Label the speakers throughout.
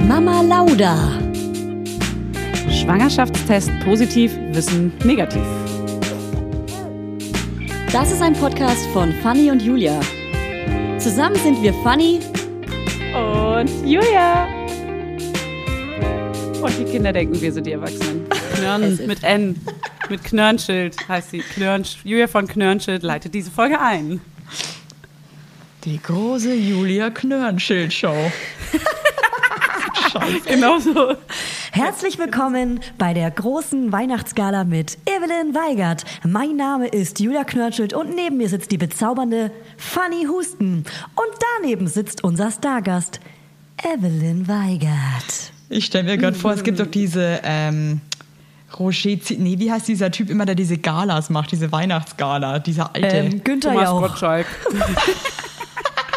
Speaker 1: Mama Lauda.
Speaker 2: Schwangerschaftstest positiv, Wissen negativ.
Speaker 1: Das ist ein Podcast von Fanny und Julia. Zusammen sind wir Fanny
Speaker 2: Und Julia. Und die Kinder denken, wir sind die Erwachsenen. Knörn mit N. Mit Knörnschild heißt sie. Knörnsch Julia von Knörnschild leitet diese Folge ein.
Speaker 3: Die große Julia Knörnschild Show. Scheiße.
Speaker 2: Genau so.
Speaker 1: Herzlich willkommen bei der großen Weihnachtsgala mit Evelyn Weigert. Mein Name ist Julia Knörnschild und neben mir sitzt die bezaubernde Fanny Husten. Und daneben sitzt unser Stargast Evelyn Weigert.
Speaker 3: Ich stelle mir gerade vor, es gibt doch diese ähm, Roger Z Nee, wie heißt dieser Typ immer, der diese Galas macht, diese Weihnachtsgala, dieser alte.
Speaker 1: Ähm, Günther
Speaker 2: Thomas
Speaker 1: Jauch.
Speaker 2: Gottschalk.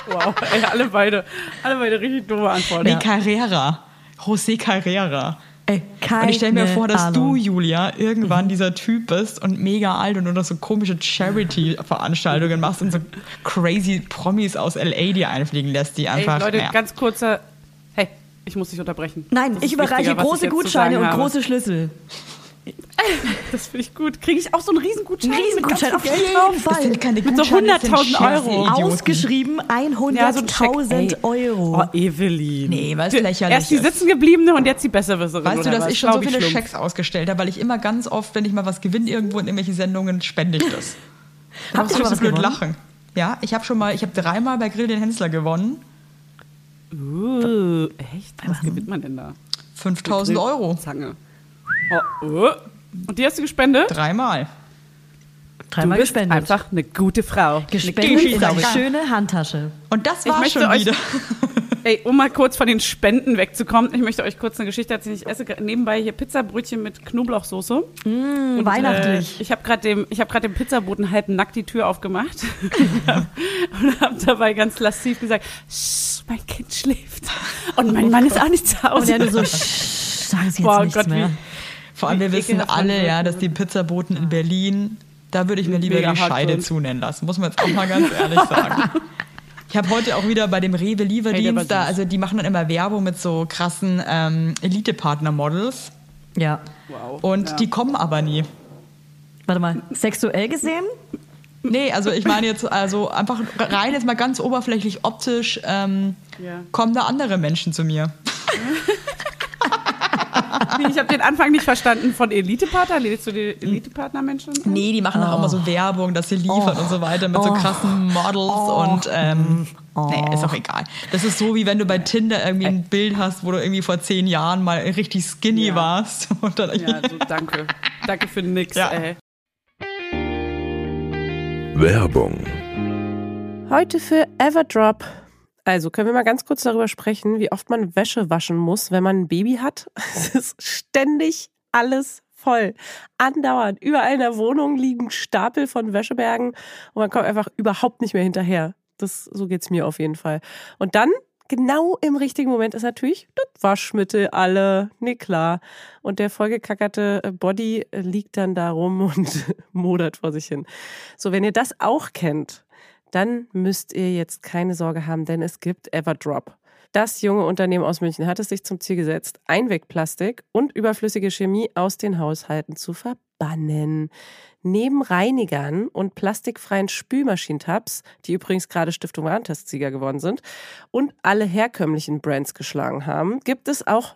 Speaker 2: wow, ey, alle beide, alle beide richtig dumme Antworten.
Speaker 3: Nee, Carrera. José Carrera.
Speaker 1: Ey,
Speaker 3: Und ich stelle mir
Speaker 1: Äh, keine
Speaker 3: vor, dass
Speaker 1: Ahnung.
Speaker 3: du, Julia,
Speaker 2: Mhm.
Speaker 3: irgendwann dieser Typ bist und mega alt und nur noch so komische Charity-Veranstaltungen machst und so crazy Promis aus L.A. dir einfliegen lässt, die
Speaker 2: Ey,
Speaker 3: einfach.
Speaker 2: Leute,
Speaker 3: ja.
Speaker 2: ganz kurzer. Hey, ich muss dich unterbrechen.
Speaker 1: Nein,
Speaker 2: Das
Speaker 1: ich
Speaker 2: ist
Speaker 1: überreiche
Speaker 2: wichtiger, was ich
Speaker 1: große
Speaker 2: jetzt zu
Speaker 1: Gutscheine
Speaker 2: sagen
Speaker 1: und
Speaker 2: habe.
Speaker 1: große Schlüssel.
Speaker 2: Das finde ich gut. Kriege ich auch so einen Riesengutschein?
Speaker 1: Ein Riesengutschein auf
Speaker 2: mit ganz viel
Speaker 1: jeden
Speaker 2: Geld drauf?
Speaker 3: das
Speaker 1: Fall.
Speaker 3: sind keine
Speaker 2: Mit so
Speaker 3: Gutscheine, das sind
Speaker 2: 100.000
Speaker 3: Shares, ihr
Speaker 2: Euro.
Speaker 3: Idioten.
Speaker 1: Ausgeschrieben 100.000
Speaker 2: Ja, so ein Check. Ey.
Speaker 1: Euro.
Speaker 2: Oh, Evelyn.
Speaker 3: Nee, weil es lächerlich
Speaker 2: Erst die
Speaker 3: ist.
Speaker 2: Sitzengebliebene und jetzt die Besserwisserin.
Speaker 3: Weißt du,
Speaker 2: oder
Speaker 3: dass
Speaker 2: was?
Speaker 3: ich schon so
Speaker 2: Glaub
Speaker 3: viele
Speaker 2: schlimm.
Speaker 3: Schecks ausgestellt habe, weil ich immer ganz oft, wenn ich mal was gewinne irgendwo in irgendwelchen Sendungen, spende ich das. Da
Speaker 1: Habt
Speaker 3: musst du
Speaker 1: ihr schon
Speaker 3: so
Speaker 1: was
Speaker 3: blöd
Speaker 1: gewonnen?
Speaker 3: lachen. Ja, ich habe schon mal, ich habe dreimal bei Grill den Hensler gewonnen.
Speaker 2: Uh, echt? Was gewinnt man denn da?
Speaker 3: 5000 Euro.
Speaker 2: Zange. Oh, oh. Und die hast du gespendet?
Speaker 3: Dreimal.
Speaker 1: Dreimal
Speaker 2: du bist
Speaker 1: gespendet.
Speaker 2: einfach eine gute Frau.
Speaker 1: gespendet
Speaker 3: Eine
Speaker 1: in eine
Speaker 3: Geschichte.
Speaker 1: schöne Handtasche.
Speaker 3: Und das
Speaker 2: Ich
Speaker 3: war
Speaker 2: möchte
Speaker 3: schon
Speaker 2: euch-
Speaker 3: wieder.
Speaker 2: Ey, um mal kurz von den Spenden wegzukommen, ich möchte euch kurz eine Geschichte erzählen. Ich esse gra- nebenbei hier Pizzabrötchen mit Knoblauchsoße.
Speaker 1: Hm, weihnachtlich.
Speaker 2: Äh, ich habe gerade dem, ich hab grad dem Pizzaboten halb nackt die Tür aufgemacht und habe dabei ganz lasziv gesagt, "Sch, mein Kind schläft und mein Mann ist auch nicht zu Hause.
Speaker 1: Oh Und er nur so, "Sch, sagen Sie jetzt
Speaker 2: Boah,
Speaker 1: nichts
Speaker 2: Gott,
Speaker 1: mehr.
Speaker 2: wie-
Speaker 3: Vor allem, wir
Speaker 2: Wie
Speaker 3: wissen
Speaker 2: ekelhaft man
Speaker 3: alle,
Speaker 2: wird.
Speaker 3: ja, dass die Pizzaboten in Berlin, da würde ich mir lieber
Speaker 2: Mega
Speaker 3: die
Speaker 2: hart
Speaker 3: Scheide
Speaker 2: sind.
Speaker 3: zunehmen lassen. Muss man jetzt auch mal ganz ehrlich sagen. Ich habe heute auch wieder bei dem Rewe
Speaker 2: Ey, der war
Speaker 3: Lieferdienst,
Speaker 2: süß.
Speaker 3: da, also die machen dann immer Werbung mit so krassen ähm, Elite-Partner-Models.
Speaker 1: Ja.
Speaker 2: Wow.
Speaker 3: Und
Speaker 2: Ja.
Speaker 3: die kommen aber nie.
Speaker 1: Warte mal, sexuell gesehen?
Speaker 3: Nee, also ich meine jetzt also einfach rein jetzt mal ganz oberflächlich optisch ähm,
Speaker 2: Ja.
Speaker 3: kommen da andere Menschen zu mir.
Speaker 2: Nee, ich habe den Anfang nicht verstanden von Elite-Partner. Lädst du die Elite-Partner-Menschen?
Speaker 1: Mhm.
Speaker 2: ein?
Speaker 3: Nee, die machen auch immer so Werbung, dass sie liefern und so weiter mit so krassen Models und ähm, nee, ist auch egal. Das ist so wie wenn du bei Tinder irgendwie ein Bild hast, wo du irgendwie vor zehn Jahren mal richtig skinny
Speaker 2: Ja.
Speaker 3: warst und dann
Speaker 2: Ja, so danke. Danke für nix,
Speaker 3: Ja.
Speaker 2: ey.
Speaker 4: Werbung.
Speaker 5: Heute für Everdrop. Also können wir mal ganz kurz darüber sprechen, wie oft man Wäsche waschen muss, wenn man ein Baby hat. Es ist ständig alles voll. Andauernd. Überall in der Wohnung liegen Stapel von Wäschebergen und man kommt einfach überhaupt nicht mehr hinterher. Das, so geht's mir auf jeden Fall. Und dann, genau im richtigen Moment, ist natürlich das Waschmittel alle. Nee, klar. Und der vollgekackerte äh, Body äh, liegt dann da rum und modert vor sich hin. So, wenn ihr das auch kennt, dann müsst ihr jetzt keine Sorge haben, denn es gibt Everdrop. Das junge Unternehmen aus München hat es sich zum Ziel gesetzt, Einwegplastik und überflüssige Chemie aus den Haushalten zu verbannen. Neben Reinigern und plastikfreien Spülmaschinentabs, die übrigens gerade Stiftung Warentestsieger geworden sind, und alle herkömmlichen Brands geschlagen haben, gibt es auch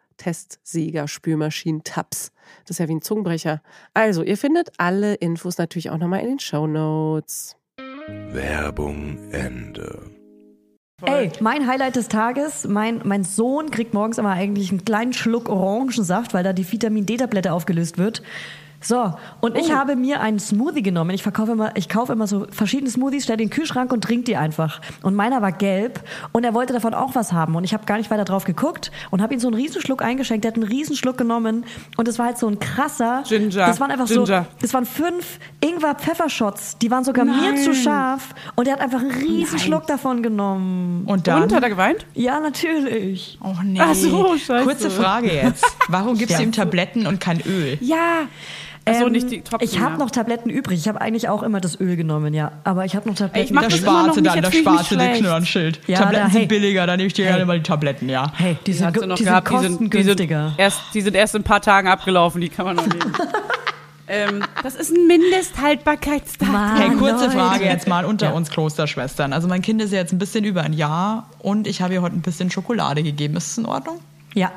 Speaker 5: Testsieger, Spülmaschinen, Tabs. Das ist ja wie ein Zungenbrecher. Also, ihr findet alle Infos natürlich auch nochmal in den Show Notes.
Speaker 4: Werbung Ende.
Speaker 1: Ey, mein Highlight des Tages, mein, mein Sohn kriegt morgens immer eigentlich einen kleinen Schluck Orangensaft, weil da die Vitamin D-Tablette aufgelöst wird. So, und
Speaker 2: Oh.
Speaker 1: ich habe mir einen Smoothie genommen. Ich verkaufe immer, ich kaufe immer so verschiedene Smoothies, stelle den Kühlschrank und trinke die einfach. Und meiner war gelb und er wollte davon auch was haben und ich habe gar nicht weiter drauf geguckt und habe ihm so einen Riesenschluck eingeschenkt. Der hat einen Riesenschluck genommen und es war halt so ein krasser.
Speaker 2: Ginger.
Speaker 1: Das waren einfach
Speaker 2: Ginger.
Speaker 1: so, das waren fünf Ingwer-Pfeffershots. Die waren sogar mir zu scharf und er hat einfach einen Riesenschluck davon genommen.
Speaker 3: Und
Speaker 2: Und hat
Speaker 3: dann.
Speaker 2: er geweint?
Speaker 1: Ja, natürlich.
Speaker 3: Oh nee.
Speaker 2: Ach so, scheiße.
Speaker 3: Kurze Frage jetzt. Warum gibst du ihm Tabletten und kein Öl?
Speaker 2: Ja. Achso,
Speaker 1: Ähm,
Speaker 2: Also nicht die Tropfen.
Speaker 1: Ich habe
Speaker 2: ja.
Speaker 1: noch Tabletten übrig. Ich habe eigentlich auch auch immer das Öl genommen, ja. Aber ich habe noch Tabletten.
Speaker 2: ich mach
Speaker 3: Da
Speaker 2: das
Speaker 1: übrig.
Speaker 2: immer noch
Speaker 3: sparte
Speaker 2: nicht,
Speaker 3: dann,
Speaker 2: jetzt
Speaker 3: da
Speaker 2: fühl ich mich
Speaker 3: sparte den
Speaker 2: schlecht.
Speaker 3: Knörnschild.
Speaker 1: Ja,
Speaker 3: Tabletten
Speaker 1: da, hey.
Speaker 3: sind billiger, da nehme ich dir
Speaker 1: Hey.
Speaker 3: gerne mal die Tabletten, ja.
Speaker 1: Hey, die
Speaker 2: Die
Speaker 1: sind,
Speaker 2: hat sie
Speaker 1: ge-
Speaker 2: noch
Speaker 1: die sind
Speaker 2: gehabt. Die sind, die, sind
Speaker 1: kostengünstiger.
Speaker 2: erst, die sind erst in ein paar Tagen abgelaufen, die kann man noch nehmen. ähm, das ist ein Mindesthaltbarkeitsdatum.
Speaker 1: Mann.
Speaker 3: Hey, kurze
Speaker 1: Leute.
Speaker 3: Frage jetzt mal unter
Speaker 1: Ja.
Speaker 3: uns Klosterschwestern. Also mein Kind ist ja jetzt ein bisschen über ein Jahr und ich habe ihr heute ein bisschen Schokolade gegeben. Ist es in Ordnung?
Speaker 1: Ja.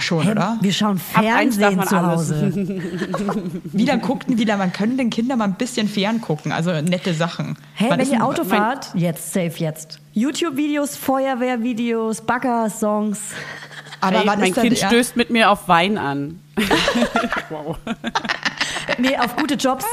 Speaker 3: Schon, oder?
Speaker 1: Wir schauen
Speaker 2: eins darf
Speaker 1: Fernsehen
Speaker 2: man
Speaker 1: zu
Speaker 2: alles.
Speaker 1: Hause.
Speaker 3: Wieder guckten, wieder, man können den Kindern mal ein bisschen fern gucken. Also nette Sachen.
Speaker 1: Hey,
Speaker 3: man
Speaker 1: wenn
Speaker 3: ist ein-
Speaker 1: ihr Auto fahrt, jetzt, safe jetzt. YouTube-Videos, Feuerwehr-Videos, Bagger-Songs.
Speaker 3: Aber
Speaker 2: Ey,
Speaker 3: wann
Speaker 2: mein
Speaker 3: ist dann
Speaker 2: Kind
Speaker 3: er-
Speaker 2: stößt mit mir auf Wein an. wow.
Speaker 1: Nee, auf gute Jobs.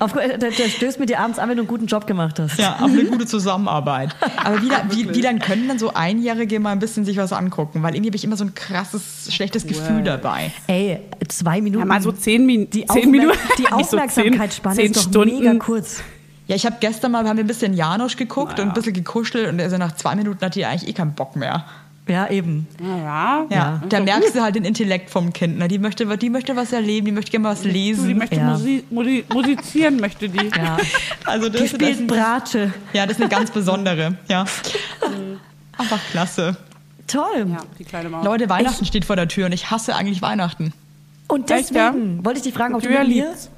Speaker 1: Auf, der, der stößt mit dir abends an, wenn du einen guten Job gemacht hast.
Speaker 3: Ja, auf eine gute Zusammenarbeit. Aber wie, dann- wie, wie dann können dann so Einjährige mal ein bisschen sich was angucken? Weil irgendwie habe ich immer so ein krasses, schlechtes Gefühl dabei.
Speaker 1: Ey, zwei Minuten.
Speaker 2: Ja, mal so zehn, Min
Speaker 1: die
Speaker 2: zehn Minuten.
Speaker 1: Aufmerk- Die
Speaker 2: Nicht so zehn-
Speaker 1: Aufmerksamkeitsspanne
Speaker 2: zehn
Speaker 1: ist doch
Speaker 2: Stunden.
Speaker 1: mega kurz.
Speaker 3: Ja, ich habe gestern mal, wir haben ein bisschen Janosch geguckt und ein bisschen gekuschelt und also nach zwei Minuten hatte ich eigentlich eh keinen Bock mehr.
Speaker 1: Ja, eben.
Speaker 2: Ja,
Speaker 3: Ja,
Speaker 2: Mhm.
Speaker 3: da merkst du halt den Intellekt vom Kind. Ne? Die, möchte, die möchte was erleben, die möchte gerne mal was
Speaker 2: Du, die
Speaker 3: lesen.
Speaker 2: möchte
Speaker 1: Ja.
Speaker 2: Musi Musi musizieren, möchte die.
Speaker 1: Ja.
Speaker 3: Also das,
Speaker 1: Die
Speaker 3: das,
Speaker 1: spielt Brate.
Speaker 3: ja, das ist eine ganz besondere. Ja. Einfach klasse.
Speaker 1: Toll.
Speaker 2: Ja, die kleine
Speaker 1: Oh,
Speaker 2: Maus.
Speaker 3: Leute, Weihnachten steht vor der Tür und ich hasse eigentlich Weihnachten.
Speaker 1: Und
Speaker 2: Echt, ja?
Speaker 1: deswegen wollte ich dich fragen, ob du
Speaker 2: Julia
Speaker 1: mit mir
Speaker 2: liebt's.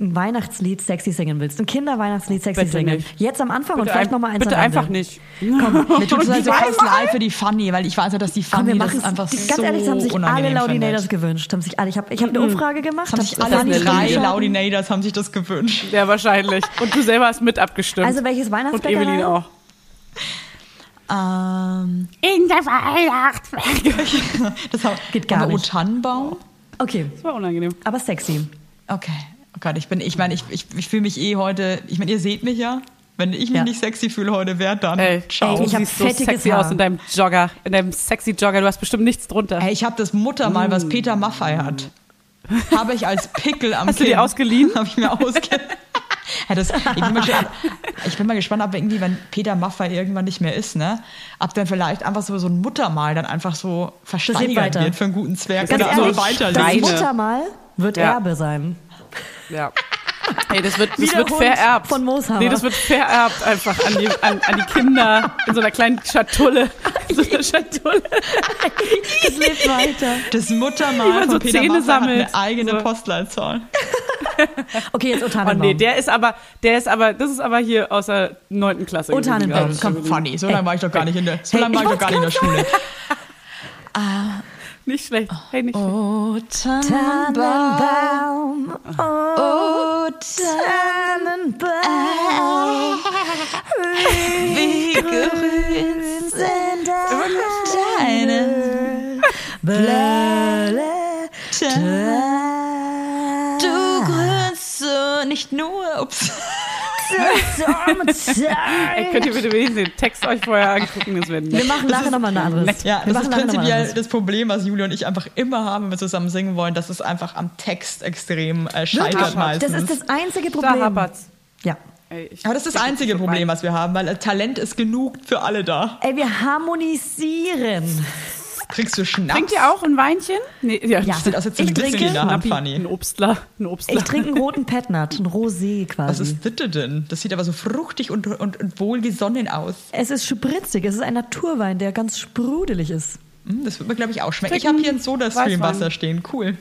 Speaker 1: ein Weihnachtslied sexy singen willst. Ein Kinderweihnachtslied sexy
Speaker 2: Bitte
Speaker 1: singen.
Speaker 2: nicht.
Speaker 1: Jetzt am Anfang und
Speaker 2: Bitte
Speaker 1: vielleicht
Speaker 2: ein-
Speaker 1: nochmal eins
Speaker 2: Bitte
Speaker 1: am Ende.
Speaker 2: einfach nicht. Komm,
Speaker 3: Mir tut es halt so krass leid für die Fanny, weil ich weiß ja, dass die
Speaker 1: Komm,
Speaker 3: Fanny
Speaker 1: wir
Speaker 3: das
Speaker 1: machen
Speaker 3: ist einfach
Speaker 1: es.
Speaker 3: so
Speaker 1: Ganz ehrlich, das haben sich alle
Speaker 3: unangenehm
Speaker 1: Laudinators
Speaker 3: findet.
Speaker 1: gewünscht. Haben sich alle. Ich habe ich hab
Speaker 2: Mhm.
Speaker 1: eine Umfrage gemacht.
Speaker 3: Haben
Speaker 1: hab-
Speaker 3: sich
Speaker 1: das
Speaker 3: alle
Speaker 1: haben die
Speaker 3: drei
Speaker 1: Leute-
Speaker 3: Laudinators haben sich das gewünscht.
Speaker 2: Ja, wahrscheinlich. Und du selber hast mit abgestimmt.
Speaker 1: Also welches
Speaker 2: Und
Speaker 1: Weihnachtsbäckerei?
Speaker 2: Evelyn auch.
Speaker 3: Ähm,
Speaker 2: In der Weihnacht. Das
Speaker 3: das haben,
Speaker 1: Geht gar
Speaker 3: haben wir
Speaker 1: nicht.
Speaker 3: O Tannenbaum.
Speaker 1: Okay,
Speaker 2: war unangenehm.
Speaker 1: aber sexy.
Speaker 2: Genau,
Speaker 3: Okay. Oh Gott, ich bin, ich meine, ich, ich, ich fühle mich eh heute, ich meine, ihr seht mich ja. Wenn ich mich
Speaker 1: Ja.
Speaker 3: nicht sexy fühle heute, wer dann?
Speaker 2: Äh, Ey,
Speaker 3: Ciao.
Speaker 1: Ey,
Speaker 2: du
Speaker 1: ich hab
Speaker 2: siehst so
Speaker 1: fettiges
Speaker 2: sexy
Speaker 1: Haar.
Speaker 2: aus in deinem Jogger, in deinem sexy Jogger. Du hast bestimmt nichts drunter.
Speaker 3: Hey, ich habe das Muttermal,
Speaker 2: Mm.
Speaker 3: was Peter Maffei hat. Habe ich als Pickel am
Speaker 2: Hast du die
Speaker 3: Kinn.
Speaker 2: ausgeliehen?
Speaker 3: Habe ich mir ausgeliehen. Ja, das, ich, bin mal, gespannt- ich bin mal gespannt, ob irgendwie, wenn Peter Maffei irgendwann nicht mehr ist, ne, ob dann vielleicht einfach so, so ein Muttermal dann einfach so versteigert
Speaker 1: weiter.
Speaker 3: wird für einen guten Zwerg
Speaker 1: Ganz
Speaker 3: oder so
Speaker 1: ehrlich, das
Speaker 2: Steine.
Speaker 3: weiterleben.
Speaker 1: Muttermal wird
Speaker 2: also Ja.
Speaker 1: Erbe sein.
Speaker 2: Ja. Ey, das wird, das
Speaker 1: der
Speaker 2: wird
Speaker 1: Hund
Speaker 2: vererbt.
Speaker 1: von Mooshammer.
Speaker 2: Nee, das wird vererbt einfach an die, an, an die Kinder in so einer kleinen Schatulle. So eine Schatulle.
Speaker 1: Es lebt weiter.
Speaker 3: Das
Speaker 2: Wie
Speaker 3: Muttermal
Speaker 2: man
Speaker 3: von
Speaker 2: so
Speaker 3: Peter
Speaker 2: Zähne
Speaker 3: Maffei hat
Speaker 2: sammelt.
Speaker 3: eine eigene
Speaker 2: So.
Speaker 3: Postleitzahl.
Speaker 1: Okay, jetzt
Speaker 2: Oh
Speaker 1: Otanenbaum.
Speaker 2: nee, der ist aber, der ist aber, das ist aber hier aus der neunten Klasse.
Speaker 1: Und
Speaker 2: gewesen,
Speaker 1: Tannenbaum.
Speaker 2: glaub ich.
Speaker 1: Komm,
Speaker 3: Funny, Ähm, so lange war ich doch gar nicht in der, so lange war ich doch gar nicht in der Schule.
Speaker 2: Nicht schlecht. Hey, nicht schlecht.
Speaker 3: Oh,
Speaker 1: Tannenbaum, oh, Tannenbaum, wie grün sind deine Blätter.
Speaker 3: Du grünst so nicht nur. Ups.
Speaker 2: Ey, könnt ihr bitte wenigstens den Text euch vorher angucken, das wäre
Speaker 1: Wir
Speaker 2: nett.
Speaker 1: machen nachher nochmal ein anderes.
Speaker 3: Ja,
Speaker 1: Wir
Speaker 3: das
Speaker 1: machen
Speaker 3: ist
Speaker 1: nachher noch mal ein
Speaker 3: prinzipiell
Speaker 1: anderes.
Speaker 3: das Problem, was Julia und ich einfach immer haben, wenn wir zusammen singen wollen, dass es einfach am Text extrem äh, scheitert
Speaker 2: Wirklich?
Speaker 3: meistens.
Speaker 1: Das ist das einzige
Speaker 2: Da
Speaker 1: Problem.
Speaker 2: hapert's.
Speaker 1: Ja.
Speaker 2: Ey, ich-
Speaker 3: Aber das ist das einzige Problem, was wir haben, weil äh, Talent ist genug für alle da.
Speaker 1: Ey, wir harmonisieren.
Speaker 3: Kriegst du Schnaps?
Speaker 2: Trinkt ihr auch ein Weinchen? Nee, ja,
Speaker 1: Ja.
Speaker 2: das
Speaker 3: Das ist jetzt
Speaker 1: Ich
Speaker 3: ein bisschen
Speaker 1: trinke-
Speaker 3: in der Hand,
Speaker 2: Nappi,
Speaker 3: Fanny.
Speaker 2: ein Obstler. Ein Obstler.
Speaker 1: Ich trinke einen roten Petnat, einen Rosé
Speaker 3: Was
Speaker 1: quasi.
Speaker 3: ist bitte denn? Das sieht aber so fruchtig und, und, und wohlgesonnen aus.
Speaker 1: es ist spritzig, es ist ein Naturwein, der ganz sprudelig ist.
Speaker 3: Hm, das wird mir, glaube ich, auch schmecken. Ich habe hier ein Soda-Stream-Wasser stehen. Cool.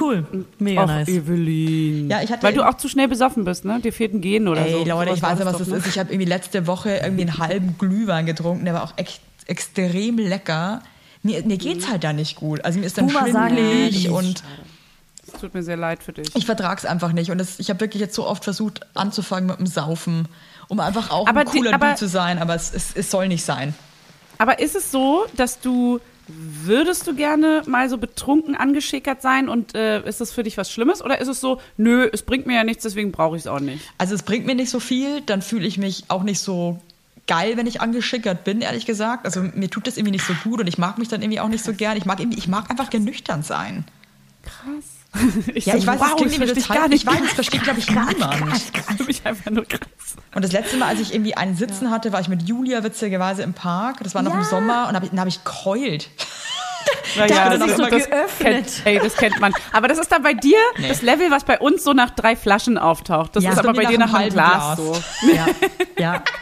Speaker 1: Cool, mega
Speaker 2: Och,
Speaker 1: nice.
Speaker 2: Evelyn.
Speaker 3: Ja, ich hatte-
Speaker 2: Weil du auch zu schnell besoffen bist, ne? Dir fehlt ein Gen oder so.
Speaker 3: Ey, Leute,
Speaker 2: Sowas
Speaker 3: ich weiß
Speaker 2: war
Speaker 3: ja, was
Speaker 2: doch,
Speaker 3: das
Speaker 2: ne?
Speaker 3: ist. Ich habe irgendwie letzte Woche irgendwie einen halben Glühwein getrunken. Der war auch echt extrem lecker. Mir, mir geht's
Speaker 2: Mhm.
Speaker 3: halt da nicht gut. Also mir ist dann
Speaker 1: Puma sagen,
Speaker 3: schwindelig
Speaker 1: ja, das
Speaker 3: und
Speaker 2: Es ne? tut mir sehr leid für dich.
Speaker 3: ich vertrag's einfach nicht. Und das, ich habe wirklich jetzt so oft versucht anzufangen mit dem Saufen, um einfach auch
Speaker 2: Aber
Speaker 3: ein
Speaker 2: die-
Speaker 3: cooler
Speaker 2: aber-
Speaker 3: Dude zu sein. Aber es, es, es soll nicht sein.
Speaker 2: Aber ist es so, dass du würdest du gerne mal so betrunken angeschickert sein und äh, ist das für dich was Schlimmes oder ist es so, nö, es bringt mir ja nichts, deswegen brauche ich es auch nicht?
Speaker 3: Also es bringt mir nicht so viel, dann fühle ich mich auch nicht so geil, wenn ich angeschickert bin, ehrlich gesagt. Also mir tut das irgendwie nicht so gut und ich mag mich dann irgendwie auch nicht so gern. Ich mag, irgendwie- ich mag einfach genüchtern sein.
Speaker 2: Ich
Speaker 3: Ja,
Speaker 2: so,
Speaker 3: ich weiß,
Speaker 2: wow,
Speaker 3: das klingt
Speaker 2: ich
Speaker 3: irgendwie
Speaker 2: verstehe
Speaker 3: total,
Speaker 2: gar
Speaker 3: ich
Speaker 2: nicht.
Speaker 3: weiß, das versteht, glaube ich, niemand.
Speaker 2: Das ist für mich einfach nur krass.
Speaker 3: Und das letzte Mal, als ich irgendwie einen Sitzen hatte, war ich mit Julia witzigerweise im Park. Das war noch im Sommer und hab ich, dann habe ich geheult.
Speaker 2: Na
Speaker 1: Da
Speaker 2: ja,
Speaker 1: hat er
Speaker 2: das-
Speaker 1: sich so
Speaker 2: das
Speaker 1: geöffnet.
Speaker 2: Kennt, ey, das kennt man. Aber das ist dann bei dir das Level, was bei uns so nach drei Flaschen auftaucht. Das
Speaker 1: Ja.
Speaker 2: ist
Speaker 1: Ist
Speaker 2: aber
Speaker 3: bei
Speaker 2: bei
Speaker 3: mir
Speaker 2: dir
Speaker 3: nach
Speaker 2: nach einem
Speaker 3: einem
Speaker 2: Glas,
Speaker 3: halben
Speaker 2: so.
Speaker 1: Ja, ja.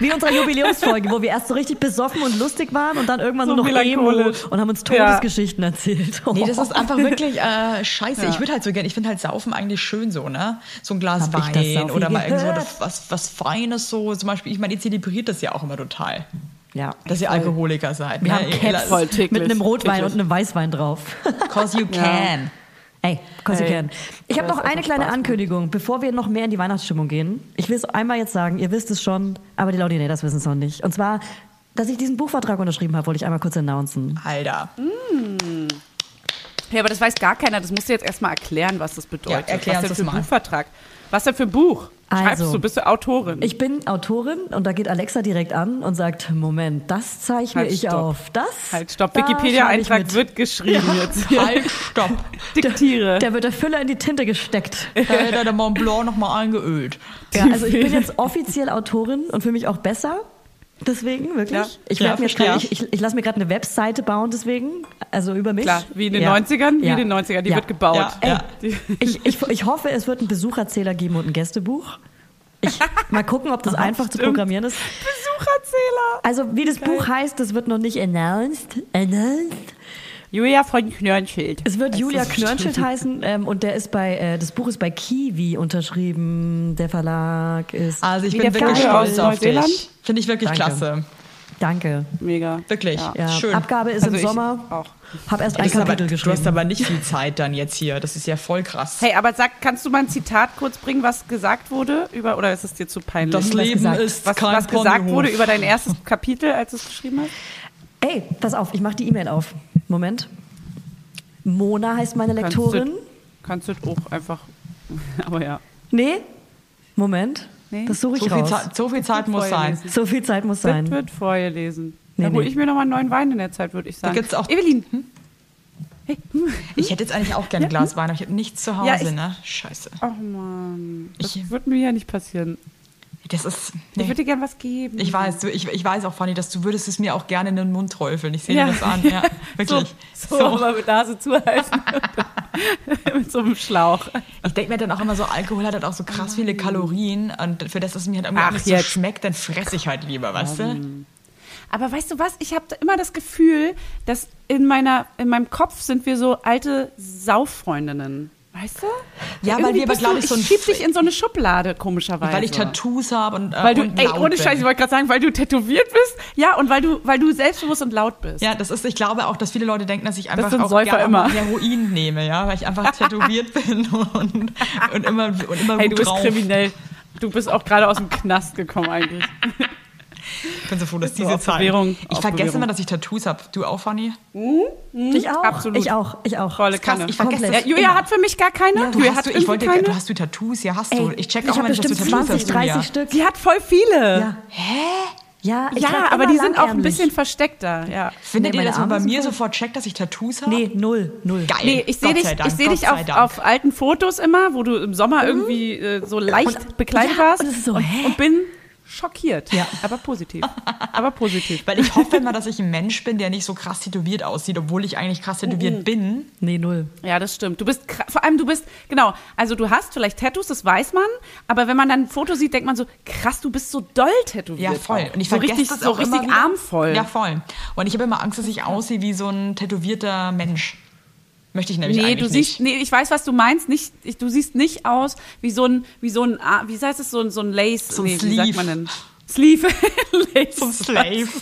Speaker 1: Wie unsere Jubiläumsfolge, wo wir erst so richtig besoffen und lustig waren und dann irgendwann so
Speaker 2: So
Speaker 1: nur noch Emo
Speaker 2: melancholisch.
Speaker 1: und haben uns
Speaker 2: Ja.
Speaker 1: Todesgeschichten erzählt.
Speaker 3: Nee, das ist einfach wirklich äh, scheiße. Ich würde halt so gerne, ich finde halt Saufen eigentlich schön so, ne? So ein Glas
Speaker 1: Hab ich das
Speaker 3: Wein
Speaker 1: Saufen
Speaker 3: oder mal irgend so
Speaker 1: gehört?
Speaker 3: was, was, was Feines so. Zum Beispiel, ich meine, ihr zelebriert das ja auch immer total,
Speaker 1: ja.
Speaker 3: dass ihr Alkoholiker seid.
Speaker 1: Wir
Speaker 3: ne?
Speaker 1: haben
Speaker 3: Ihr-
Speaker 1: Caps
Speaker 2: voll täglich,
Speaker 1: mit einem Rotwein
Speaker 2: täglich.
Speaker 1: und einem Weißwein drauf.
Speaker 3: Cause you can.
Speaker 1: Ey, cause you
Speaker 2: Ey,
Speaker 1: can. Ich habe
Speaker 2: das
Speaker 1: noch
Speaker 2: ist
Speaker 1: eine
Speaker 2: einfach
Speaker 1: kleine
Speaker 2: Spaß.
Speaker 1: Ankündigung, bevor wir noch mehr in die Weihnachtsstimmung gehen. Ich will es einmal jetzt sagen, ihr wisst es schon, aber die Laudinators wissen es noch nicht. Und zwar, dass ich diesen Buchvertrag unterschrieben habe, wollte ich einmal kurz announcen.
Speaker 3: Alter.
Speaker 2: Ja, aber das weiß gar keiner. Das musst du jetzt erstmal erklären, was das bedeutet.
Speaker 3: Ja, erklär
Speaker 2: was denn
Speaker 3: uns das
Speaker 2: für
Speaker 3: mal.
Speaker 2: ein Buchvertrag? Was denn für ein Buch? Schreibst
Speaker 1: Also.
Speaker 2: du, bist du Autorin?
Speaker 1: Ich bin Autorin und da geht Alexa direkt an und sagt, Moment, das zeichne
Speaker 2: Halt,
Speaker 1: ich
Speaker 2: stopp.
Speaker 1: auf. Das?
Speaker 2: halt, stopp.
Speaker 1: da schreibe
Speaker 2: Wikipedia-Eintrag
Speaker 1: ich mit.
Speaker 2: wird geschrieben jetzt.
Speaker 3: Halt, stopp.
Speaker 2: Diktiere.
Speaker 1: Da wird der Füller in die Tinte gesteckt.
Speaker 3: Da hätte der Mont Blanc nochmal eingeölt.
Speaker 1: Ja, also ich bin jetzt offiziell Autorin und für mich auch besser. Deswegen, wirklich.
Speaker 2: Ja.
Speaker 1: Ich,
Speaker 3: Ja,
Speaker 1: werd mir jetzt grad,
Speaker 3: verstehe.
Speaker 1: ich, ich, ich lasse mir gerade eine Webseite bauen, deswegen. Also über mich.
Speaker 2: Klar, wie in den
Speaker 1: Ja.
Speaker 2: 90ern, wie
Speaker 1: Ja.
Speaker 2: in den 90ern. Die
Speaker 1: Ja.
Speaker 2: wird gebaut.
Speaker 3: Ja.
Speaker 1: Ey,
Speaker 3: Ja.
Speaker 1: Ich, ich, ich hoffe, es wird einen Besucherzähler geben und ein Gästebuch. Ich, mal gucken, ob das einfach zu programmieren ist.
Speaker 2: Besucherzähler.
Speaker 1: Also, wie das Buch heißt, das wird noch nicht announced. announced.
Speaker 2: Julia von Knörnschild.
Speaker 1: Es wird Julia Knörnschild heißen ähm, und der ist bei, äh, das Buch ist bei Kiwi unterschrieben. Der Verlag ist.
Speaker 3: Also ich
Speaker 2: Wie
Speaker 3: bin
Speaker 2: der
Speaker 3: wirklich
Speaker 2: Vogel aus
Speaker 3: stolz auf dich.
Speaker 2: Neuseeland?
Speaker 3: Finde ich wirklich
Speaker 1: Danke.
Speaker 3: klasse.
Speaker 1: Danke.
Speaker 2: Mega.
Speaker 3: Wirklich.
Speaker 2: Ja.
Speaker 1: Ja.
Speaker 3: Schön.
Speaker 1: Abgabe ist
Speaker 2: Also ich
Speaker 1: im Sommer.
Speaker 2: auch.
Speaker 1: Hab erst ein
Speaker 3: Das ist aber,
Speaker 1: Kapitel
Speaker 3: du hast
Speaker 1: geschrieben.
Speaker 3: aber nicht viel Zeit dann jetzt hier. Das ist ja voll krass.
Speaker 2: Hey, aber sag, kannst du mal ein Zitat kurz bringen, was gesagt wurde über, oder ist es dir zu peinlich?
Speaker 3: das Leben
Speaker 1: gesagt.
Speaker 3: ist
Speaker 2: was,
Speaker 3: kein
Speaker 2: was gesagt
Speaker 3: Ponyhof.
Speaker 2: wurde über dein erstes Kapitel, als du es geschrieben hast?
Speaker 1: Ey, pass auf, ich mach die E-Mail auf. Moment. Mona heißt meine Lektorin.
Speaker 2: Kannst du auch einfach. Aber ja.
Speaker 1: Nee? Moment.
Speaker 2: Nee.
Speaker 1: Das suche ich
Speaker 3: so, viel
Speaker 1: raus.
Speaker 3: Zeit, so viel Zeit muss sein.
Speaker 2: Vorlesen.
Speaker 1: So viel Zeit muss
Speaker 2: Wird,
Speaker 1: sein.
Speaker 2: wird vorgelesen. Nee,
Speaker 1: Nee,
Speaker 2: da hole
Speaker 1: nee.
Speaker 2: ich mir nochmal einen neuen Wein in der Zeit, würde ich sagen.
Speaker 3: gibt's auch-
Speaker 2: Evelyn, hm?
Speaker 3: Ich hätte jetzt eigentlich auch gerne ein Glas Wein, aber ich habe nichts zu Hause,
Speaker 2: Ja, ich-
Speaker 3: ne? Scheiße.
Speaker 2: Ach man, das
Speaker 3: Ich-
Speaker 2: wird mir ja nicht passieren.
Speaker 3: Das ist.
Speaker 2: Ich
Speaker 3: Nee.
Speaker 2: würde dir gern was geben.
Speaker 3: Ich weiß, du, ich, ich weiß auch, Fanny, dass du würdest es mir auch gerne in den Mund träufeln. Ich sehe
Speaker 2: Ja.
Speaker 3: dir das an. Ja, wirklich.
Speaker 2: So, so, aber mit Nase zuhalten. mit so einem Schlauch.
Speaker 3: Ich denke mir dann auch immer so, Alkohol hat halt auch so krass viele Kalorien und für das, dass es mir halt irgendwie
Speaker 2: Ach,
Speaker 3: auch nicht so
Speaker 2: jetzt.
Speaker 3: schmeckt, dann fresse ich halt lieber, weißt du?
Speaker 2: Aber weißt du was? Ich habe immer das Gefühl, dass in, meiner, in meinem Kopf sind wir so alte Sauffreundinnen. Weißt du?
Speaker 3: Ja, weil
Speaker 2: Irgendwie
Speaker 3: wir aber,
Speaker 2: bist
Speaker 3: glaub
Speaker 2: du-
Speaker 3: ich, so ein
Speaker 2: Ich schieb
Speaker 3: Fl-
Speaker 2: dich in so eine Schublade, komischerweise.
Speaker 3: Weil ich Tattoos habe und, äh,
Speaker 2: also. Weil du,
Speaker 3: und
Speaker 2: ey,
Speaker 3: laut
Speaker 2: ohne
Speaker 3: bin.
Speaker 2: Scheiß, ich wollte gerade sagen, weil du tätowiert bist. Ja, und weil du, weil du selbstbewusst und laut bist.
Speaker 3: Ja, das ist, ich glaube auch, dass viele Leute denken, dass ich einfach
Speaker 2: sind
Speaker 3: auch
Speaker 2: Säufer
Speaker 3: gerne
Speaker 2: immer.
Speaker 3: mal Heroin nehme, ja, weil ich einfach tätowiert bin und, und immer, und immer
Speaker 2: hey,
Speaker 3: gut
Speaker 2: du bist
Speaker 3: drauf.
Speaker 2: kriminell. Du bist auch gerade aus dem Knast gekommen eigentlich.
Speaker 3: Ich bin so froh, dass
Speaker 2: so
Speaker 3: diese
Speaker 2: auf
Speaker 3: Zeit.
Speaker 2: Bewährung,
Speaker 3: ich
Speaker 2: auf
Speaker 3: vergesse
Speaker 2: Bewährung.
Speaker 3: immer, dass ich Tattoos habe. Du auch, Fanny?
Speaker 1: Ich auch.
Speaker 2: Absolut.
Speaker 1: Ich auch. Ich auch.
Speaker 2: Volle
Speaker 3: krass,
Speaker 2: Kanne.
Speaker 3: ich vergesse
Speaker 1: Komplett.
Speaker 2: Ja,
Speaker 3: das
Speaker 2: Julia
Speaker 3: immer.
Speaker 2: hat für mich gar keine.
Speaker 3: Du
Speaker 2: Julia hat
Speaker 3: hast, du, ich wollte,
Speaker 2: irgendwie
Speaker 3: du
Speaker 2: keine.
Speaker 3: hast du Tattoos, ja hast du.
Speaker 1: Ey,
Speaker 3: Ich check
Speaker 1: ich
Speaker 3: auch
Speaker 1: hab
Speaker 3: immer nicht, dass du
Speaker 1: bestimmt
Speaker 3: Tattoos
Speaker 1: 20,
Speaker 3: hast, Julia.
Speaker 1: 30 Stück.
Speaker 2: Die hat voll viele.
Speaker 1: Ja. Hä? Ja, ich
Speaker 2: Ja,
Speaker 1: trag
Speaker 2: aber
Speaker 1: immer
Speaker 2: die sind auch ein
Speaker 1: langärmlich.
Speaker 2: bisschen versteckter. Ja.
Speaker 3: Findet
Speaker 1: Nee,
Speaker 3: ihr,
Speaker 1: meine
Speaker 3: dass man bei
Speaker 1: Arme
Speaker 3: mir
Speaker 1: sind
Speaker 3: sofort checkt, dass ich Tattoos habe?
Speaker 1: Nee, null, null.
Speaker 3: Geil.
Speaker 2: Nee, ich sehe
Speaker 3: Gott
Speaker 2: dich,
Speaker 3: sei Dank,
Speaker 2: ich seh
Speaker 3: Gott
Speaker 2: dich
Speaker 3: sei
Speaker 2: auf,
Speaker 3: Dank. Mhm.
Speaker 2: auf alten Fotos immer, wo du im Sommer irgendwie äh, so leicht bekleidet
Speaker 1: Ja,
Speaker 2: warst
Speaker 1: und das ist so, hä?
Speaker 2: und bin schockiert. Ja. Aber positiv. Aber positiv.
Speaker 3: Weil ich hoffe immer, dass ich ein Mensch bin, der nicht so krass tätowiert aussieht, obwohl ich eigentlich krass tätowiert bin.
Speaker 1: Nee, null.
Speaker 2: Ja, das stimmt. Du bist kra- vor allem du bist genau, also du hast vielleicht Tattoos, das weiß man, aber wenn man dann ein Foto sieht, denkt man so krass, du bist so doll tätowiert.
Speaker 3: Ja, voll.
Speaker 2: Und ich so richtig
Speaker 3: das
Speaker 2: so
Speaker 3: auch immer
Speaker 2: richtig
Speaker 3: wieder.
Speaker 2: armvoll.
Speaker 3: Ja, voll. Und ich habe immer Angst, dass ich aussehe wie so ein tätowierter Mensch. Möchte ich nämlich
Speaker 2: Nee,
Speaker 3: eigentlich
Speaker 2: du siehst,
Speaker 3: nicht.
Speaker 2: nee, ich weiß, was du meinst. Nicht, ich, du siehst nicht aus wie so ein, wie so ein, A- wie heißt es, so ein, so ein Lace.
Speaker 3: So ein
Speaker 2: nee, wie
Speaker 3: Sleeve.
Speaker 2: sagt man denn? Sleeve. Lace.
Speaker 3: So ein Slave.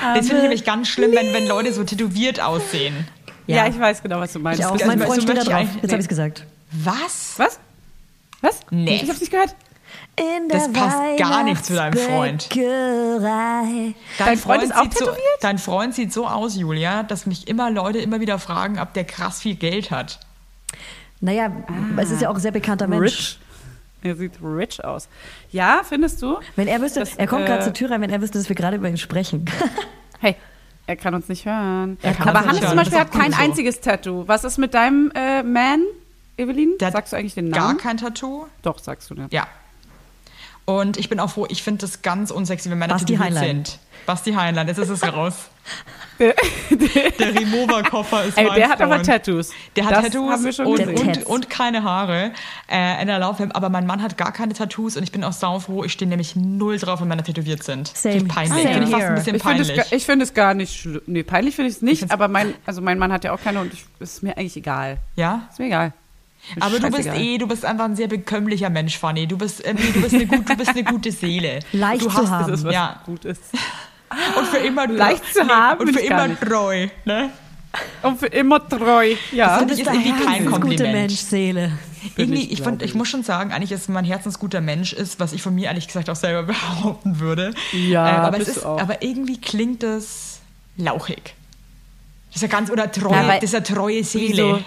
Speaker 3: Das finde ich nämlich ganz schlimm, wenn, wenn Leute so tätowiert aussehen.
Speaker 2: Ja, ich weiß genau, was du meinst.
Speaker 1: Ich auch.
Speaker 2: Das-
Speaker 1: Mein
Speaker 3: also,
Speaker 1: Freund
Speaker 3: so
Speaker 1: steht da
Speaker 3: möchte ich
Speaker 1: drauf.
Speaker 3: eigentlich-
Speaker 1: Jetzt habe ich es gesagt.
Speaker 3: Was?
Speaker 2: Was? Was?
Speaker 3: Nee.
Speaker 2: Ich hab's nicht gehört.
Speaker 1: In
Speaker 3: Das
Speaker 1: der
Speaker 3: passt gar nicht zu deinem Freund.
Speaker 1: Weihnachtsbäckerei.
Speaker 2: Dein Freund ist auch
Speaker 3: sieht so,
Speaker 2: tätowiert?
Speaker 3: Dein Freund sieht so aus, Julia, dass mich immer Leute immer wieder fragen, ob der krass viel Geld hat.
Speaker 1: Naja, es ist ja auch ein sehr bekannter Mensch.
Speaker 2: Rich. Er sieht rich aus. Ja, findest du?
Speaker 1: Wenn er wüsste,
Speaker 2: Das,
Speaker 1: er kommt gerade
Speaker 2: äh,
Speaker 1: zur Tür rein, wenn er wüsste, dass wir gerade über ihn sprechen.
Speaker 2: Hey, er kann uns nicht hören.
Speaker 3: kann
Speaker 2: Aber
Speaker 3: uns nicht
Speaker 2: Hannes zum
Speaker 3: hören.
Speaker 2: Beispiel
Speaker 3: Das
Speaker 2: hat
Speaker 3: ist auch
Speaker 2: kein
Speaker 3: gut so.
Speaker 2: einziges Tattoo. Was ist mit deinem äh, Man, Evelyn?
Speaker 3: Der hat
Speaker 2: sagst du eigentlich den
Speaker 3: Gar
Speaker 2: Namen?
Speaker 3: kein Tattoo?
Speaker 2: Doch, sagst du, ne?
Speaker 3: Ja. Und ich bin auch froh, ich finde das ganz unsexy, wenn Männer
Speaker 1: Basti
Speaker 3: tätowiert
Speaker 1: Heinlein.
Speaker 3: sind. Basti Heinlein, jetzt ist es raus. der Remover-Koffer ist
Speaker 2: Ey,
Speaker 3: mein
Speaker 2: der hat aber
Speaker 3: Freund.
Speaker 2: Tattoos.
Speaker 3: Der hat
Speaker 2: Das
Speaker 3: Tattoos
Speaker 2: haben wir schon
Speaker 3: und,
Speaker 2: gesehen.
Speaker 3: und,
Speaker 1: Tats.
Speaker 3: und keine Haare äh, in der Laufhemd. Aber mein Mann hat gar keine Tattoos und ich bin auch saufroh. Ich stehe nämlich null drauf, wenn Männer tätowiert sind.
Speaker 1: Same.
Speaker 3: Finde ich peinlich.
Speaker 1: Same
Speaker 3: Finde ich fast
Speaker 1: here.
Speaker 3: ein bisschen
Speaker 2: Ich finde es,
Speaker 3: peinlich.
Speaker 2: ga- ich finde es gar nicht schlimm. Nee, peinlich finde ich es nicht,
Speaker 3: find's-
Speaker 2: aber mein, also mein Mann hat ja auch keine und ich, ist mir eigentlich egal.
Speaker 3: ja?
Speaker 2: Ist mir egal. Mir
Speaker 3: Aber du bist
Speaker 2: scheißegal.
Speaker 3: eh, du bist einfach ein sehr bekömmlicher Mensch, Fanny. Du bist, ähm, du bist, eine, gut, du bist eine gute Seele.
Speaker 1: Leicht
Speaker 3: du
Speaker 1: zu
Speaker 3: hast
Speaker 1: haben.
Speaker 2: Das ist was
Speaker 3: Ja.
Speaker 2: Gutes.
Speaker 3: Und für immer
Speaker 2: Leicht zu haben
Speaker 3: Und
Speaker 2: bin
Speaker 3: für
Speaker 2: ich gar
Speaker 3: immer
Speaker 2: nicht.
Speaker 3: treu. Ne?
Speaker 2: Und für immer treu. Ja.
Speaker 3: Das finde ich ist
Speaker 1: Der
Speaker 3: irgendwie kein
Speaker 1: herzensgute
Speaker 3: Kompliment.
Speaker 1: Mensch, Seele.
Speaker 3: Irgendwie, ich, fand, ich muss schon sagen, eigentlich ist man herzensguter Mensch, ist, was ich von mir ehrlich gesagt auch selber behaupten würde. Ähm,
Speaker 2: Ja,
Speaker 3: aber,
Speaker 2: bist
Speaker 3: es ist,
Speaker 2: du auch.
Speaker 3: aber irgendwie klingt das lauchig. Das ist ja ganz, oder treu,
Speaker 1: Ja, weil-
Speaker 3: das ist ja treue Seele.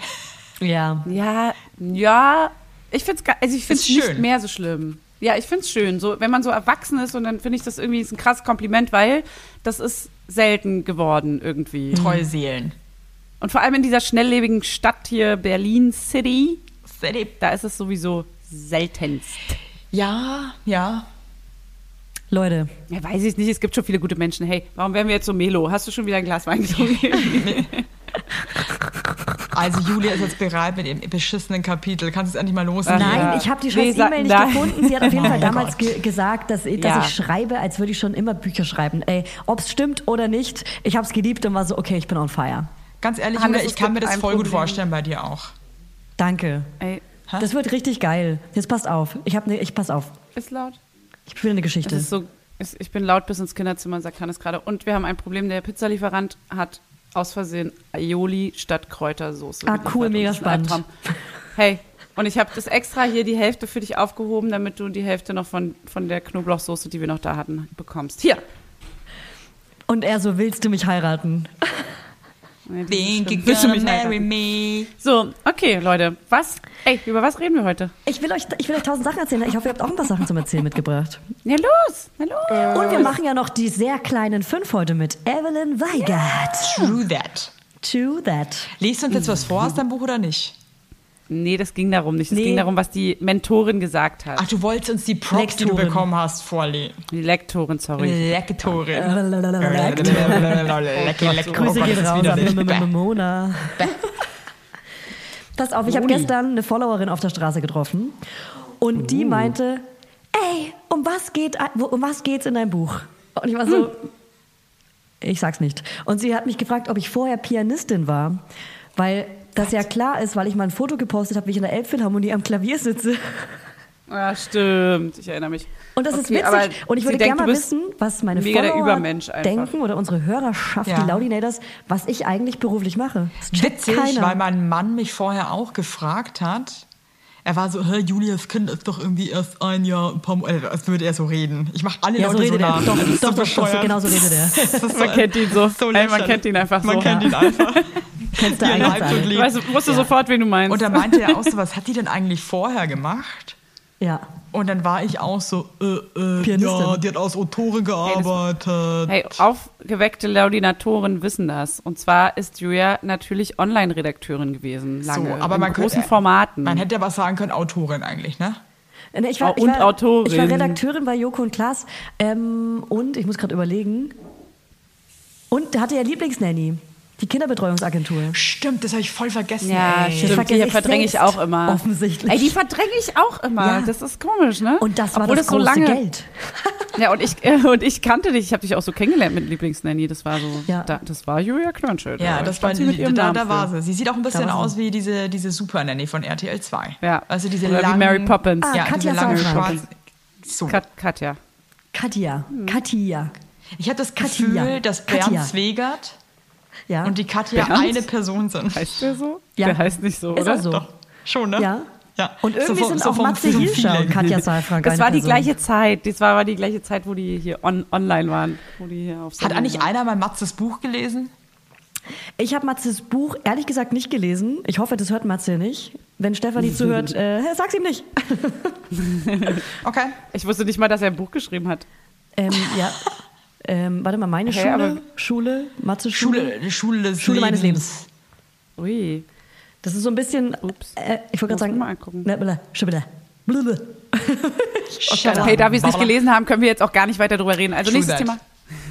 Speaker 2: Wieso?
Speaker 1: Ja.
Speaker 2: Ja, ja. Ich finde es also ich find's
Speaker 3: Ist
Speaker 2: nicht
Speaker 3: schön.
Speaker 2: mehr so schlimm. Ja, ich finde es schön. So, wenn man so erwachsen ist und dann finde ich das irgendwie ist ein krasses Kompliment, weil das ist selten geworden irgendwie.
Speaker 3: Treue Seelen.
Speaker 2: Und vor allem in dieser schnelllebigen Stadt hier, Berlin City,
Speaker 3: Seele.
Speaker 2: da ist es sowieso seltenst.
Speaker 3: Ja, ja.
Speaker 1: Leute,
Speaker 2: Ja, weiß ich nicht, es gibt schon viele gute Menschen. Hey, warum werden wir jetzt so Melo? Hast du schon wieder ein Glas Wein getrunken?
Speaker 3: Also Julia ist jetzt bereit mit ihrem beschissenen Kapitel. Kannst du es endlich mal loslegen?
Speaker 1: nein,
Speaker 2: Ja.
Speaker 1: ich habe die
Speaker 2: Nee,
Speaker 1: scheiß
Speaker 2: sag-
Speaker 1: E-Mail nicht
Speaker 2: nein.
Speaker 1: gefunden. Sie hat auf jeden Fall
Speaker 3: Oh Gott.
Speaker 1: damals ge gesagt, dass, ich- dass
Speaker 2: Ja.
Speaker 1: ich schreibe, als würde ich schon immer Bücher schreiben. Ey, ob's stimmt oder nicht, ich habe es geliebt und war so, okay, ich bin on fire.
Speaker 3: Ganz ehrlich,
Speaker 2: Hannes,
Speaker 3: Julia, ich
Speaker 2: es
Speaker 3: kann mir
Speaker 2: gibt
Speaker 3: das
Speaker 2: ein
Speaker 3: voll gut
Speaker 2: Problem.
Speaker 3: vorstellen bei dir auch.
Speaker 1: Danke.
Speaker 2: Ey,
Speaker 1: Das wird richtig geil. Jetzt passt auf. Ich habe ne, ich pass auf.
Speaker 2: ist laut.
Speaker 1: Ich will eine
Speaker 2: Es
Speaker 1: Geschichte.
Speaker 2: ist so, es, ich bin laut bis ins Kinderzimmer, sagt Hannes gerade. Und wir haben ein Problem, der Pizzalieferant hat aus Versehen Aioli statt Kräutersoße.
Speaker 1: Ah,
Speaker 2: geliefert.
Speaker 1: cool,
Speaker 2: Und
Speaker 1: mega
Speaker 2: das ist ein
Speaker 1: spannend.
Speaker 2: Albtraum. Hey, und ich habe das extra hier die Hälfte für dich aufgehoben, damit du die Hälfte noch von, von der Knoblauchsoße, die wir noch da hatten, bekommst. Hier.
Speaker 1: Und er so, willst du mich heiraten?
Speaker 2: Nee, das ist
Speaker 3: Think
Speaker 2: schlimm.
Speaker 3: you're
Speaker 2: Willst du
Speaker 3: gonna
Speaker 2: mich
Speaker 3: marry
Speaker 2: heiraten?
Speaker 3: me?
Speaker 2: So, okay, Leute. Was? Ey, über was reden wir heute?
Speaker 1: Ich will euch, ich will euch tausend Sachen erzählen. Ich hoffe, ihr habt auch ein paar Sachen zum Erzählen mitgebracht.
Speaker 2: Na los, na los.
Speaker 1: Und wir machen ja noch die sehr kleinen fünf heute mit Evelyn Weigert.
Speaker 3: True that.
Speaker 1: To that.
Speaker 3: Liest du uns jetzt was vor aus deinem Buch oder nicht?
Speaker 2: Nee, das ging darum nicht. Es
Speaker 1: Nee.
Speaker 2: ging darum, was die Mentorin gesagt hat.
Speaker 3: Ach, du wolltest uns die Props, die
Speaker 1: Lektorin.
Speaker 3: du bekommen hast, vorlesen.
Speaker 2: Die Lektorin, sorry.
Speaker 3: Lektorin. Äh,
Speaker 1: Grüße
Speaker 3: Grüße
Speaker 1: gehen raus an M- M- M- Mona. Pass auf, ich habe gestern eine Followerin auf der Straße getroffen und die meinte, ey, um was, geht, wo- um was geht's in deinem Buch? Und ich war so, ich sag's nicht. Und sie hat mich gefragt, ob ich vorher Pianistin war, weil das ja klar ist, weil ich mal ein Foto gepostet habe, wie ich in der Elbphilharmonie am Klavier sitze.
Speaker 2: Ja, Ah, stimmt. Ich erinnere mich.
Speaker 1: Und das ist
Speaker 2: Okay, aber
Speaker 1: witzig. Und ich
Speaker 2: sie
Speaker 1: würde
Speaker 2: denkt,
Speaker 1: gerne mal
Speaker 2: du bist
Speaker 1: wissen, was meine
Speaker 2: mega der
Speaker 1: Follower
Speaker 2: Übermensch einfach.
Speaker 1: denken oder unsere Hörerschaft,
Speaker 3: Ja.
Speaker 1: die Laudinators, was ich eigentlich beruflich mache. Das checkt
Speaker 3: Witzig,
Speaker 1: keiner.
Speaker 3: weil mein Mann mich vorher auch gefragt hat. Er war so, hä, Julias Kind ist doch irgendwie erst ein Jahr, ein paar Monate, als würde er so reden. Ich mache alle
Speaker 1: ja, so
Speaker 3: Leute so
Speaker 1: redet er.
Speaker 3: nach.
Speaker 1: Doch,
Speaker 3: Das
Speaker 1: doch,
Speaker 3: ist so
Speaker 1: doch, doch, so,
Speaker 3: bescheuert.
Speaker 1: genau so redet er.
Speaker 3: Das ist
Speaker 2: Man kennt ihn so. Ey, man
Speaker 3: lächerlich.
Speaker 2: kennt ihn einfach
Speaker 3: Man
Speaker 2: so.
Speaker 3: kennt
Speaker 1: Ja.
Speaker 3: ihn einfach.
Speaker 1: Kennst du
Speaker 3: Ihr
Speaker 1: eigentlich
Speaker 3: Leib und
Speaker 1: alle.
Speaker 3: Leben.
Speaker 2: Du weißt, wusstest sofort, wen du meinst.
Speaker 3: Und da meinte er auch so, was hat die denn eigentlich vorher gemacht?
Speaker 1: Ja.
Speaker 3: Und dann war ich auch so, äh, äh,
Speaker 1: Pianistin.
Speaker 3: ja, die hat aus Otore gearbeitet.
Speaker 2: Hey, oh, aufgeweckte Laudinatoren wissen das. Und zwar ist Julia natürlich Online-Redakteurin gewesen, lange.
Speaker 3: so, aber
Speaker 2: in
Speaker 3: man
Speaker 2: großen
Speaker 3: könnte,
Speaker 2: Formaten.
Speaker 3: Man hätte aber sagen können, Autorin eigentlich, ne?
Speaker 1: Nee, Ich war,
Speaker 2: Und
Speaker 1: ich war,
Speaker 2: Autorin.
Speaker 1: Ich war Redakteurin bei Joko und Klaas. Ähm, und ich muss gerade überlegen. Und da hatte ihr Lieblingsnanny, die Kinderbetreuungsagentur.
Speaker 3: Stimmt, das habe ich voll vergessen.
Speaker 2: ja,
Speaker 3: ey.
Speaker 1: Das
Speaker 2: stimmt.
Speaker 1: vergesse
Speaker 2: Die
Speaker 1: ich
Speaker 2: verdränge ich
Speaker 1: selbst,
Speaker 2: auch immer.
Speaker 1: offensichtlich.
Speaker 2: Ey, die verdränge ich auch immer.
Speaker 1: Ja.
Speaker 2: Das ist komisch, ne?
Speaker 1: Und das war
Speaker 2: Obwohl
Speaker 1: das,
Speaker 2: so
Speaker 1: große
Speaker 2: lange,
Speaker 1: Geld.
Speaker 2: Ja, und ich, äh, und ich kannte dich. Ich habe dich auch so kennengelernt mit Lieblingsnanny. Das war so,
Speaker 1: Ja.
Speaker 2: da, das war Julia Knörnschild.
Speaker 3: Ja,
Speaker 2: Aber
Speaker 3: das war
Speaker 2: stand sie mit ihrem
Speaker 3: da,
Speaker 2: Namen
Speaker 3: da
Speaker 2: für.
Speaker 3: war sie. Sie sieht auch ein bisschen
Speaker 1: war sie.
Speaker 3: aus wie diese, diese Super Nanny von RTL 2.
Speaker 2: Ja.
Speaker 3: Also diese
Speaker 2: Oder wie
Speaker 3: langen,
Speaker 2: Mary Poppins.
Speaker 1: Ah,
Speaker 3: Ja,
Speaker 1: Katja
Speaker 3: diese langen
Speaker 1: Saalfrank.
Speaker 3: schwarzen. So.
Speaker 2: Kat Katja.
Speaker 1: Katja. Katja.
Speaker 3: Ich habe das
Speaker 1: Katja.
Speaker 3: Gefühl, dass Bernd
Speaker 1: Katja.
Speaker 3: Zwegert
Speaker 1: Ja.
Speaker 3: und die Katja
Speaker 2: Bernd?
Speaker 3: eine Person sind.
Speaker 2: Heißt der so?
Speaker 1: Ja.
Speaker 2: Der heißt nicht so,
Speaker 1: Ist
Speaker 2: oder?
Speaker 1: auch so.
Speaker 3: Doch, schon, ne?
Speaker 1: Ja.
Speaker 3: ja.
Speaker 1: Und irgendwie
Speaker 3: vom-
Speaker 1: sind auch
Speaker 3: vom-
Speaker 1: Matze
Speaker 3: vom
Speaker 1: Hilscher und
Speaker 3: Feeling.
Speaker 1: Katja Saalfrank
Speaker 2: Das
Speaker 1: eine
Speaker 2: war die
Speaker 1: Person.
Speaker 2: gleiche Zeit. Das war, war die gleiche Zeit, wo die hier on, online waren. Wo die hier auf
Speaker 3: Hat
Speaker 2: Sendung
Speaker 3: eigentlich
Speaker 2: waren.
Speaker 3: einer mal Matzes Buch gelesen?
Speaker 1: Ich habe Matzes Buch ehrlich gesagt nicht gelesen. Ich hoffe, das hört Matze nicht. Wenn Stefanie zuhört, äh, sag's ihm nicht.
Speaker 3: Okay.
Speaker 2: Ich wusste nicht mal, dass er ein Buch geschrieben hat.
Speaker 1: Ähm, ja. Ähm, warte mal, meine
Speaker 2: Okay, aber-
Speaker 1: Schule, Schule, Matze Schule.
Speaker 3: Schule, Mhm. Schule, des
Speaker 1: Schule meines Lebens.
Speaker 2: Ui.
Speaker 1: Das ist so ein bisschen.
Speaker 2: Ups.
Speaker 1: Äh, ich wollte
Speaker 2: Muss
Speaker 1: gerade sagen.
Speaker 2: mal angucken.
Speaker 1: Ne, blä, schibble, blüble.
Speaker 3: Shut
Speaker 2: Oh, Hey,
Speaker 3: up.
Speaker 2: da wir es nicht
Speaker 3: Barbara.
Speaker 2: gelesen haben, können wir jetzt auch gar nicht weiter drüber reden. Also
Speaker 3: True
Speaker 2: nächstes
Speaker 3: that.
Speaker 2: Thema.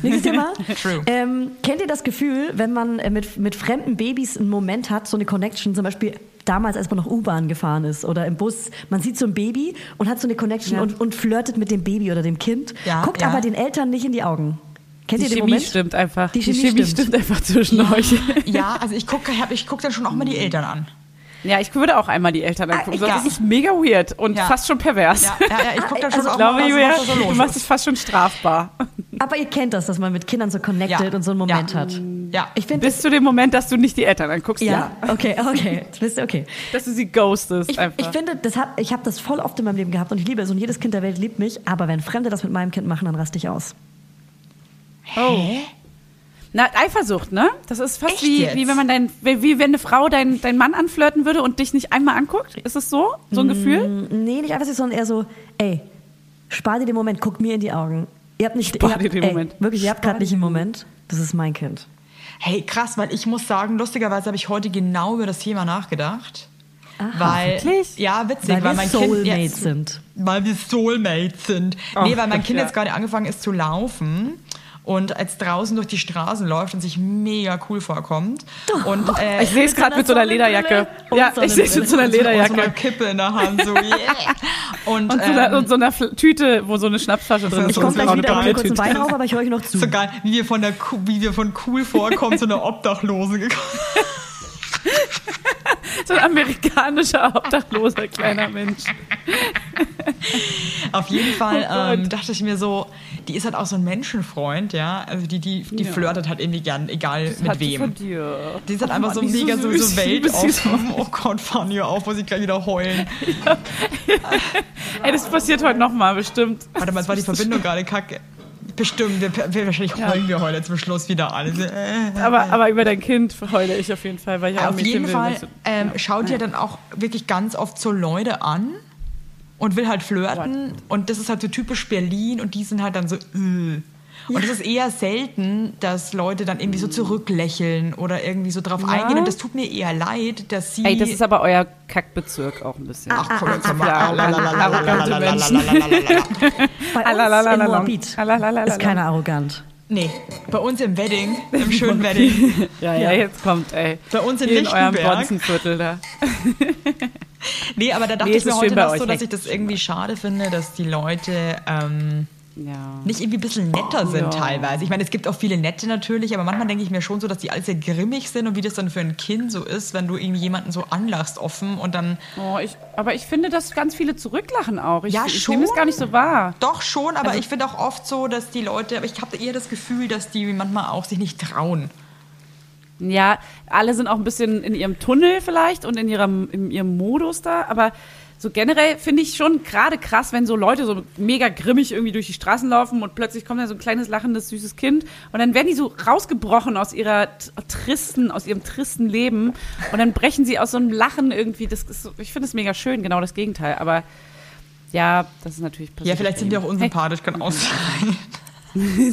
Speaker 1: Nächstes Thema.
Speaker 3: True.
Speaker 1: Ähm, kennt ihr das Gefühl, wenn man äh, mit, mit fremden Babys einen Moment hat, so eine Connection, zum Beispiel damals, als man noch U-Bahn gefahren ist oder im Bus, man sieht so ein Baby und hat so eine Connection und, und flirtet mit dem Baby oder dem Kind,
Speaker 3: Ja,
Speaker 1: guckt
Speaker 3: ja.
Speaker 1: aber den Eltern nicht in die Augen. Kennt
Speaker 2: Die
Speaker 1: ihr den
Speaker 2: Chemie
Speaker 1: Moment?
Speaker 2: stimmt einfach.
Speaker 1: Die Chemie, stimmt.
Speaker 2: einfach zwischen euch.
Speaker 3: Ja, also ich gucke ich hab- ich guck dann schon auch mal die
Speaker 2: Mhm.
Speaker 3: Eltern an.
Speaker 2: Ja, ich würde auch einmal die Eltern angucken.
Speaker 1: Ah,
Speaker 2: sonst
Speaker 3: ja.
Speaker 2: ist es mega weird und
Speaker 3: Ja.
Speaker 2: fast schon pervers.
Speaker 3: Ja, ja, ja ich gucke dann schon
Speaker 1: Also,
Speaker 3: auch
Speaker 2: Ich glaube,
Speaker 3: mal, was,
Speaker 2: Julia,
Speaker 3: was da so
Speaker 2: du
Speaker 3: los
Speaker 2: machst
Speaker 3: ist.
Speaker 2: es fast schon strafbar.
Speaker 1: Aber ihr kennt das, dass man mit Kindern so connected
Speaker 3: Ja.
Speaker 1: und so einen Moment
Speaker 3: Ja.
Speaker 1: hat.
Speaker 3: Ja.
Speaker 1: Ich finde
Speaker 2: Bis zu dem Moment, dass du nicht die Eltern anguckst.
Speaker 1: ja, okay, okay. Das wisst ihr, okay.
Speaker 2: Dass du sie ghostest
Speaker 1: Ich,
Speaker 2: einfach.
Speaker 1: ich finde, das hab, ich habe das voll oft in meinem Leben gehabt und ich liebe es und jedes Kind der Welt liebt mich, aber wenn Fremde das mit meinem Kind machen, dann raste ich aus.
Speaker 2: Oh. Na, Eifersucht, ne? Das ist fast
Speaker 3: Echt
Speaker 2: wie,
Speaker 3: jetzt?
Speaker 2: wie wenn man dein, wie, wie wenn eine Frau deinen dein Mann anflirten würde und dich nicht einmal anguckt. Ist es so? So
Speaker 3: Mm.
Speaker 2: ein Gefühl?
Speaker 1: Nee, nicht einfach so, sondern eher so, ey, spar dir den Moment, guck mir in die Augen. Ihr habt nicht
Speaker 2: Spar
Speaker 1: ihr habt,
Speaker 2: dir den
Speaker 1: ey,
Speaker 2: Moment.
Speaker 1: Wirklich, ihr habt gerade nicht einen Moment. Das ist mein Kind.
Speaker 3: Hey, krass, weil ich muss sagen, lustigerweise habe ich heute genau über das Thema nachgedacht. weil,
Speaker 2: wirklich?
Speaker 3: ja, witzig,
Speaker 1: Weil
Speaker 3: weil,
Speaker 1: wir
Speaker 3: mein
Speaker 1: Soulmates
Speaker 3: Kind ja,
Speaker 1: sind.
Speaker 3: weil wir Soulmates sind. nee, weil mein Kind
Speaker 2: ja.
Speaker 3: jetzt gerade angefangen ist zu laufen und als draußen durch die Straßen läuft und sich mega cool vorkommt. Und äh,
Speaker 2: Oh, Ich sehe es gerade mit so einer Lederjacke.
Speaker 1: Und
Speaker 2: Ja, ich sehe es mit so einer
Speaker 3: Und so einer
Speaker 2: Lederjacke.
Speaker 3: Kippe in der Hand, so yeah. Und,
Speaker 2: Und so
Speaker 3: ähm,
Speaker 2: einer, und so einer Fl- Tüte, wo so eine Schnapsflasche drin
Speaker 3: so-
Speaker 2: ist.
Speaker 1: Ich
Speaker 3: so-
Speaker 1: komme
Speaker 3: so-
Speaker 1: gleich
Speaker 2: braune
Speaker 3: so-
Speaker 1: wieder auf einen
Speaker 2: Papptüte.
Speaker 1: kurzen Wein rauf, aber ich höre euch noch zu.
Speaker 3: so geil, wie wir von der Ku- wie wir von cool vorkommen zu einer Obdachlosen gekommen
Speaker 2: So ein amerikanischer, obdachloser kleiner Mensch.
Speaker 3: Auf jeden Fall
Speaker 2: Oh Gott.
Speaker 3: ähm, dachte ich mir so, die ist halt auch so ein Menschenfreund, ja. Also die, die, die flirtet halt irgendwie gern, egal mit
Speaker 2: Hat sie
Speaker 3: wem.
Speaker 2: Von dir.
Speaker 3: Die ist halt einfach so
Speaker 2: die ist so
Speaker 3: mega so,
Speaker 2: süß,
Speaker 3: so
Speaker 2: die
Speaker 3: Welt
Speaker 2: ist süß.
Speaker 3: Oh Gott, fahren hier auf, muss ich gleich wieder heulen.
Speaker 2: Ey, das passiert heute nochmal, bestimmt.
Speaker 3: Warte mal, es war die Verbindung gerade kacke. Bestimmt, wir, wir, wahrscheinlich heulen wir heute zum Schluss wieder alle. So, äh.
Speaker 2: Aber, aber über dein Kind heule ich auf jeden Fall, weil ich auch ein
Speaker 3: Auf
Speaker 2: Mädchen
Speaker 3: jeden
Speaker 2: will,
Speaker 3: Fall
Speaker 2: weißt du.
Speaker 3: ähm, schaut ihr dann auch wirklich ganz oft so Leute an und will halt flirten. Und das ist halt so typisch Berlin und die sind halt dann so, äh. Und es ist eher selten, dass Leute dann
Speaker 2: Mm.
Speaker 3: irgendwie so zurücklächeln oder irgendwie so drauf eingehen. Und das tut mir eher leid, dass sie.
Speaker 2: Ey, das ist aber euer Kackbezirk auch ein bisschen.
Speaker 3: Ach komm, jetzt mal.
Speaker 2: Ja, arrogante
Speaker 3: Menschen.
Speaker 2: Ah,
Speaker 1: Bei uns in
Speaker 2: Alalalalala.
Speaker 1: Moabit
Speaker 2: Alalalalala.
Speaker 1: ist keiner arrogant.
Speaker 3: Nee, bei uns im Wedding, im schönen Wedding,
Speaker 2: Ja, ja, jetzt kommt, ey.
Speaker 3: bei uns in
Speaker 2: Hier in eurem
Speaker 3: Lichtenberg.
Speaker 2: Bonzenviertel da.
Speaker 3: Nee, aber da dachte
Speaker 2: Nee,
Speaker 3: ich
Speaker 2: es
Speaker 3: mir
Speaker 2: ist
Speaker 3: heute
Speaker 2: schön bei
Speaker 3: noch
Speaker 2: euch,
Speaker 3: so, dass ich
Speaker 2: echt.
Speaker 3: das irgendwie schade finde, dass die Leute ähm,
Speaker 2: Ja.
Speaker 3: nicht irgendwie ein bisschen netter sind
Speaker 2: Ja.
Speaker 3: teilweise. Ich meine, es gibt auch viele Nette natürlich, aber manchmal denke ich mir schon so, dass die alle sehr grimmig sind und wie das dann für ein Kind so ist, wenn du irgendwie jemanden so anlachst offen und dann
Speaker 2: Oh, ich, aber ich finde, dass ganz viele zurücklachen auch. Ich,
Speaker 3: Ja,
Speaker 2: ich
Speaker 3: schon.
Speaker 2: nehme es gar nicht so wahr.
Speaker 3: doch schon,
Speaker 2: Also
Speaker 3: aber ich finde auch oft so, dass die Leute, aber ich habe eher das Gefühl, dass die manchmal auch sich nicht trauen.
Speaker 2: Ja, alle sind auch ein bisschen in ihrem Tunnel vielleicht und in ihrem, in ihrem Modus da, aber so generell finde ich schon gerade krass, wenn so Leute so mega grimmig irgendwie durch die Straßen laufen und plötzlich kommt da so ein kleines lachendes süßes Kind und dann werden die so rausgebrochen aus ihrer t- tristen, aus ihrem tristen Leben und dann brechen sie aus so einem Lachen irgendwie. Das ist, so- ich finde es mega schön, genau das Gegenteil, aber Ja, das ist natürlich
Speaker 3: Ja, vielleicht sind die auch unsympathisch, kann auch sein.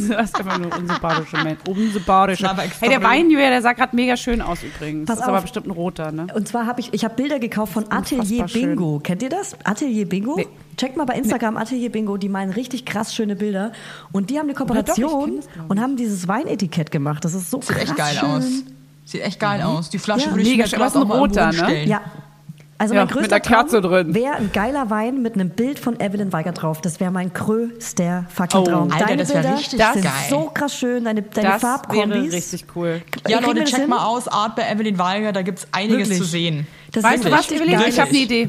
Speaker 2: das kann man nur unsympathische Menschen. Unsympathische.
Speaker 3: Das war aber
Speaker 2: Hey, der
Speaker 3: extra
Speaker 2: Wein, Julia, der sah gerade mega schön aus übrigens.
Speaker 1: Pass
Speaker 2: das ist aber
Speaker 1: auf.
Speaker 2: bestimmt ein roter, ne?
Speaker 1: Und zwar habe ich, ich habe Bilder gekauft von Atelier
Speaker 2: schön.
Speaker 1: Bingo. Kennt ihr das? Atelier Bingo?
Speaker 2: Nee.
Speaker 1: Checkt mal bei Instagram Atelier Bingo, die malen richtig krass schöne Bilder. Und die haben eine
Speaker 2: Oder doch, ich
Speaker 1: Kooperation
Speaker 2: kenn das, glaub ich.
Speaker 1: und haben dieses Weinetikett gemacht. Das ist so
Speaker 3: Sieht
Speaker 1: krass
Speaker 3: echt geil
Speaker 1: schön.
Speaker 3: aus. Sieht echt geil aus. Die Flasche
Speaker 1: Ja.
Speaker 3: würde ich
Speaker 2: Mhm. Mega
Speaker 3: mir
Speaker 2: schön.
Speaker 3: vielleicht
Speaker 2: Aber es ist ein
Speaker 3: auch mal irgendwo
Speaker 2: roter, ne?
Speaker 3: hinstellen.
Speaker 1: Ja. Also
Speaker 2: Ja,
Speaker 1: mein größter
Speaker 2: mit einer Kerze
Speaker 1: Traum
Speaker 2: drin.
Speaker 1: wäre ein geiler Wein mit einem Bild von Evelyn Weigert drauf. Das wäre mein größter fucking
Speaker 2: Oh,
Speaker 1: Traum.
Speaker 3: Alter,
Speaker 1: deine
Speaker 3: das wär
Speaker 1: Bilder
Speaker 3: richtig
Speaker 1: das
Speaker 3: geil.
Speaker 1: sind so krass schön, deine, deine
Speaker 2: Das
Speaker 1: Farbkombis.
Speaker 2: wäre richtig cool.
Speaker 1: Kriegen
Speaker 3: Ja,
Speaker 1: wir
Speaker 3: Leute,
Speaker 1: das
Speaker 3: checkt
Speaker 1: hin?
Speaker 3: mal aus. Art bei Evelyn Weiger, da gibt's einiges
Speaker 1: Wirklich.
Speaker 3: zu sehen.
Speaker 1: Das
Speaker 2: Weißt du
Speaker 1: ist
Speaker 2: was,
Speaker 1: richtig
Speaker 2: Evelyn?
Speaker 1: geil.
Speaker 2: Ich habe eine Idee.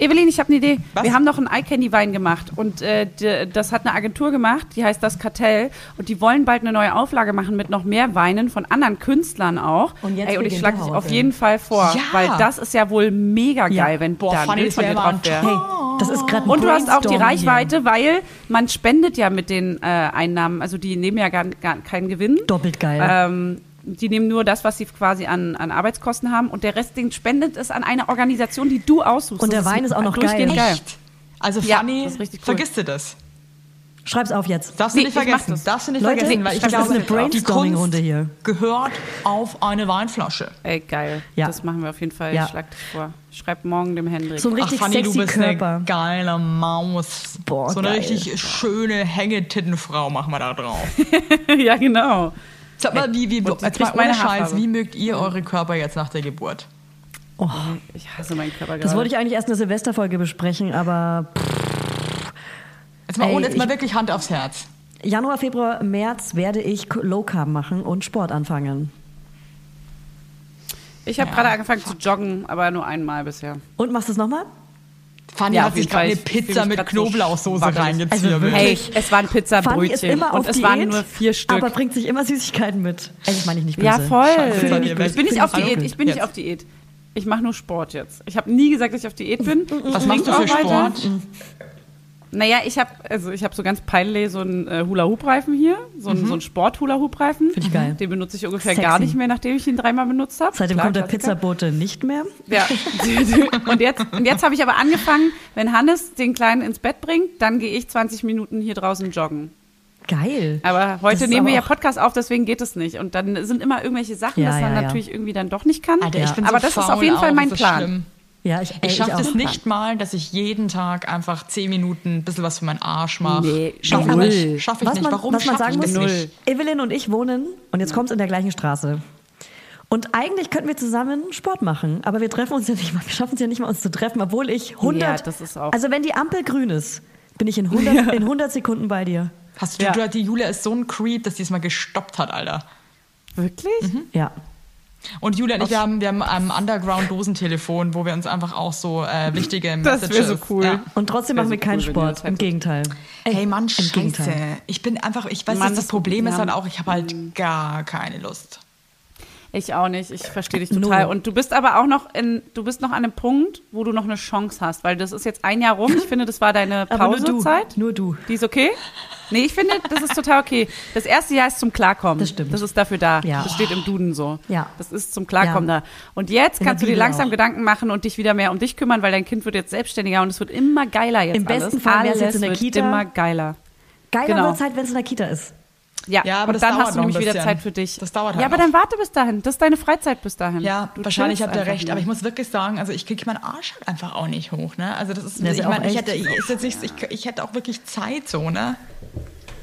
Speaker 2: Evelyn, ich habe eine Idee.
Speaker 3: Was?
Speaker 2: Wir haben noch einen Eye-Candy-Wein gemacht und äh, d- das hat eine Agentur gemacht, die heißt Das Kartell und die wollen bald eine neue Auflage machen mit noch mehr Weinen von anderen Künstlern auch.
Speaker 1: Und jetzt
Speaker 2: Ey, und
Speaker 1: wir
Speaker 2: ich
Speaker 1: gehen
Speaker 2: schlage
Speaker 1: nach
Speaker 2: dich
Speaker 1: Hause.
Speaker 2: auf jeden Fall vor,
Speaker 3: Ja.
Speaker 2: weil das ist ja wohl mega geil,
Speaker 1: Ja.
Speaker 2: wenn
Speaker 3: Boah,
Speaker 2: da ein
Speaker 3: funny,
Speaker 2: Bild von
Speaker 3: das
Speaker 2: dir
Speaker 3: wär
Speaker 2: drauf
Speaker 3: aber ein
Speaker 2: wäre.
Speaker 1: Hey, das ist gerade ein
Speaker 2: Und du hast auch die
Speaker 1: Brainstorming hier.
Speaker 2: Reichweite, weil man spendet ja mit den äh, Einnahmen, also die nehmen ja gar, gar keinen Gewinn.
Speaker 1: Doppelt geil.
Speaker 2: Ähm, die nehmen nur das, was sie quasi an, an Arbeitskosten haben und der Rest, den spendet es an eine Organisation, die du aussuchst.
Speaker 1: Und der
Speaker 2: Das
Speaker 1: Wein ist auch noch
Speaker 2: durchgehend
Speaker 1: geil.
Speaker 3: Echt? Also
Speaker 2: Ja,
Speaker 3: Fanny,
Speaker 2: das ist richtig cool.
Speaker 3: vergiss dir das.
Speaker 1: Schreib's auf jetzt.
Speaker 3: Darfst du
Speaker 2: Nee,
Speaker 3: nicht
Speaker 2: ich mach
Speaker 3: vergessen.
Speaker 2: das.
Speaker 3: Darfst du nicht
Speaker 1: Leute,
Speaker 3: vergessen,
Speaker 1: nee,
Speaker 3: weil ich
Speaker 1: das ist
Speaker 3: glaube,
Speaker 1: eine
Speaker 3: die Kunst
Speaker 1: Brainstorming-Runde hier.
Speaker 3: gehört auf eine Weinflasche.
Speaker 2: Ey, geil.
Speaker 1: Ja.
Speaker 2: Das machen wir auf jeden Fall.
Speaker 1: Ja.
Speaker 2: Ich schlag dich vor. Schreib morgen dem Hendrik.
Speaker 1: So ein
Speaker 3: Ach,
Speaker 1: richtig
Speaker 3: Fanny, du
Speaker 1: sexy
Speaker 3: bist
Speaker 1: Körper.
Speaker 3: eine geile Maus.
Speaker 1: Boah,
Speaker 3: so eine
Speaker 1: geil.
Speaker 3: richtig schöne Hängetittenfrau machen wir da drauf.
Speaker 2: ja, genau.
Speaker 3: Sag mal, wie, wie,
Speaker 2: Und sie
Speaker 3: jetzt mal
Speaker 2: kriegt
Speaker 3: ohne
Speaker 2: meine
Speaker 3: Scheiß,
Speaker 2: Haarfarbe.
Speaker 3: wie mögt ihr eure Körper jetzt nach der Geburt?
Speaker 1: Oh,
Speaker 2: Ich hasse meinen Körper
Speaker 1: das
Speaker 2: gerade.
Speaker 1: wollte ich eigentlich erst in der Silvesterfolge besprechen, aber pff,
Speaker 3: Jetzt mal,
Speaker 1: Ey,
Speaker 3: ohne, jetzt mal
Speaker 1: ich-
Speaker 3: wirklich Hand aufs Herz.
Speaker 1: Januar, Februar, März werde ich Low Carb machen und Sport anfangen.
Speaker 2: Ich habe gerade angefangen zu joggen, aber nur einmal bisher.
Speaker 1: Und machst du es nochmal?
Speaker 3: Fanny
Speaker 2: Ja,
Speaker 3: hat
Speaker 2: auf
Speaker 3: sich
Speaker 2: jeden
Speaker 3: gerade
Speaker 2: Fall.
Speaker 3: eine
Speaker 2: Ich fühl
Speaker 3: Pizza
Speaker 2: mich
Speaker 3: mit
Speaker 2: grad so
Speaker 3: Knoblauchsoße
Speaker 2: schwabbelig.
Speaker 3: reingezwirbelt.
Speaker 1: Also
Speaker 2: Hey,
Speaker 1: Wirklich?
Speaker 2: es waren
Speaker 1: Fanny ist
Speaker 2: Pizzabrötchen
Speaker 1: immer auf
Speaker 2: und es
Speaker 1: Diät,
Speaker 2: waren nur vier Stück.
Speaker 1: Aber bringt sich immer Süßigkeiten mit. Ey, ich meine ich nicht böse.
Speaker 2: Ja, voll.
Speaker 1: Scheiße,
Speaker 3: Bin
Speaker 1: nicht
Speaker 3: ich-
Speaker 1: böse.
Speaker 2: Bin ich auf
Speaker 1: Hallo.
Speaker 2: Diät? Ich bin nicht
Speaker 3: Jetzt.
Speaker 2: auf Diät. Ich mache nur Sport jetzt. Ich habe nie gesagt, dass ich auf Diät bin.
Speaker 3: Was
Speaker 2: Ich
Speaker 3: machst du
Speaker 2: trinke
Speaker 3: für
Speaker 2: auch weiter.
Speaker 3: Sport?
Speaker 2: Naja, ich habe also ich habe so ganz peinlich so einen äh, Hula-Hoop-Reifen hier, so einen, so einen Sport-Hula-Hoop-Reifen.
Speaker 1: Find ich geil.
Speaker 2: Den benutze ich ungefähr
Speaker 1: Sexy.
Speaker 2: gar nicht mehr, nachdem ich ihn dreimal benutzt habe.
Speaker 1: Seitdem
Speaker 2: Klar,
Speaker 1: kommt der
Speaker 2: Klassiker.
Speaker 1: Pizzabote nicht mehr.
Speaker 2: Ja. und jetzt, und jetzt habe ich aber angefangen, wenn Hannes den Kleinen ins Bett bringt, dann gehe ich 20 Minuten hier draußen joggen.
Speaker 1: Geil.
Speaker 2: Aber
Speaker 1: Das
Speaker 2: heute
Speaker 1: ist
Speaker 2: nehmen wir ja
Speaker 1: aber auch-
Speaker 2: Podcast auf, deswegen geht es nicht. Und dann sind immer irgendwelche Sachen,
Speaker 1: Ja,
Speaker 2: dass man
Speaker 1: ja, ja.
Speaker 2: natürlich irgendwie dann doch nicht kann.
Speaker 3: Alter, ich bin
Speaker 2: aber
Speaker 3: so
Speaker 2: das ist auf
Speaker 3: faul
Speaker 2: jeden Fall
Speaker 3: auch,
Speaker 2: mein
Speaker 3: das ist
Speaker 2: Plan.
Speaker 3: schlimm.
Speaker 1: Ja, Äh, ich, ey,
Speaker 3: Ich schaffe
Speaker 1: auch.
Speaker 3: das nicht mal, dass ich jeden Tag einfach 10 Minuten ein bisschen was für meinen Arsch mache.
Speaker 2: Nee,
Speaker 3: schaffe ich
Speaker 1: null.
Speaker 3: nicht. Schaffe ich
Speaker 1: was
Speaker 3: nicht.
Speaker 1: Man,
Speaker 3: Warum
Speaker 1: was man
Speaker 3: schaffe ich
Speaker 1: sagen
Speaker 3: das
Speaker 1: muss,
Speaker 3: nicht?
Speaker 1: Evelyn und ich wohnen, und
Speaker 2: Hm.
Speaker 1: jetzt kommt's in der gleichen Straße. Und eigentlich könnten wir zusammen Sport machen, aber wir treffen uns ja nicht mal, wir schaffen es ja nicht mal, uns zu treffen, obwohl ich 100,
Speaker 2: Ja, das ist auch-
Speaker 1: also wenn die Ampel grün ist, bin ich in 100, in 100 Sekunden bei dir.
Speaker 3: Hast du,
Speaker 2: Ja.
Speaker 3: du, die Julia ist so ein Creep, dass die es mal gestoppt hat, Alter.
Speaker 2: Wirklich?
Speaker 1: Ja.
Speaker 3: Und Julia und ich, wir haben, wir haben ein Underground-Dosentelefon, wo wir uns einfach auch so äh, wichtige
Speaker 2: Das
Speaker 3: Messages...
Speaker 2: wär so cool.
Speaker 3: Ja.
Speaker 1: Und trotzdem
Speaker 2: Wär
Speaker 1: machen
Speaker 2: so
Speaker 1: wir keinen
Speaker 2: cool, wenn ihr das
Speaker 1: Sport, im
Speaker 2: hättet.
Speaker 1: Gegenteil.
Speaker 3: Hey Mann, scheiße.
Speaker 1: Gegenteil.
Speaker 3: Ich bin einfach, ich weiß,
Speaker 2: Mann,
Speaker 3: dass das
Speaker 2: das-
Speaker 3: Problem ist
Speaker 2: ja.
Speaker 3: halt auch, ich habe halt gar keine Lust.
Speaker 2: Ich auch nicht. Ich verstehe dich total.
Speaker 1: Null.
Speaker 2: Und du bist aber auch noch in, du bist noch an einem Punkt, wo du noch eine Chance hast, weil das ist jetzt ein Jahr rum. Ich finde, das war deine
Speaker 1: Aber nur du,
Speaker 2: Pausezeit.
Speaker 1: nur du.
Speaker 2: Die ist okay? Nee, ich finde, das ist total okay. Das erste Jahr ist zum Klarkommen.
Speaker 1: Das stimmt.
Speaker 2: Das ist dafür da.
Speaker 1: Ja.
Speaker 2: Das steht im Duden so.
Speaker 1: Ja.
Speaker 2: Das ist zum Klarkommen
Speaker 1: Ja.
Speaker 2: da. Und jetzt
Speaker 1: In
Speaker 2: kannst du
Speaker 1: der
Speaker 2: dir
Speaker 1: Bibel
Speaker 2: langsam
Speaker 1: auch.
Speaker 2: Gedanken machen und dich wieder mehr um dich kümmern, weil dein Kind wird jetzt selbstständiger und es wird immer geiler jetzt
Speaker 1: Im
Speaker 2: alles.
Speaker 1: besten Fall wär's
Speaker 2: alles
Speaker 1: jetzt in der
Speaker 2: wird
Speaker 1: Kita.
Speaker 2: immer geiler.
Speaker 1: Geiler
Speaker 2: Genau.
Speaker 1: wird's halt, wenn es in der Kita ist.
Speaker 2: Ja,
Speaker 3: Ja, aber
Speaker 2: und
Speaker 3: das
Speaker 2: dann
Speaker 3: dauert
Speaker 2: hast du
Speaker 3: noch ein
Speaker 2: nämlich wieder
Speaker 3: bisschen.
Speaker 2: Zeit für dich.
Speaker 3: Das dauert halt
Speaker 2: Ja, aber
Speaker 3: noch.
Speaker 2: dann warte bis dahin. Das ist deine Freizeit bis dahin.
Speaker 3: Ja,
Speaker 2: Du
Speaker 3: wahrscheinlich
Speaker 2: chillst
Speaker 3: habt ihr
Speaker 2: einfach
Speaker 3: recht,
Speaker 2: nur.
Speaker 3: aber ich muss wirklich sagen, also ich kriege meinen Arsch halt einfach auch nicht hoch, ne? Also das ist,
Speaker 1: Ja, ist
Speaker 3: ich
Speaker 1: ja auch
Speaker 3: meine, ich
Speaker 1: echt.
Speaker 3: hätte, ich, ist jetzt nicht, ich, ich hätte auch wirklich Zeit so, ne?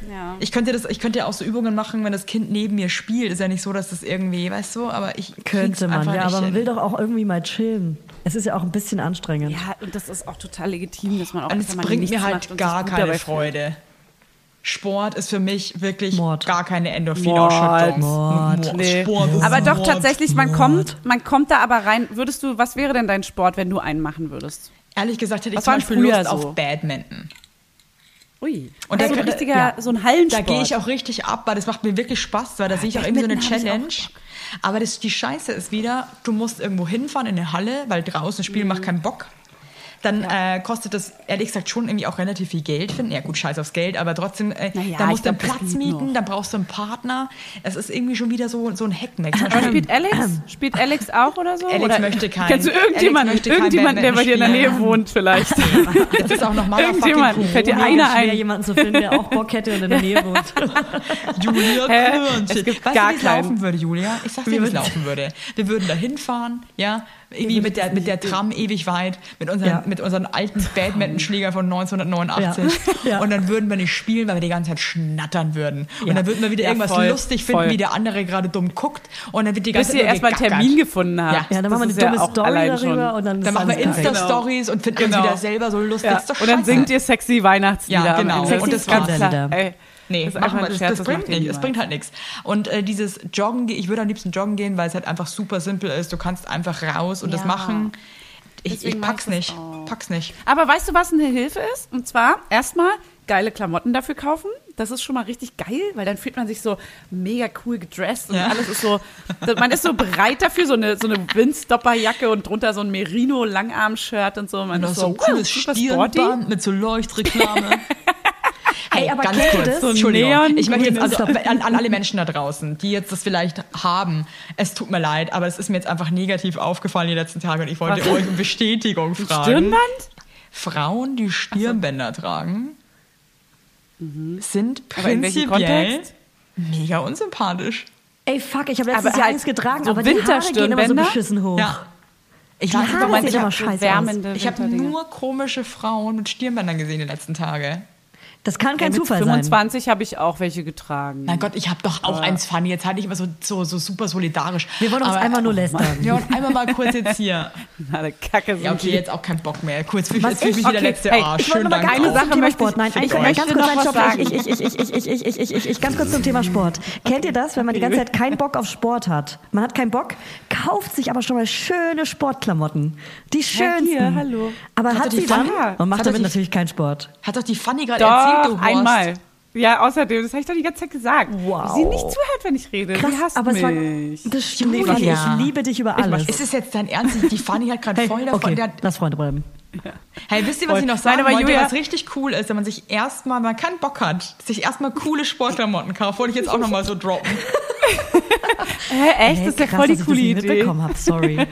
Speaker 2: Ja.
Speaker 3: Ich könnte das, ich könnte ja auch so Übungen machen, wenn das Kind neben mir spielt. Ist ja nicht so, dass das irgendwie, weißt du, aber ich krieg's
Speaker 1: Könnte man,
Speaker 3: einfach
Speaker 1: ja,
Speaker 3: nicht
Speaker 1: aber man
Speaker 3: hin.
Speaker 1: will doch auch irgendwie mal chillen. Es ist ja auch ein bisschen anstrengend.
Speaker 2: Ja, und das ist auch total legitim, dass man auch
Speaker 3: Und
Speaker 2: einfach
Speaker 3: es
Speaker 2: mal
Speaker 3: bringt
Speaker 2: nichts
Speaker 3: mir
Speaker 2: macht
Speaker 3: halt
Speaker 2: und
Speaker 3: gar
Speaker 2: sich gut
Speaker 3: keine
Speaker 2: dabei fühlt.
Speaker 3: Freude. Sport ist für mich wirklich
Speaker 1: Mord.
Speaker 3: gar keine
Speaker 2: Mord.
Speaker 3: Endorphinausschüttung.
Speaker 1: Mord.
Speaker 2: Nee.
Speaker 3: Sport ist
Speaker 2: Aber doch
Speaker 3: Mord.
Speaker 2: tatsächlich, man kommt, man kommt da aber rein. Würdest du, was wäre denn dein Sport, wenn du einen machen würdest?
Speaker 3: Ehrlich gesagt hätte ich
Speaker 2: Was
Speaker 3: zum
Speaker 2: war
Speaker 3: Beispiel
Speaker 2: früher
Speaker 3: Lust
Speaker 2: so?
Speaker 3: auf Badminton.
Speaker 2: Ui.
Speaker 3: Und
Speaker 2: also
Speaker 3: da-
Speaker 2: ein
Speaker 3: da-
Speaker 2: richtiger,
Speaker 1: ja.
Speaker 2: so ein Hallensport.
Speaker 3: Da gehe ich auch richtig ab, weil das macht mir wirklich Spaß, weil da sehe ich auch irgendwie so eine
Speaker 2: Badminton hab
Speaker 3: Challenge. Aber
Speaker 2: Mhm.
Speaker 3: das, die Scheiße ist wieder, du musst irgendwo hinfahren in eine Halle, weil draußen spielen macht keinen Bock. dann äh, kostet das ehrlich gesagt schon irgendwie auch relativ viel Geld finden. Ja gut, scheiß aufs Geld, aber trotzdem, äh,
Speaker 2: Naja,
Speaker 3: da
Speaker 2: ich
Speaker 3: musst du einen
Speaker 2: glaub, das
Speaker 3: Platz
Speaker 2: geht
Speaker 3: mieten,
Speaker 2: noch.
Speaker 3: dann brauchst du einen Partner. Es ist irgendwie schon wieder so, so ein Hackmeck. Zum
Speaker 2: Aber
Speaker 3: Beispiel
Speaker 2: spielt Alex? Spielt Alex auch oder so?
Speaker 3: Alex
Speaker 2: oder
Speaker 3: möchte keinen-
Speaker 2: Kennst du
Speaker 3: Alex
Speaker 2: irgendjemanden,
Speaker 3: möchte keinen
Speaker 2: irgendjemanden der bei dir in der
Speaker 3: Batman
Speaker 2: Nähe wohnt vielleicht?
Speaker 3: Jetzt ist auch noch mal
Speaker 2: Irgendjemand. Fällt dir einer
Speaker 1: schwer,
Speaker 2: ein?
Speaker 1: jemanden zu finden, der auch Bock hätte und in der Nähe wohnt.
Speaker 3: Julia
Speaker 2: Hä?
Speaker 3: Körnchen.
Speaker 2: Es gibt
Speaker 3: weißt
Speaker 2: gar
Speaker 3: du, wie es
Speaker 2: keinen.
Speaker 3: laufen würde, Julia? Ich sag dir, wie es laufen würde. Wir würden da hinfahren, ja, irgendwie mit der, mit der Tram ewig weit, mit unseren,
Speaker 1: Ja.
Speaker 3: mit unseren alten Badmintonschläger von 1989.
Speaker 1: Ja. Ja.
Speaker 3: Und dann würden wir nicht spielen, weil wir die ganze Zeit schnattern würden. Und dann würden wir wieder
Speaker 2: Ja,
Speaker 3: irgendwas
Speaker 2: voll,
Speaker 3: lustig finden,
Speaker 2: voll.
Speaker 3: wie der andere gerade dumm guckt. Und dann wird die ganze
Speaker 2: Bis ihr
Speaker 3: Zeit nur
Speaker 2: erstmal einen Termin
Speaker 3: gegackert.
Speaker 2: gefunden habt.
Speaker 1: Ja, dann
Speaker 2: Das
Speaker 1: machen wir eine
Speaker 2: ist ja
Speaker 1: dumme
Speaker 2: auch
Speaker 1: Story
Speaker 2: allein
Speaker 1: darüber
Speaker 2: schon.
Speaker 1: und dann, ist
Speaker 3: Dann machen wir
Speaker 1: alles geil.
Speaker 3: Insta-Stories und finden
Speaker 2: Genau.
Speaker 3: uns wieder selber so lustig.
Speaker 2: Ja.
Speaker 3: Das ist doch
Speaker 2: Und dann
Speaker 3: scheiße.
Speaker 2: singt ihr sexy Weihnachtslieder.
Speaker 3: Ja, genau.
Speaker 2: Am Ende.
Speaker 3: Und das
Speaker 2: ist ganz
Speaker 1: war's.
Speaker 2: klar. Ey,
Speaker 3: Nee,
Speaker 2: das ist
Speaker 3: machen
Speaker 2: einfach
Speaker 3: wir,
Speaker 2: ein
Speaker 3: das,
Speaker 2: Scherz,
Speaker 3: das bringt
Speaker 2: macht eh ihr
Speaker 3: nicht, es
Speaker 2: niemals.
Speaker 3: bringt halt nichts. Und äh, dieses Joggen, ich würde am liebsten joggen gehen, weil es halt einfach super simpel ist. Du kannst einfach raus und das
Speaker 2: Ja.
Speaker 3: machen. Ich, ich
Speaker 2: Deswegen mag
Speaker 3: pack's
Speaker 2: ich das
Speaker 3: nicht.
Speaker 2: auch.
Speaker 3: Pack's nicht.
Speaker 2: Aber weißt du, was eine Hilfe ist? Und zwar erstmal geile Klamotten dafür kaufen. Das ist schon mal richtig geil, weil dann fühlt man sich so mega cool gedressed und
Speaker 3: Ja.
Speaker 2: alles ist so, man ist so bereit dafür, so eine, so eine Windstopperjacke und drunter so ein Merino-Langarm-Shirt und so. Man
Speaker 3: Du
Speaker 2: ist
Speaker 3: hast
Speaker 2: so,
Speaker 3: so ein cooles
Speaker 2: wow, super sporty.
Speaker 3: Stirnband mit so Leuchtreklame. Hey,
Speaker 1: aber kennt ihr das? So
Speaker 3: Entschuldigung. Ich möchte jetzt
Speaker 1: neongrünes
Speaker 3: also an, an alle Menschen da draußen, die jetzt das vielleicht haben, es tut mir leid, aber es ist mir jetzt einfach negativ aufgefallen die letzten Tage und ich wollte
Speaker 2: Was?
Speaker 3: euch um Bestätigung fragen.
Speaker 2: Stirnband?
Speaker 3: Frauen, die Stirnbänder tragen, sind
Speaker 2: Mhm. Aber in welchem
Speaker 3: prinzipiell
Speaker 2: Kontext?
Speaker 3: mega unsympathisch.
Speaker 1: Ey, fuck, ich habe letztes
Speaker 2: Aber
Speaker 1: Jahr
Speaker 2: halt
Speaker 1: eins getragen,
Speaker 2: so
Speaker 1: aber die Haare gehen immer so
Speaker 2: Winterstirnbänder?
Speaker 1: beschissen hoch.
Speaker 3: Ja. Ich
Speaker 1: Die
Speaker 2: Ah,
Speaker 3: weiß nicht,
Speaker 1: Haare
Speaker 3: warum
Speaker 1: sehen
Speaker 3: ich
Speaker 1: immer
Speaker 3: habe
Speaker 1: scheiße aus.
Speaker 2: Wärmende
Speaker 3: ich hab
Speaker 2: Winterdinger.
Speaker 3: nur komische Frauen mit Stirnbändern gesehen die letzten Tage.
Speaker 1: Das kann kein
Speaker 2: mit
Speaker 1: Zufall sein.
Speaker 2: 25 habe ich auch welche getragen.
Speaker 3: Mein Gott, ich habe doch auch eins Fanny. Jetzt hatte ich immer so, so, so super solidarisch.
Speaker 1: Wir wollen uns
Speaker 3: Aber-
Speaker 1: einfach nur
Speaker 2: oh
Speaker 1: lästern.
Speaker 3: Wir wollen einmal mal kurz jetzt hier.
Speaker 2: Na, eine Kacke sind
Speaker 3: Ja, okay,
Speaker 2: die.
Speaker 3: jetzt auch kein Bock mehr. Kurz, fühl ich-
Speaker 1: Was
Speaker 3: jetzt fühle ich
Speaker 1: ich-
Speaker 3: mich wie der
Speaker 2: okay,
Speaker 3: letzte
Speaker 2: ey,
Speaker 3: Arsch.
Speaker 2: ich wollte
Speaker 3: Schönen
Speaker 2: mal
Speaker 3: Dank.
Speaker 2: eine
Speaker 1: Zum
Speaker 2: Sache
Speaker 1: Thema
Speaker 2: möchte ich-
Speaker 1: Sport. Nein,
Speaker 2: ich
Speaker 1: ein,
Speaker 2: möchte
Speaker 1: ganz kurz
Speaker 2: noch
Speaker 1: ein
Speaker 2: was
Speaker 1: Stopp.
Speaker 2: sagen.
Speaker 1: Ich, ich, ich, ich, ich, ich, ich, ich, ich, ich, ich, ganz kurz zum Thema Sport. Kennt ihr das, wenn man die ganze Zeit keinen Bock auf Sport hat? Man hat keinen Bock, kauft sich aber schon mal schöne Sportklamotten. Die schönsten.
Speaker 2: hier, hallo.
Speaker 1: Aber
Speaker 3: Hat
Speaker 1: hat,
Speaker 3: doch die
Speaker 1: sie dann
Speaker 3: Fanny-
Speaker 1: und macht
Speaker 3: hat doch
Speaker 1: damit
Speaker 3: die-
Speaker 1: natürlich keinen Sport.
Speaker 3: Hat doch die Fanny gerade
Speaker 2: Doch,
Speaker 3: erzählt, du Horst.
Speaker 2: einmal. Ja, außerdem, das habe ich doch die ganze Zeit gesagt.
Speaker 1: Wow.
Speaker 2: Sie nicht zuhört, wenn ich rede.
Speaker 1: Krass,
Speaker 2: Sie hasst
Speaker 1: aber
Speaker 2: mich.
Speaker 1: es war. Das stimmt,
Speaker 3: Julia.
Speaker 1: Fanny, ich liebe dich über alles.
Speaker 3: Ist es jetzt dein Ernst? Die Fanny hat gerade
Speaker 1: Hey,
Speaker 3: voll davon.
Speaker 1: okay,
Speaker 3: Der hat,
Speaker 1: lass Freunde bleiben.
Speaker 3: Hey, wisst ihr, was
Speaker 2: Voll.
Speaker 3: ich noch sagen
Speaker 2: Nein, aber
Speaker 3: wollte,
Speaker 2: Julia-
Speaker 3: was richtig cool ist, wenn man sich erstmal, wenn man keinen Bock hat, sich erstmal coole Sportklamotten kauft, wollte ich jetzt auch nochmal so droppen.
Speaker 2: Hä, echt?
Speaker 1: Hey,
Speaker 2: das ist ja
Speaker 1: krass,
Speaker 2: voll die
Speaker 1: dass
Speaker 2: coole
Speaker 1: ich das nicht
Speaker 2: Idee.
Speaker 1: mitbekommen habe, sorry.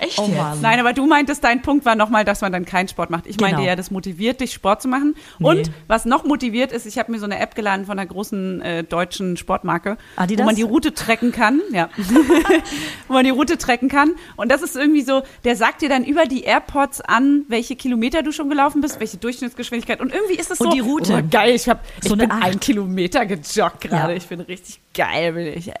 Speaker 3: Echt
Speaker 1: Oh
Speaker 3: jetzt?
Speaker 1: Mann.
Speaker 2: Nein, aber du meintest, dein Punkt war nochmal, dass man dann keinen Sport macht. Ich
Speaker 1: Genau.
Speaker 2: meinte ja, das motiviert dich, Sport zu machen. Und was noch motiviert ist, ich habe mir so eine App geladen von einer großen äh, deutschen Sportmarke,
Speaker 1: Adidas?
Speaker 2: wo man die Route tracken kann. Ja. wo man die Route tracken kann. Und das ist irgendwie so, der sagt dir dann über die AirPods an, welche Kilometer du schon gelaufen bist, welche Durchschnittsgeschwindigkeit. Und irgendwie ist das
Speaker 1: Und
Speaker 2: so
Speaker 1: die Route.
Speaker 2: Oh, geil, ich, hab,
Speaker 1: So
Speaker 2: ich
Speaker 1: eine
Speaker 2: bin
Speaker 1: Acht.
Speaker 2: ein Kilometer gejoggt gerade.
Speaker 1: Ja.
Speaker 2: Oh, Ich bin richtig geil, bin ich.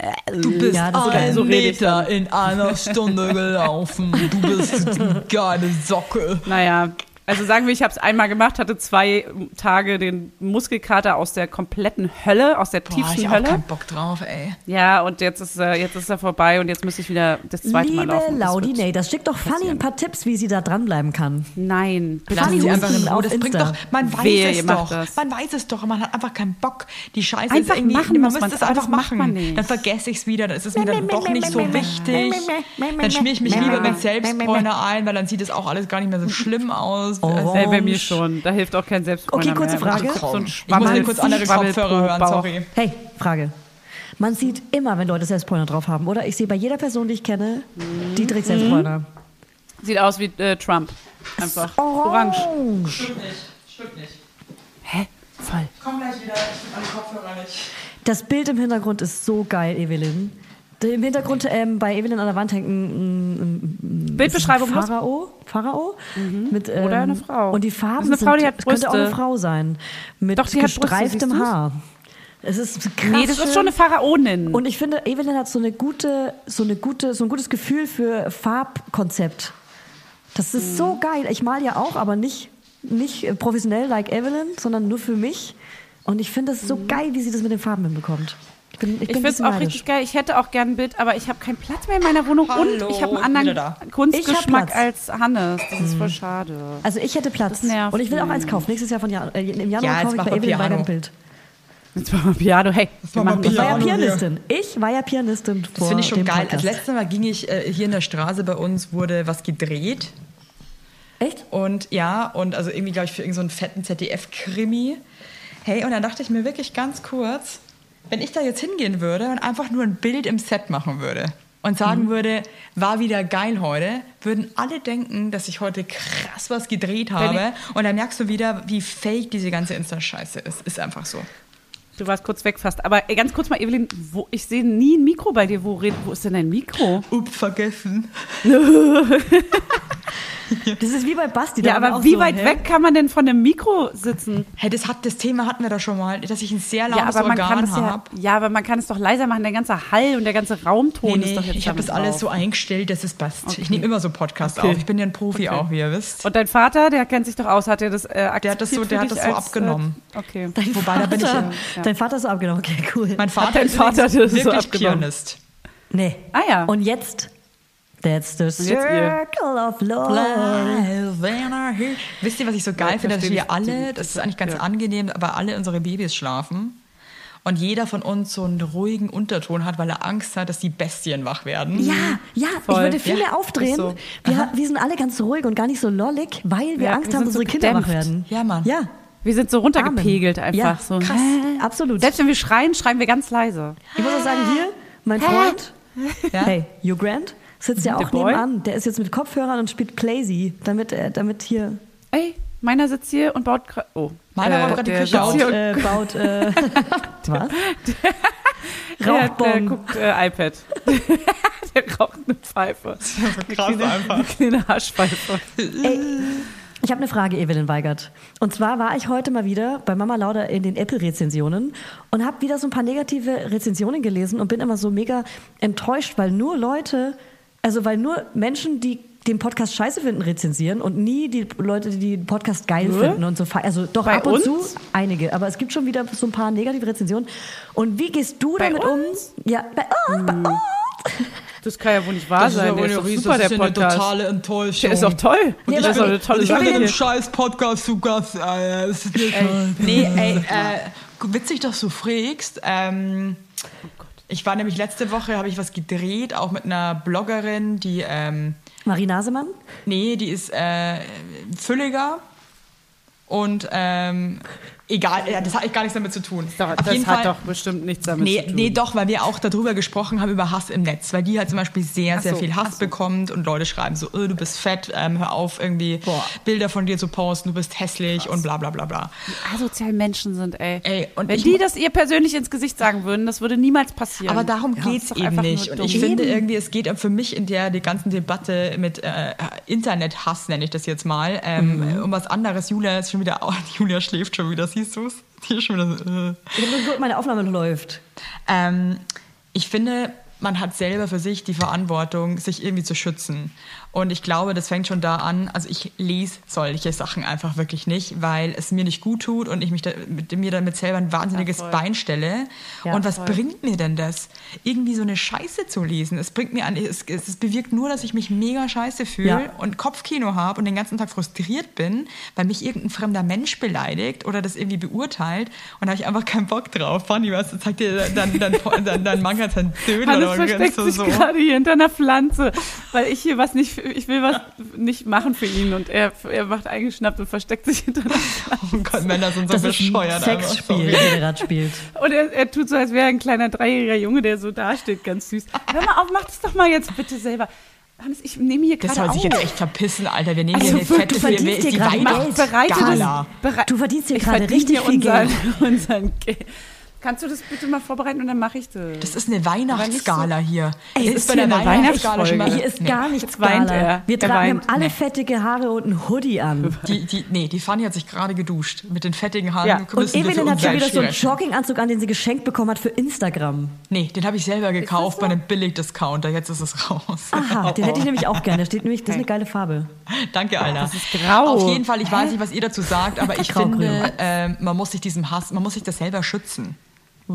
Speaker 3: Du bist
Speaker 1: Ja, das ist geil.
Speaker 3: ein
Speaker 2: So rede ich
Speaker 3: Meter in einer Stunde gelaufen. Du bist die geile Socke.
Speaker 2: Naja, also sagen wir, ich habe es einmal gemacht, hatte zwei Tage den Muskelkater aus der kompletten Hölle, aus der
Speaker 3: Boah, ich
Speaker 2: tiefsten
Speaker 3: hab auch keinen
Speaker 2: Hölle.
Speaker 3: Bock drauf, ey.
Speaker 2: Ja, und jetzt ist, äh, jetzt ist er vorbei und jetzt muss ich wieder das zweite Mal
Speaker 1: Liebe
Speaker 2: laufen. Das
Speaker 1: Laudi
Speaker 2: wird-
Speaker 1: das schickt doch Fanny ein paar Tipps, wie sie da dranbleiben kann.
Speaker 2: Nein, bitte
Speaker 1: Lass
Speaker 3: Lassen
Speaker 1: Fanny
Speaker 3: Sie
Speaker 2: nicht.
Speaker 3: einfach in
Speaker 1: Husten
Speaker 3: Ruhe.
Speaker 1: auf
Speaker 3: Das bringt
Speaker 1: Insta.
Speaker 3: doch, man weiß
Speaker 2: Wehe, ihr
Speaker 3: es
Speaker 2: macht
Speaker 3: doch.
Speaker 2: das.
Speaker 3: Man weiß es doch, man hat einfach keinen Bock. Die Scheiße
Speaker 2: Einfach
Speaker 3: ist irgendwie,
Speaker 2: machen
Speaker 3: man
Speaker 2: muss
Speaker 3: müsste
Speaker 2: man's,
Speaker 3: es
Speaker 2: aber
Speaker 3: einfach
Speaker 2: das macht
Speaker 3: machen.
Speaker 2: man nicht.
Speaker 3: Dann vergesse ich es wieder, dann ist es mir dann doch nicht so wichtig. Dann schmier ich mich lieber mit Selbstbräuner ein, weil dann sieht es auch alles gar nicht mehr so schlimm aus. Also,
Speaker 2: Ey, bei mir schon. Da hilft auch kein Selbstbräuner
Speaker 1: Okay, kurze
Speaker 2: mehr.
Speaker 1: Frage.
Speaker 2: Ich hab So ein
Speaker 3: Ich muss mir kurz andere
Speaker 2: Schwabbel-
Speaker 3: Kopfhörer hören,
Speaker 2: Bauch.
Speaker 3: sorry.
Speaker 1: Hey, Frage. Man sieht immer, wenn Leute Selbstbräuner drauf haben, oder? Ich sehe bei jeder Person, die ich kenne, die trägt
Speaker 2: Mhm.
Speaker 1: Selbstbräuner.
Speaker 2: Sieht aus wie äh, Trump. Einfach
Speaker 1: Oh.
Speaker 2: orange.
Speaker 3: Stimmt nicht, stimmt nicht.
Speaker 2: Hä? Voll.
Speaker 3: Komm gleich wieder, ich bin alle Kopfhörer nicht.
Speaker 1: Das Bild im Hintergrund ist so geil, Evelyn. Im Hintergrund ähm, bei Evelyn an der Wand hängt ein, ein, ein
Speaker 2: Bildbeschreibung muss.
Speaker 1: Pharao, Pharao mit, ähm,
Speaker 2: Mhm. Oder eine Frau.
Speaker 1: Und die
Speaker 2: Das ist
Speaker 1: Farben
Speaker 2: eine Frau, die
Speaker 1: sind,
Speaker 2: hat
Speaker 1: es könnte auch eine
Speaker 2: Brüste.
Speaker 1: Frau sein. Mit
Speaker 2: Doch, die hat Brüste,
Speaker 1: gestreiftem
Speaker 2: siehst du's?
Speaker 1: Haar. Es ist krass.
Speaker 2: Nee, das
Speaker 1: schön.
Speaker 2: ist schon eine Pharaonin.
Speaker 1: Und ich finde, Evelyn hat so eine gute, so eine gute, so ein gutes Gefühl für Farbkonzept. Das ist
Speaker 3: Mhm.
Speaker 1: so geil. Ich mal ja auch, aber nicht, nicht professionell like Evelyn, sondern nur für mich. Und ich finde das so
Speaker 3: Mhm.
Speaker 1: geil, wie sie das mit den Farben hinbekommt. Ich bin, ich bin
Speaker 2: Ich
Speaker 1: ein
Speaker 2: finde es
Speaker 1: bisschen
Speaker 2: auch
Speaker 1: neidisch.
Speaker 2: richtig geil. Ich hätte auch gern ein Bild, aber ich habe keinen Platz mehr in meiner Wohnung
Speaker 3: Hallo,
Speaker 2: und ich habe einen
Speaker 3: wieder
Speaker 2: anderen
Speaker 3: da.
Speaker 1: Ich hab
Speaker 2: Kunstgeschmack
Speaker 1: Platz.
Speaker 2: als Hannes. Das ist voll schade.
Speaker 1: Also ich hätte Platz.
Speaker 2: nervt
Speaker 1: Und ich will auch eins kaufen. Nächstes Jahr von Jan äh, im Januar
Speaker 3: Ja, jetzt
Speaker 1: kaufe ich
Speaker 3: mach
Speaker 1: bei
Speaker 3: mal
Speaker 1: Evelyn Weigand
Speaker 3: Piano.
Speaker 1: ein Bild.
Speaker 2: Jetzt machen wir Piano. Hey, wir
Speaker 3: machen wir
Speaker 2: machen das.
Speaker 1: Ich war ja
Speaker 3: Piano hier.
Speaker 1: Pianistin. Ich war ja Pianistin vor
Speaker 3: Das finde ich schon
Speaker 1: dem
Speaker 3: geil. Das
Speaker 1: Podcast.
Speaker 3: letzte Mal ging ich äh, hier in der Straße bei uns, wurde was gedreht.
Speaker 1: Echt?
Speaker 3: Und ja, und also irgendwie, glaube ich, für irgendeinen so einen fetten ZDF-Krimi. Hey, und dann dachte ich mir wirklich ganz kurz, wenn ich da jetzt hingehen würde und einfach nur ein Bild im Set machen würde und sagen
Speaker 1: Mhm.
Speaker 3: würde, war wieder geil heute, würden alle denken, dass ich heute krass was gedreht habe. Und dann merkst du wieder, wie fake diese ganze Insta-Scheiße ist. Ist einfach so.
Speaker 2: Du warst kurz weg fast. Aber ey, ganz kurz mal, Evelyn, wo, ich sehe nie ein Mikro bei dir. Wo, red, wo ist denn dein Mikro?
Speaker 3: Upp, vergessen.
Speaker 1: Das ist wie bei Basti. da
Speaker 2: Ja,
Speaker 1: haben wir
Speaker 2: aber
Speaker 1: auch
Speaker 2: wie
Speaker 1: so,
Speaker 2: weit
Speaker 1: hä?
Speaker 2: weg kann man denn von einem Mikro sitzen?
Speaker 3: Hey, das, hat, das Thema hatten wir doch schon mal, dass ich ein sehr
Speaker 2: Ja,
Speaker 3: lautes
Speaker 2: aber man kann
Speaker 3: Organ
Speaker 2: es ja,
Speaker 3: habe.
Speaker 2: ja, aber man kann es doch leiser machen. Der ganze Hall und der ganze Raumton
Speaker 3: Nee,
Speaker 2: ist doch
Speaker 3: nee,
Speaker 2: jetzt
Speaker 3: ich habe
Speaker 2: damit
Speaker 3: das alles
Speaker 2: drauf.
Speaker 3: so eingestellt, dass es passt. Ich nehme immer so Podcasts auf. Ich bin ja ein Profi auch, wie ihr wisst.
Speaker 2: Und dein Vater, der kennt sich doch aus, hat er das äh, akzeptiert
Speaker 3: hat das so-
Speaker 2: für
Speaker 3: der hat
Speaker 2: dich
Speaker 3: das so
Speaker 2: als,
Speaker 3: abgenommen.
Speaker 2: Äh, okay.
Speaker 1: Dein
Speaker 3: Wobei, da bin ich
Speaker 1: Vater-
Speaker 2: ja-
Speaker 1: Dein Vater ist so abgenommen. Okay, cool.
Speaker 3: Mein Vater
Speaker 2: dein
Speaker 3: ist
Speaker 2: Vater
Speaker 3: übrigens
Speaker 2: das so
Speaker 3: wirklich
Speaker 2: abgenommen?
Speaker 3: Pianist.
Speaker 1: nee.
Speaker 2: Ah, ja.
Speaker 1: Und jetzt? That's the
Speaker 2: jetzt ihr.
Speaker 1: circle of life.
Speaker 3: Wisst ihr, was ich so geil
Speaker 2: Ja,
Speaker 3: finde, dass
Speaker 2: verstehe ich.
Speaker 3: wir alle, das ist eigentlich ganz angenehm, aber alle unsere Babys schlafen und jeder von uns so einen ruhigen Unterton hat, weil er Angst hat, dass die Bestien wach werden.
Speaker 1: Ja, ja, ich
Speaker 2: Voll.
Speaker 1: würde viel
Speaker 3: Ja,
Speaker 1: mehr aufdrehen.
Speaker 3: ist so.
Speaker 1: Wir, wir sind alle ganz ruhig und gar nicht so lollig, weil wir
Speaker 2: Ja,
Speaker 1: Angst
Speaker 2: wir
Speaker 1: haben,
Speaker 2: sind
Speaker 1: dass
Speaker 2: so
Speaker 1: unsere Kinder wach
Speaker 2: gedämpft.
Speaker 1: werden.
Speaker 3: Ja, Mann.
Speaker 1: Ja.
Speaker 2: Wir sind so runtergepegelt
Speaker 1: Amen.
Speaker 2: einfach.
Speaker 1: Ja,
Speaker 2: so.
Speaker 1: krass. Absolut.
Speaker 2: Selbst wenn wir schreien, schreien wir ganz leise.
Speaker 1: Ich muss auch sagen, hier, mein Freund,
Speaker 3: Ja.
Speaker 1: hey, Hugh Grant, sitzt ja
Speaker 2: Der
Speaker 1: auch
Speaker 2: Boy?
Speaker 1: nebenan. Der ist jetzt mit Kopfhörern und spielt Playsy, damit, äh, damit hier
Speaker 2: Ey, meiner sitzt hier und baut gra- Oh.
Speaker 3: Meiner baut gerade die
Speaker 2: der
Speaker 3: Küche
Speaker 2: sitzt
Speaker 3: auf.
Speaker 2: hier
Speaker 1: baut,
Speaker 2: und-
Speaker 1: äh, baut äh, was?
Speaker 2: Der, der
Speaker 1: Rauchbomben.
Speaker 2: guckt äh, iPad. der raucht eine Pfeife.
Speaker 3: Krass einfach.
Speaker 2: Eine Arschpfeife.
Speaker 1: Ich habe eine Frage, Evelyn Weigert. Und zwar war ich heute mal wieder bei Mama Lauda in den Apple-Rezensionen und habe wieder so ein paar negative Rezensionen gelesen und bin immer so mega enttäuscht, weil nur Leute, also weil nur Menschen, die den Podcast scheiße finden, rezensieren und nie die Leute, die den Podcast geil finden und so. fe- Also doch
Speaker 2: Bei
Speaker 1: ab und
Speaker 2: uns?
Speaker 1: zu einige, aber es gibt schon wieder so ein paar negative Rezensionen. Und wie gehst du
Speaker 2: Bei
Speaker 1: damit
Speaker 2: uns? Hm.
Speaker 1: um? Ja, bei uns, bei uns.
Speaker 2: Das kann ja wohl nicht wahr
Speaker 3: Das ist
Speaker 2: sein.
Speaker 3: ja
Speaker 2: Der
Speaker 3: wohl
Speaker 2: ist doch
Speaker 3: eine-
Speaker 2: super,
Speaker 3: das
Speaker 2: der
Speaker 3: ist ja eine
Speaker 2: Podcast.
Speaker 3: totale Enttäuschung.
Speaker 2: der ist doch toll.
Speaker 1: Nee,
Speaker 2: das
Speaker 1: aber-
Speaker 2: ist doch eine tolle
Speaker 1: Ich
Speaker 2: Sache
Speaker 1: bin
Speaker 2: hier.
Speaker 3: scheiß Podcast zu Gast. Äh, es ist nicht nee, ey, äh, witzig, dass du frägst. Ähm, ich war nämlich letzte Woche, habe ich was gedreht, auch mit einer Bloggerin, die, ähm,
Speaker 1: Marie Nasemann?
Speaker 3: nee, die ist äh, fülliger und ähm, egal, ja, das hat eigentlich gar nichts damit zu tun.
Speaker 2: Doch,
Speaker 3: Auf
Speaker 2: das
Speaker 3: jeden
Speaker 2: hat
Speaker 3: Fall-
Speaker 2: doch bestimmt nichts damit
Speaker 3: Nee,
Speaker 2: zu tun.
Speaker 3: nee, doch, weil wir auch darüber gesprochen haben, über Hass im Netz. Weil die halt zum Beispiel sehr, sehr
Speaker 2: so,
Speaker 3: viel Hass bekommt und Leute schreiben so, oh, du bist fett, ähm, hör auf, irgendwie Bilder von dir zu posten, du bist hässlich und bla bla bla bla.
Speaker 2: asozial Menschen sind, ey.
Speaker 3: Ey, und
Speaker 2: Wenn
Speaker 3: ich
Speaker 2: die
Speaker 3: mu-
Speaker 2: das ihr persönlich ins Gesicht sagen würden, das würde niemals passieren.
Speaker 3: Aber darum
Speaker 2: Ja,
Speaker 3: geht's
Speaker 2: ist doch
Speaker 3: eben
Speaker 2: einfach nur
Speaker 3: nicht. Und
Speaker 2: dumm.
Speaker 3: ich finde irgendwie, es geht für mich in der die ganzen Debatte mit äh, Internethass, nenne ich das jetzt mal, ähm,
Speaker 2: Mhm.
Speaker 3: um was anderes. Julia ist schon wieder, Julia schläft schon wieder, siehst du's? Die ist schon wieder so, äh.
Speaker 1: Ich hab nur gehört, meine Aufnahme läuft.
Speaker 3: Ähm, ich finde, man hat selber für sich die Verantwortung, sich irgendwie zu schützen. Und ich glaube, das fängt schon da an. Also ich lese solche Sachen einfach wirklich nicht, weil es mir nicht gut tut und ich mich da, mit, mir damit selber ein wahnsinniges Bein stelle.
Speaker 1: Ja,
Speaker 3: und was bringt mir denn das, irgendwie so eine Scheiße zu lesen? Es bringt mir an, es, es, es bewirkt nur, dass ich mich mega scheiße fühle
Speaker 1: Ja.
Speaker 3: und Kopfkino habe und den ganzen Tag frustriert bin, weil mich irgendein fremder Mensch beleidigt oder das irgendwie beurteilt und da habe ich einfach keinen Bock drauf. Fanny, was zeigt dir dein, dein, dein, dein, dein Manga dein Dödel
Speaker 2: Hannes
Speaker 3: oder
Speaker 2: versteckt
Speaker 3: so,
Speaker 2: sich
Speaker 3: so.
Speaker 2: gerade hier hinter einer Pflanze, weil ich hier was nicht, für- ich will was nicht machen für ihn und er, er macht eingeschnappt und versteckt sich hinter einer Pflanze.
Speaker 3: Oh Gott, Männer sind so
Speaker 1: Das ist ein
Speaker 3: bescheuert. einfach,
Speaker 1: Sexspiel,
Speaker 3: sorry.
Speaker 1: das er gerade spielt.
Speaker 2: Und er, er tut so, als wäre er ein kleiner dreijähriger Junge, der so dasteht, ganz süß. Hör mal auf, mach das doch mal jetzt bitte selber. Hannes, ich nehme hier
Speaker 3: Das
Speaker 2: gerade
Speaker 3: soll
Speaker 2: auf.
Speaker 3: sich jetzt echt verpissen, Alter. Wir nehmen
Speaker 1: Also
Speaker 3: hier eine
Speaker 1: wirklich,
Speaker 3: fette
Speaker 1: du verdienst
Speaker 3: wir-
Speaker 1: dir
Speaker 3: die
Speaker 1: gerade
Speaker 3: Weihnachts-
Speaker 1: Geld.
Speaker 2: Bereite
Speaker 3: Gala.
Speaker 2: das. Berei
Speaker 1: Du verdienst hier
Speaker 2: Ich
Speaker 1: gerade
Speaker 2: verdiene
Speaker 1: richtig viel
Speaker 2: unseren, unseren Geld. Kannst du das bitte mal vorbereiten und dann mache ich das.
Speaker 3: Das ist eine Weihnachtsgala hier.
Speaker 1: Ey,
Speaker 3: Das
Speaker 1: es ist
Speaker 3: bei
Speaker 1: hier
Speaker 3: der
Speaker 2: eine
Speaker 3: Weihnachtsgala schon mal-
Speaker 2: Weihnachtsfolge.
Speaker 1: Hier ist
Speaker 3: Nee.
Speaker 1: gar nichts
Speaker 2: Jetzt weint
Speaker 1: Gala.
Speaker 2: er.
Speaker 1: Wir
Speaker 2: Er
Speaker 1: tragen wir haben
Speaker 2: weint.
Speaker 1: alle
Speaker 2: Nee.
Speaker 1: fettige Haare und einen Hoodie an.
Speaker 3: Die, die, nee, die Fanny hat sich gerade geduscht mit den fettigen Haaren.
Speaker 2: Ja.
Speaker 1: Und
Speaker 3: müssen wir für
Speaker 1: Evelyn hat schon
Speaker 3: unseren
Speaker 1: wieder so einen
Speaker 3: Schwierig-
Speaker 1: Jogginganzug an, den sie geschenkt bekommen hat für Instagram.
Speaker 3: Nee, den habe ich selber gekauft
Speaker 2: so?
Speaker 3: bei einem Billig-Discounter. Jetzt ist es raus.
Speaker 1: Aha, den
Speaker 3: oh.
Speaker 1: hätte ich nämlich auch gerne. Da steht nämlich, das ist eine geile Farbe.
Speaker 3: Danke, Alter. Das ist
Speaker 2: grau.
Speaker 3: Auf jeden Fall, ich weiß nicht, was ihr dazu sagt, aber ich
Speaker 1: Grau, grün.
Speaker 3: finde, ähm, man muss sich diesem Hass, man muss sich das selber schützen.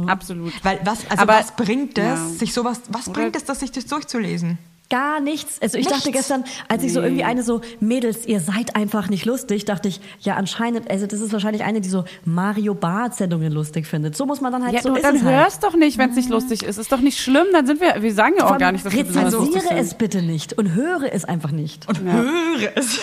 Speaker 2: Absolut.
Speaker 3: Weil was, also
Speaker 2: Aber-
Speaker 3: was bringt es,
Speaker 2: Ja.
Speaker 3: sich sowas, was bringt es, das sich das durchzulesen?
Speaker 1: Gar nichts. Also ich dachte
Speaker 3: Nichts?
Speaker 1: gestern, als ich so irgendwie eine so, Mädels, ihr seid einfach nicht lustig, dachte ich, ja anscheinend, also das ist wahrscheinlich eine, die so Mario Bart-Sendungen lustig findet. So muss man dann halt
Speaker 2: Ja,
Speaker 1: so
Speaker 2: du,
Speaker 1: ist
Speaker 2: dann
Speaker 1: es halt.
Speaker 2: hörst doch nicht, wenn es nicht lustig ist. Ist doch nicht schlimm, dann sind wir, wir sagen ja auch gar nicht, dass wir besonders lustig
Speaker 1: Rezensiere
Speaker 2: sind.
Speaker 1: es bitte nicht und höre es einfach nicht.
Speaker 3: Und höre es.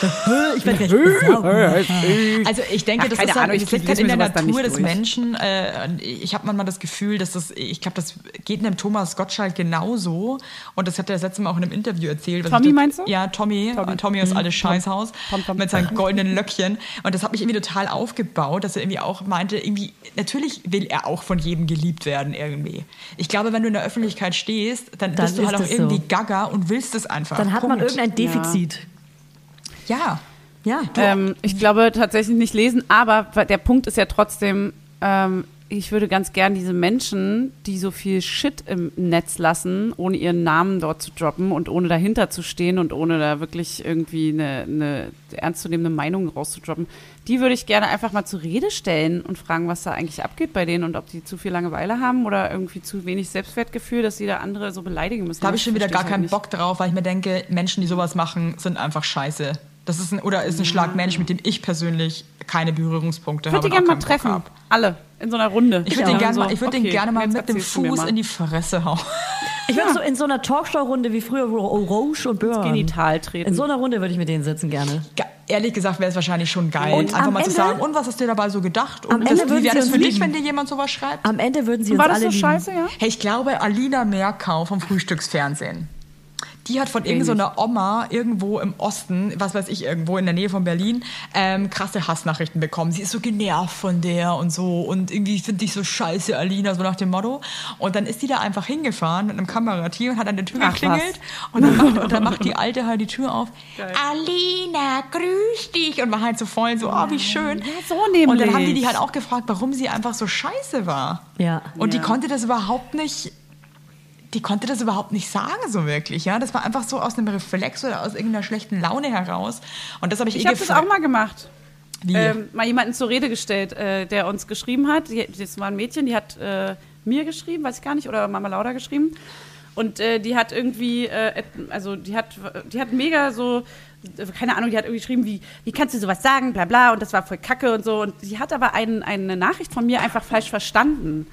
Speaker 1: ich werde gleich besaugen.
Speaker 3: Also ich denke,
Speaker 2: Ja,
Speaker 3: das
Speaker 2: keine
Speaker 3: ist halt,
Speaker 2: Ahnung, ich
Speaker 3: das liegt halt
Speaker 2: lese
Speaker 3: in
Speaker 2: mir
Speaker 3: der
Speaker 2: sowas dann
Speaker 3: Natur
Speaker 2: nicht
Speaker 3: des
Speaker 2: durch.
Speaker 3: Menschen. Äh, ich habe manchmal das Gefühl, dass das, ich glaube, das geht einem Thomas Gottschalk genauso. Und das hat er das letzte Mal auch in einem Interview erzählt. was
Speaker 2: Tommy
Speaker 3: ich-
Speaker 2: meinst du? Hm,
Speaker 3: Ja, Tommy. Äh, Tommy, aus alles Scheißhaus
Speaker 2: Tom, Tom.
Speaker 3: mit seinen goldenen Löckchen. Und das hat mich irgendwie total aufgebaut, dass er irgendwie auch meinte, irgendwie natürlich will er auch von jedem geliebt werden irgendwie. Ich glaube, wenn du in der Öffentlichkeit stehst, dann,
Speaker 1: Dann
Speaker 3: bist du
Speaker 1: ist
Speaker 3: halt auch
Speaker 1: das so.
Speaker 3: irgendwie Gaga und willst es einfach.
Speaker 1: Dann hat man
Speaker 3: Punkt.
Speaker 1: irgendein Defizit.
Speaker 3: Ja.
Speaker 1: Ja.
Speaker 2: Ähm, ich glaube tatsächlich nicht lesen, aber der Punkt ist ja trotzdem, ähm, ich würde ganz gern diese Menschen, die so viel Shit im Netz lassen, ohne ihren Namen dort zu droppen und ohne dahinter zu stehen und ohne da wirklich irgendwie eine, eine ernstzunehmende Meinung rauszudroppen, die würde ich gerne einfach mal zur Rede stellen und fragen, was da eigentlich abgeht bei denen und ob die zu viel Langeweile haben oder irgendwie zu wenig Selbstwertgefühl, dass sie da andere so beleidigen müssen.
Speaker 3: Da habe ich schon wieder
Speaker 2: Verstehe
Speaker 3: gar
Speaker 2: halt
Speaker 3: keinen
Speaker 2: nicht.
Speaker 3: Bock drauf, weil ich mir denke, Menschen, die sowas machen, sind einfach scheiße. Das ist ein, oder ist ein Schlag Mensch, mit dem ich persönlich keine Berührungspunkte
Speaker 2: Mhm. Ich würde
Speaker 3: habe.
Speaker 2: die
Speaker 3: und auch
Speaker 2: gerne mal
Speaker 3: keinen
Speaker 2: treffen.
Speaker 3: Bock habe.
Speaker 2: Alle. In so einer Runde.
Speaker 3: Ich würde den
Speaker 2: Ja.
Speaker 3: gerne
Speaker 2: So,
Speaker 3: mal, ich würd
Speaker 2: okay,
Speaker 3: den gerne mal
Speaker 2: jetzt
Speaker 3: mit dem
Speaker 2: erzählst du mir ne?
Speaker 3: Fuß
Speaker 2: mal.
Speaker 3: in die Fresse hauen.
Speaker 1: Ich würde so in so einer Talkshow-Runde wie früher Ro- Roche und Björn.
Speaker 2: Genital treten.
Speaker 1: In so einer Runde würde ich mit denen sitzen gerne.
Speaker 3: Ge- Ehrlich gesagt wäre es wahrscheinlich schon geil,
Speaker 1: Und
Speaker 3: einfach
Speaker 1: am
Speaker 3: mal zu
Speaker 1: Ende-
Speaker 3: sagen, und was hast du dir dabei so gedacht?
Speaker 1: am
Speaker 3: Und
Speaker 1: Ende
Speaker 3: das,
Speaker 1: würden
Speaker 3: wie wäre
Speaker 1: sie
Speaker 3: das
Speaker 1: uns
Speaker 3: für dich,
Speaker 1: lieben.
Speaker 3: wenn dir jemand sowas schreibt?
Speaker 1: Am Ende würden sie uns
Speaker 2: War das
Speaker 1: alle
Speaker 2: so
Speaker 1: lieben.
Speaker 2: scheiße, ja?
Speaker 3: Hey, ich glaube, Alina Merkau vom Frühstücksfernsehen. Die hat von irgendeiner Oma irgendwo im Osten, was weiß ich, irgendwo in der Nähe von Berlin, ähm, krasse Hassnachrichten bekommen. Sie ist so genervt von der und so und irgendwie finde ich so scheiße, Alina, so nach dem Motto. Und dann ist die da einfach hingefahren mit einem Kamerateam und hat an der Tür
Speaker 2: Ach,
Speaker 3: geklingelt und dann, macht, und dann macht die Alte halt die Tür auf. Alina, grüß dich! Und war halt so voll so, oh, wie schön. Ja,
Speaker 2: so
Speaker 3: Und dann haben die
Speaker 2: nämlich.
Speaker 3: die halt auch gefragt, warum sie einfach so scheiße war.
Speaker 1: Ja.
Speaker 3: Und die konnte das überhaupt nicht, die konnte das überhaupt nicht sagen, so wirklich. Ja? Das war einfach so aus einem Reflex oder aus irgendeiner schlechten Laune heraus. Und das habe ich,
Speaker 2: Ich
Speaker 3: eh
Speaker 2: habe das auch mal gemacht.
Speaker 3: Wie?
Speaker 2: Ähm, mal jemanden zur Rede gestellt, äh, der uns geschrieben hat. Die- Das war ein Mädchen, die hat äh, mir geschrieben, weiß ich gar nicht, oder Mama Lauda geschrieben. Und äh, die hat irgendwie, äh, et- also die hat, die hat mega so, äh, keine Ahnung, die hat irgendwie geschrieben, wie, wie kannst du sowas sagen, bla bla, und das war voll kacke und so. Und die hat aber einen, eine Nachricht von mir einfach falsch verstanden.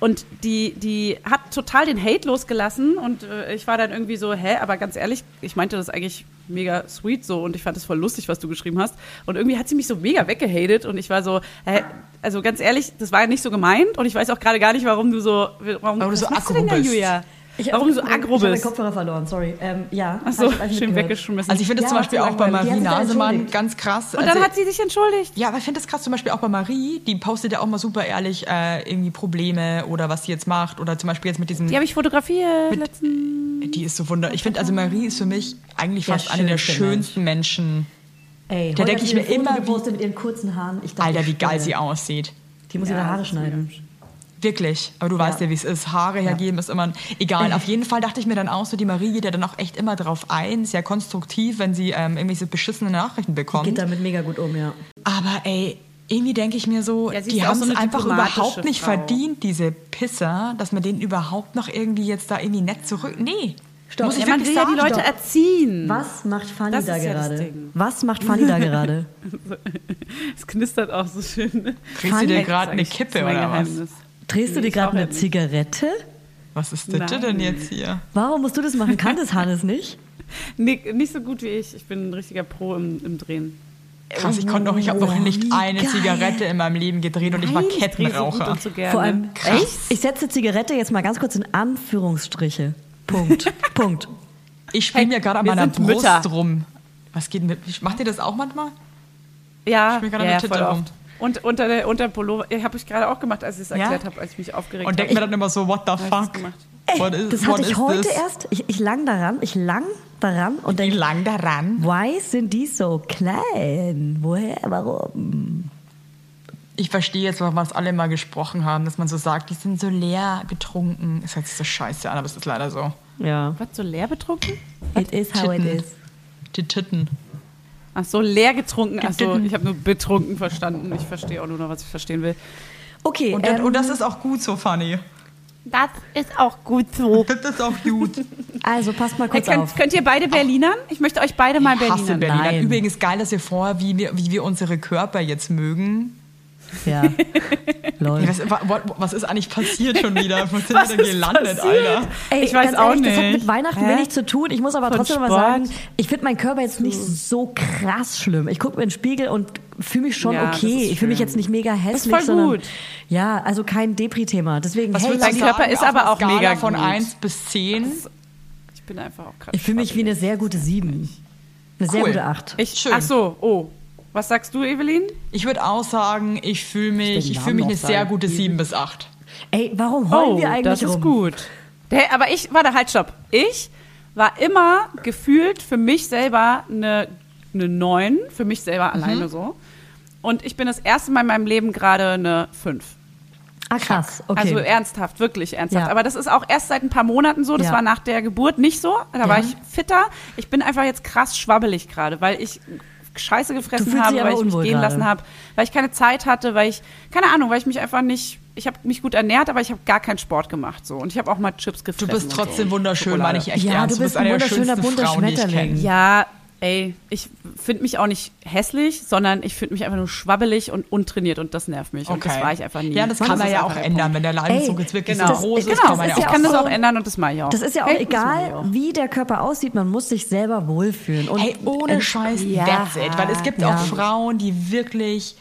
Speaker 2: Und die, die hat total den Hate losgelassen und äh, ich war dann irgendwie so, hä, aber ganz ehrlich, ich meinte das eigentlich mega sweet so und ich fand es voll lustig, was du geschrieben hast. Und irgendwie hat sie mich so mega weggehatet und ich war so, hä, also ganz ehrlich, das war ja nicht so gemeint und ich weiß auch gerade gar nicht, warum du so, warum,
Speaker 3: du
Speaker 2: was
Speaker 3: so
Speaker 2: machst du
Speaker 3: aggro
Speaker 2: denn da,
Speaker 3: bist.
Speaker 2: Julia?
Speaker 1: Ich-
Speaker 2: warum du so
Speaker 1: ich-
Speaker 2: aggro
Speaker 1: Ich habe den
Speaker 2: bist?
Speaker 1: Kopfhörer verloren, sorry. Ähm, ja.
Speaker 2: Ach so,
Speaker 1: hab hab
Speaker 2: schön
Speaker 1: mitgehört.
Speaker 2: weggeschmissen.
Speaker 3: also ich finde das
Speaker 1: Ja,
Speaker 3: zum Beispiel
Speaker 1: hat
Speaker 3: auch
Speaker 1: sie
Speaker 3: bei
Speaker 1: gesagt, die hat
Speaker 3: Marie
Speaker 1: sich da
Speaker 3: Nasemann
Speaker 1: entschuldigt.
Speaker 3: ganz krass.
Speaker 2: und dann
Speaker 3: also,
Speaker 2: hat sie sich entschuldigt.
Speaker 3: ja, aber ich finde das krass zum Beispiel auch bei Marie, die postet ja auch mal super ehrlich äh, irgendwie Probleme oder was sie jetzt macht oder zum Beispiel jetzt mit diesem
Speaker 2: Die habe ich fotografiert
Speaker 3: Mit-
Speaker 2: letzten.
Speaker 3: Die ist so wunderbar. Ich finde, also Marie ist für mich eigentlich
Speaker 1: Der
Speaker 3: fast eine der
Speaker 1: schönste
Speaker 3: schönsten Menschen.
Speaker 1: Ey,
Speaker 3: Da
Speaker 1: heute
Speaker 3: denk
Speaker 1: hat
Speaker 3: ich
Speaker 1: sie
Speaker 3: mir
Speaker 1: ein Foto
Speaker 3: immer, wie-
Speaker 1: gepostet mit ihren kurzen Haaren. Ich dachte,
Speaker 3: Alter, wie
Speaker 1: ich
Speaker 3: geil
Speaker 1: spinne.
Speaker 3: sie aussieht.
Speaker 1: Die muss ihre Haare schneiden.
Speaker 3: Wirklich. Aber du weißt ja, wie es ist. Haare hergeben ist immer ein, egal. Auf jeden Fall dachte ich mir dann auch so, die Marie geht ja dann auch echt immer drauf ein. Sehr konstruktiv, wenn sie ähm, irgendwie so beschissene Nachrichten
Speaker 1: Geht
Speaker 3: bekommt.
Speaker 1: damit mega gut um, ja.
Speaker 3: Aber ey, irgendwie denke ich mir so,
Speaker 2: Ja, sie
Speaker 3: die
Speaker 2: ist auch
Speaker 3: haben
Speaker 2: so
Speaker 3: es
Speaker 2: eine
Speaker 3: einfach
Speaker 2: diplomatische
Speaker 3: überhaupt nicht
Speaker 2: Frau.
Speaker 3: verdient, diese Pisser, dass man denen überhaupt noch irgendwie jetzt da irgendwie nett zurück... Nee.
Speaker 1: Stopp.
Speaker 3: Muss ich
Speaker 1: Ja,
Speaker 2: Man
Speaker 3: wirklich
Speaker 2: will ja
Speaker 3: sagen.
Speaker 2: die Leute
Speaker 1: doch.
Speaker 2: erziehen.
Speaker 1: Was macht Fanny
Speaker 2: Das
Speaker 1: da
Speaker 2: ist ja das
Speaker 1: gerade?
Speaker 2: Ding.
Speaker 1: Was macht Fanny da gerade?
Speaker 2: Es knistert auch so schön.
Speaker 3: Kriegst du dir
Speaker 2: Das ist
Speaker 3: gerade eine
Speaker 2: eigentlich- das
Speaker 3: Kippe
Speaker 2: ist mein
Speaker 3: oder was?
Speaker 2: Geheimnis.
Speaker 1: Drehst du
Speaker 2: Nee,
Speaker 1: dir
Speaker 2: ich
Speaker 1: gerade
Speaker 2: auch
Speaker 1: eine
Speaker 2: nicht.
Speaker 1: Zigarette?
Speaker 3: Was ist das
Speaker 2: Nein.
Speaker 3: denn jetzt hier?
Speaker 1: Warum musst du das machen? Kann das Hannes nicht?
Speaker 2: Nee, nicht so gut wie ich. Ich bin ein richtiger Pro im, im Drehen.
Speaker 3: Krass, ich konnte noch, ich habe noch nicht eine Zigarette in meinem Leben gedreht und ich war
Speaker 2: Oh Nein, ich drehe so gut
Speaker 3: Kettenraucher.
Speaker 2: und so gerne.
Speaker 1: Vor allem,
Speaker 3: Krass.
Speaker 1: Echt? ich setze Zigarette jetzt mal ganz kurz in Anführungsstriche. Punkt. Punkt.
Speaker 3: Ich spiele mir gerade an
Speaker 2: wir
Speaker 3: meiner
Speaker 2: sind
Speaker 3: Brust
Speaker 2: Mütter.
Speaker 3: rum. Was geht denn mit? Macht ihr das auch manchmal?
Speaker 2: ja,
Speaker 3: spiel gerade
Speaker 2: ja, ja,
Speaker 3: mit
Speaker 2: voll
Speaker 3: Titel rum.
Speaker 2: oft. Und unter der unter dem Pullover, ich habe ich gerade auch gemacht, als ich es erklärt habe, als ich mich aufgeregt
Speaker 3: Und denkt
Speaker 2: habe.
Speaker 3: mir dann immer so, what the
Speaker 2: hab ich
Speaker 3: fuck?
Speaker 2: das gemacht.
Speaker 3: What is,
Speaker 1: Das
Speaker 3: what
Speaker 1: hatte ich
Speaker 3: is
Speaker 1: heute
Speaker 3: this?
Speaker 1: erst. Ich, ich lang daran, ich lang daran und
Speaker 3: Wie
Speaker 1: denke,
Speaker 3: lang daran?
Speaker 1: why sind die so klein? Woher, warum?
Speaker 3: Ich verstehe jetzt, warum wir es alle mal gesprochen haben, dass man so sagt, die sind so leer getrunken. Es hört sich so scheiße an, aber es ist leider so.
Speaker 1: Ja.
Speaker 2: Was, so leer betrunken?
Speaker 1: It is how it
Speaker 3: Titten.
Speaker 1: is.
Speaker 3: Die Titten.
Speaker 2: Ach so, leer getrunken. Ach so, ich habe nur betrunken verstanden. Ich verstehe auch nur noch, was ich verstehen will.
Speaker 1: Okay,
Speaker 3: Und, das-
Speaker 1: ähm,
Speaker 3: und das ist auch gut so, Fanny.
Speaker 6: Das ist auch gut so.
Speaker 3: Das ist auch gut.
Speaker 1: Also passt mal
Speaker 2: Hey,
Speaker 1: kurz
Speaker 2: könnt,
Speaker 1: auf.
Speaker 2: könnt ihr beide Berlinern? Ich möchte euch beide mal
Speaker 3: Hasse
Speaker 2: Berlinern.
Speaker 3: Berliner.
Speaker 1: Nein.
Speaker 3: Übrigens geil, dass ihr vorher, wie wir, wie wir unsere Körper jetzt mögen.
Speaker 1: Ja. Lol.
Speaker 3: Ey, Was, wa- wa- was ist eigentlich passiert schon wieder? Wo sind
Speaker 2: Was
Speaker 3: wir denn
Speaker 2: ist
Speaker 3: gelandet,
Speaker 2: passiert?
Speaker 3: Alter?
Speaker 1: Ey,
Speaker 2: ich weiß
Speaker 1: ganz
Speaker 2: auch
Speaker 1: ehrlich,
Speaker 2: nicht.
Speaker 1: Das hat mit Weihnachten
Speaker 2: Hä?
Speaker 1: wenig zu tun. Ich muss aber
Speaker 2: Von
Speaker 1: trotzdem mal
Speaker 2: Sport? Hm.
Speaker 1: sagen, ich finde meinen Körper jetzt nicht so krass schlimm. Ich gucke mir in den Spiegel und fühle mich schon
Speaker 2: Ja, das
Speaker 1: okay.
Speaker 2: ist
Speaker 1: Ich fühle mich
Speaker 2: schön.
Speaker 1: jetzt nicht mega hässlich.
Speaker 2: voll
Speaker 1: sondern,
Speaker 2: gut.
Speaker 1: Ja, also kein Depri-Thema. Deswegen,
Speaker 3: Was
Speaker 1: hey,
Speaker 3: würdest du
Speaker 2: dein Körper
Speaker 3: sagen,
Speaker 2: ist
Speaker 3: auf
Speaker 2: aber
Speaker 3: einer
Speaker 2: auch
Speaker 3: Skala
Speaker 2: mega
Speaker 3: von
Speaker 2: gut.
Speaker 3: 1 bis 10.
Speaker 2: Ich bin einfach auch gerade.
Speaker 1: ich fühle mich wie eine sehr gute 7. Eine sehr
Speaker 3: Cool.
Speaker 1: gute 8.
Speaker 2: Ich,
Speaker 3: Schön.
Speaker 2: Ach so, oh. Was sagst du, Evelyn?
Speaker 3: Ich würde auch sagen, ich fühle mich, ich fühl mich eine sehr gute 7 bis 8.
Speaker 1: Ey, warum heulen
Speaker 2: oh,
Speaker 1: wir eigentlich
Speaker 2: das
Speaker 1: rum?
Speaker 2: ist gut. Hey, aber ich, warte, halt, stopp. Ich war immer gefühlt für mich selber eine, eine 9, für mich selber alleine so. Und ich bin das erste Mal in meinem Leben gerade eine 5.
Speaker 1: Ah, krass. Okay.
Speaker 2: Also ernsthaft, wirklich ernsthaft.
Speaker 1: Ja.
Speaker 2: Aber das ist auch erst seit ein paar Monaten so. Das
Speaker 1: Ja.
Speaker 2: war nach der Geburt nicht so. Da war ich fitter. Ich bin einfach jetzt krass schwabbelig gerade, weil ich Scheiße
Speaker 1: Du
Speaker 2: gefressen
Speaker 1: fühlst
Speaker 2: habe,
Speaker 1: dich aber
Speaker 2: weil ich mich
Speaker 1: unwohl
Speaker 2: gehen
Speaker 1: gerade.
Speaker 2: lassen habe, weil ich keine Zeit hatte, weil ich keine Ahnung, weil ich mich einfach nicht. Ich habe mich gut ernährt, aber ich habe gar keinen Sport gemacht so und ich habe auch mal Chips
Speaker 3: Du
Speaker 2: gefressen.
Speaker 3: bist
Speaker 2: und
Speaker 3: trotzdem
Speaker 2: so.
Speaker 3: wunderschön,
Speaker 2: Schokolade.
Speaker 3: meine ich echt
Speaker 1: Ja,
Speaker 3: ernst.
Speaker 1: du bist ein
Speaker 3: eine der
Speaker 1: wunderschöner,
Speaker 3: schönsten
Speaker 1: bunter
Speaker 3: Frauen, die ich
Speaker 1: Schmetterling.
Speaker 3: kenne.
Speaker 2: Ja, ey, ich finde mich auch nicht hässlich, sondern ich finde mich einfach nur schwabbelig und untrainiert und das nervt mich und das war ich einfach nie.
Speaker 3: Ja, das kann man
Speaker 2: ist
Speaker 3: ja
Speaker 2: einfach
Speaker 3: auch
Speaker 2: der
Speaker 3: ändern, wenn der Leidensdruck
Speaker 1: Ey,
Speaker 3: jetzt wirklich
Speaker 1: genau.
Speaker 3: so groß
Speaker 1: Das-
Speaker 3: ist.
Speaker 1: genau,
Speaker 3: Kann man
Speaker 1: das
Speaker 3: ja
Speaker 1: ist
Speaker 3: auch
Speaker 1: ja
Speaker 2: ich kann das
Speaker 1: so-
Speaker 2: auch ändern und das mache ich auch.
Speaker 1: das ist ja auch
Speaker 2: Hey, das mache ich
Speaker 1: egal,
Speaker 2: auch.
Speaker 1: wie der Körper aussieht, man muss sich selber wohlfühlen. Und
Speaker 3: Hey, ohne
Speaker 1: äh,
Speaker 3: Scheiß,
Speaker 1: ja.
Speaker 3: that's it. Weil es gibt
Speaker 1: Ja.
Speaker 3: auch Frauen, die wirklich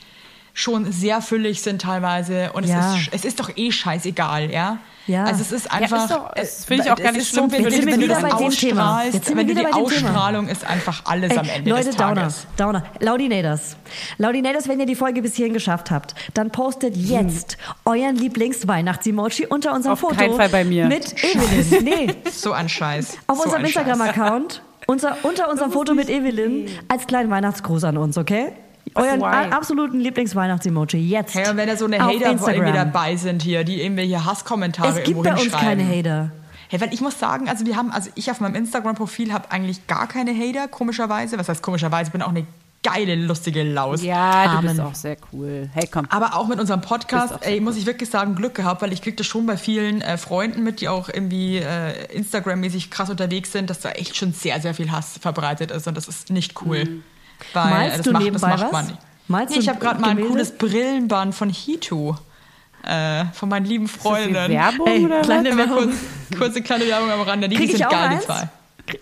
Speaker 3: schon sehr füllig sind teilweise und
Speaker 1: Ja.
Speaker 3: es, ist, es ist doch eh scheißegal, ja?
Speaker 1: Ja.
Speaker 3: Also es ist einfach,
Speaker 2: ist doch-
Speaker 3: es-
Speaker 2: das finde ich auch
Speaker 3: es
Speaker 2: gar nicht
Speaker 3: ist
Speaker 2: schlimm.
Speaker 3: So, wenn,
Speaker 2: Jetzt
Speaker 3: du-
Speaker 2: sind wir
Speaker 3: wenn du
Speaker 2: wieder
Speaker 3: das
Speaker 2: bei
Speaker 1: dem Thema. Jetzt
Speaker 3: ausstrahlst,
Speaker 1: sind
Speaker 3: wenn du
Speaker 1: wir
Speaker 3: die
Speaker 1: wieder bei dem Thema.
Speaker 3: Ausstrahlung ist einfach alles am Ende
Speaker 1: Leute,
Speaker 3: des
Speaker 1: Downer,
Speaker 3: Tages.
Speaker 1: Downer. Laudinators. Laudinators, wenn ihr die Folge bis hierhin geschafft habt, dann postet
Speaker 3: Hm.
Speaker 1: jetzt euren Lieblingsweihnachts-Emoji unter unserem
Speaker 2: Auf
Speaker 1: Foto.
Speaker 2: keinen Fall bei mir.
Speaker 1: Mit Evelyn. Nee,
Speaker 3: So ein Scheiß.
Speaker 1: auf
Speaker 3: so
Speaker 1: unserem
Speaker 3: ein Scheiß.
Speaker 1: Instagram-Account. Unser, unter unserem Foto mit Evelyn als kleinen Weihnachtsgruß an uns, okay? Euren
Speaker 2: Why?
Speaker 1: a- absoluten Lieblingsweihnachts-Emoji jetzt.
Speaker 3: Hey, und wenn da so eine
Speaker 1: auf
Speaker 3: Hater irgendwie
Speaker 1: Instagram.
Speaker 3: dabei sind hier, die irgendwelche Hasskommentare
Speaker 1: Es gibt
Speaker 3: irgendwo
Speaker 1: bei uns
Speaker 3: hinschreiben.
Speaker 1: keine Hater.
Speaker 3: Hey, weil ich muss sagen, also wir haben, also ich auf meinem Instagram-Profil habe eigentlich gar keine Hater, komischerweise. Was heißt komischerweise? Ich bin auch eine geile, lustige Laus.
Speaker 2: Ja, du bist
Speaker 1: Amen.
Speaker 2: auch sehr cool. Hey, komm.
Speaker 3: Aber auch mit unserem Podcast,
Speaker 2: Ist auch
Speaker 3: ey, muss ich wirklich sagen, Glück gehabt, weil ich kriege das schon bei vielen äh, Freunden mit, die auch irgendwie äh, Instagram-mäßig krass unterwegs sind, dass da echt schon sehr, sehr viel Hass verbreitet ist und das ist nicht cool. Weil, äh,
Speaker 1: Mhm. Malst
Speaker 3: das
Speaker 1: du
Speaker 3: macht,
Speaker 1: nebenbei
Speaker 3: das macht
Speaker 1: was?
Speaker 3: Man nicht.
Speaker 1: Malst
Speaker 3: nee,
Speaker 1: du
Speaker 3: ich habe gerade mal ein
Speaker 1: Gemälde?
Speaker 3: cooles Brillenband von Hitu. Äh, von meinen lieben
Speaker 2: das die
Speaker 3: Freunden.
Speaker 2: Werbung
Speaker 1: Ey,
Speaker 2: oder
Speaker 1: kleine
Speaker 2: was?
Speaker 3: Immer
Speaker 1: Werbung.
Speaker 3: kurz, kurze kleine Werbung am Rande. Die,
Speaker 1: Krieg
Speaker 3: die
Speaker 1: ich
Speaker 3: sind
Speaker 1: auch
Speaker 3: geil,
Speaker 1: eins?
Speaker 3: die zwei.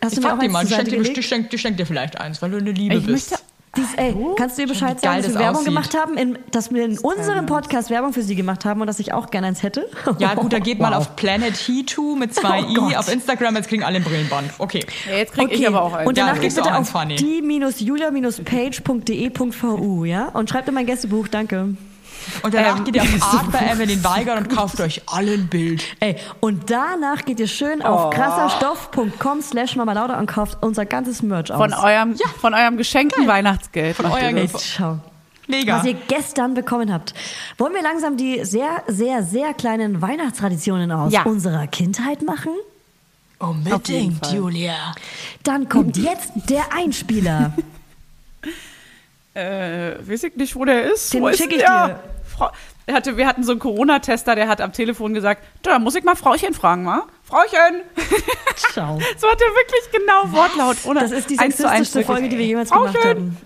Speaker 1: Hast
Speaker 3: Ich
Speaker 1: du mir auch
Speaker 3: frag die
Speaker 1: eins
Speaker 3: mal, ich
Speaker 1: zur Seite
Speaker 3: schenk, dir,
Speaker 1: gelegt?
Speaker 3: ich, schenk, ich schenk dir vielleicht eins, weil du eine Liebe
Speaker 2: Ich
Speaker 3: bist.
Speaker 2: möchte-
Speaker 1: Dies, ey, kannst du ihr Bescheid
Speaker 3: wie geil
Speaker 1: sagen, dass wir
Speaker 3: das
Speaker 1: Werbung
Speaker 3: aussieht.
Speaker 1: gemacht haben, in, dass wir in unserem Podcast Werbung für sie gemacht haben und dass ich auch gerne eins hätte?
Speaker 3: Ja gut, dann geht mal
Speaker 1: Wow.
Speaker 3: auf Planet He2 mit zwei
Speaker 1: Oh
Speaker 3: i
Speaker 1: Gott.
Speaker 3: auf Instagram, jetzt kriegen alle ein Brillenband. Okay.
Speaker 2: Ja, jetzt krieg ich aber auch einen.
Speaker 1: Und danach
Speaker 3: Ja,
Speaker 1: geht
Speaker 3: kriegst du
Speaker 1: bitte
Speaker 3: auch
Speaker 1: auf
Speaker 3: einen, Fanny.
Speaker 1: die-julia-page.de.vu, ja? Und schreibt in mein Gästebuch, danke.
Speaker 3: Und danach geht ihr auf Art bei Evelyn Weigert und kauft euch alle ein Bild.
Speaker 1: Ey, und danach geht ihr schön auf krasserstoff.com slash mamalauda und kauft unser ganzes Merch aus.
Speaker 2: Von eurem, von eurem geschenkten Weihnachtsgeld. Von
Speaker 3: eurem
Speaker 1: Ey, schau.
Speaker 3: Mega.
Speaker 1: Was ihr gestern bekommen habt. Wollen wir langsam die sehr, sehr, sehr kleinen Weihnachtstraditionen aus
Speaker 2: Ja.
Speaker 1: unserer Kindheit machen?
Speaker 3: Unbedingt, Julia.
Speaker 1: Dann kommt jetzt der Einspieler.
Speaker 2: äh, weiß ich nicht, wo der ist.
Speaker 1: Den
Speaker 2: wo ist
Speaker 1: schick
Speaker 2: denn
Speaker 1: ich
Speaker 2: der?
Speaker 1: dir.
Speaker 2: Frau, er hatte, wir hatten so einen Corona-Tester, der hat am Telefon gesagt, da muss ich mal Frauchen fragen, ma? Frauchen!
Speaker 1: Ciao.
Speaker 2: So hat er wirklich genau Wortlaut. Ohne
Speaker 1: Das ist die
Speaker 2: eins zu eins
Speaker 1: sexistischste
Speaker 2: wirklich.
Speaker 1: Folge, die wir jemals
Speaker 2: Frauchen!
Speaker 1: gemacht haben.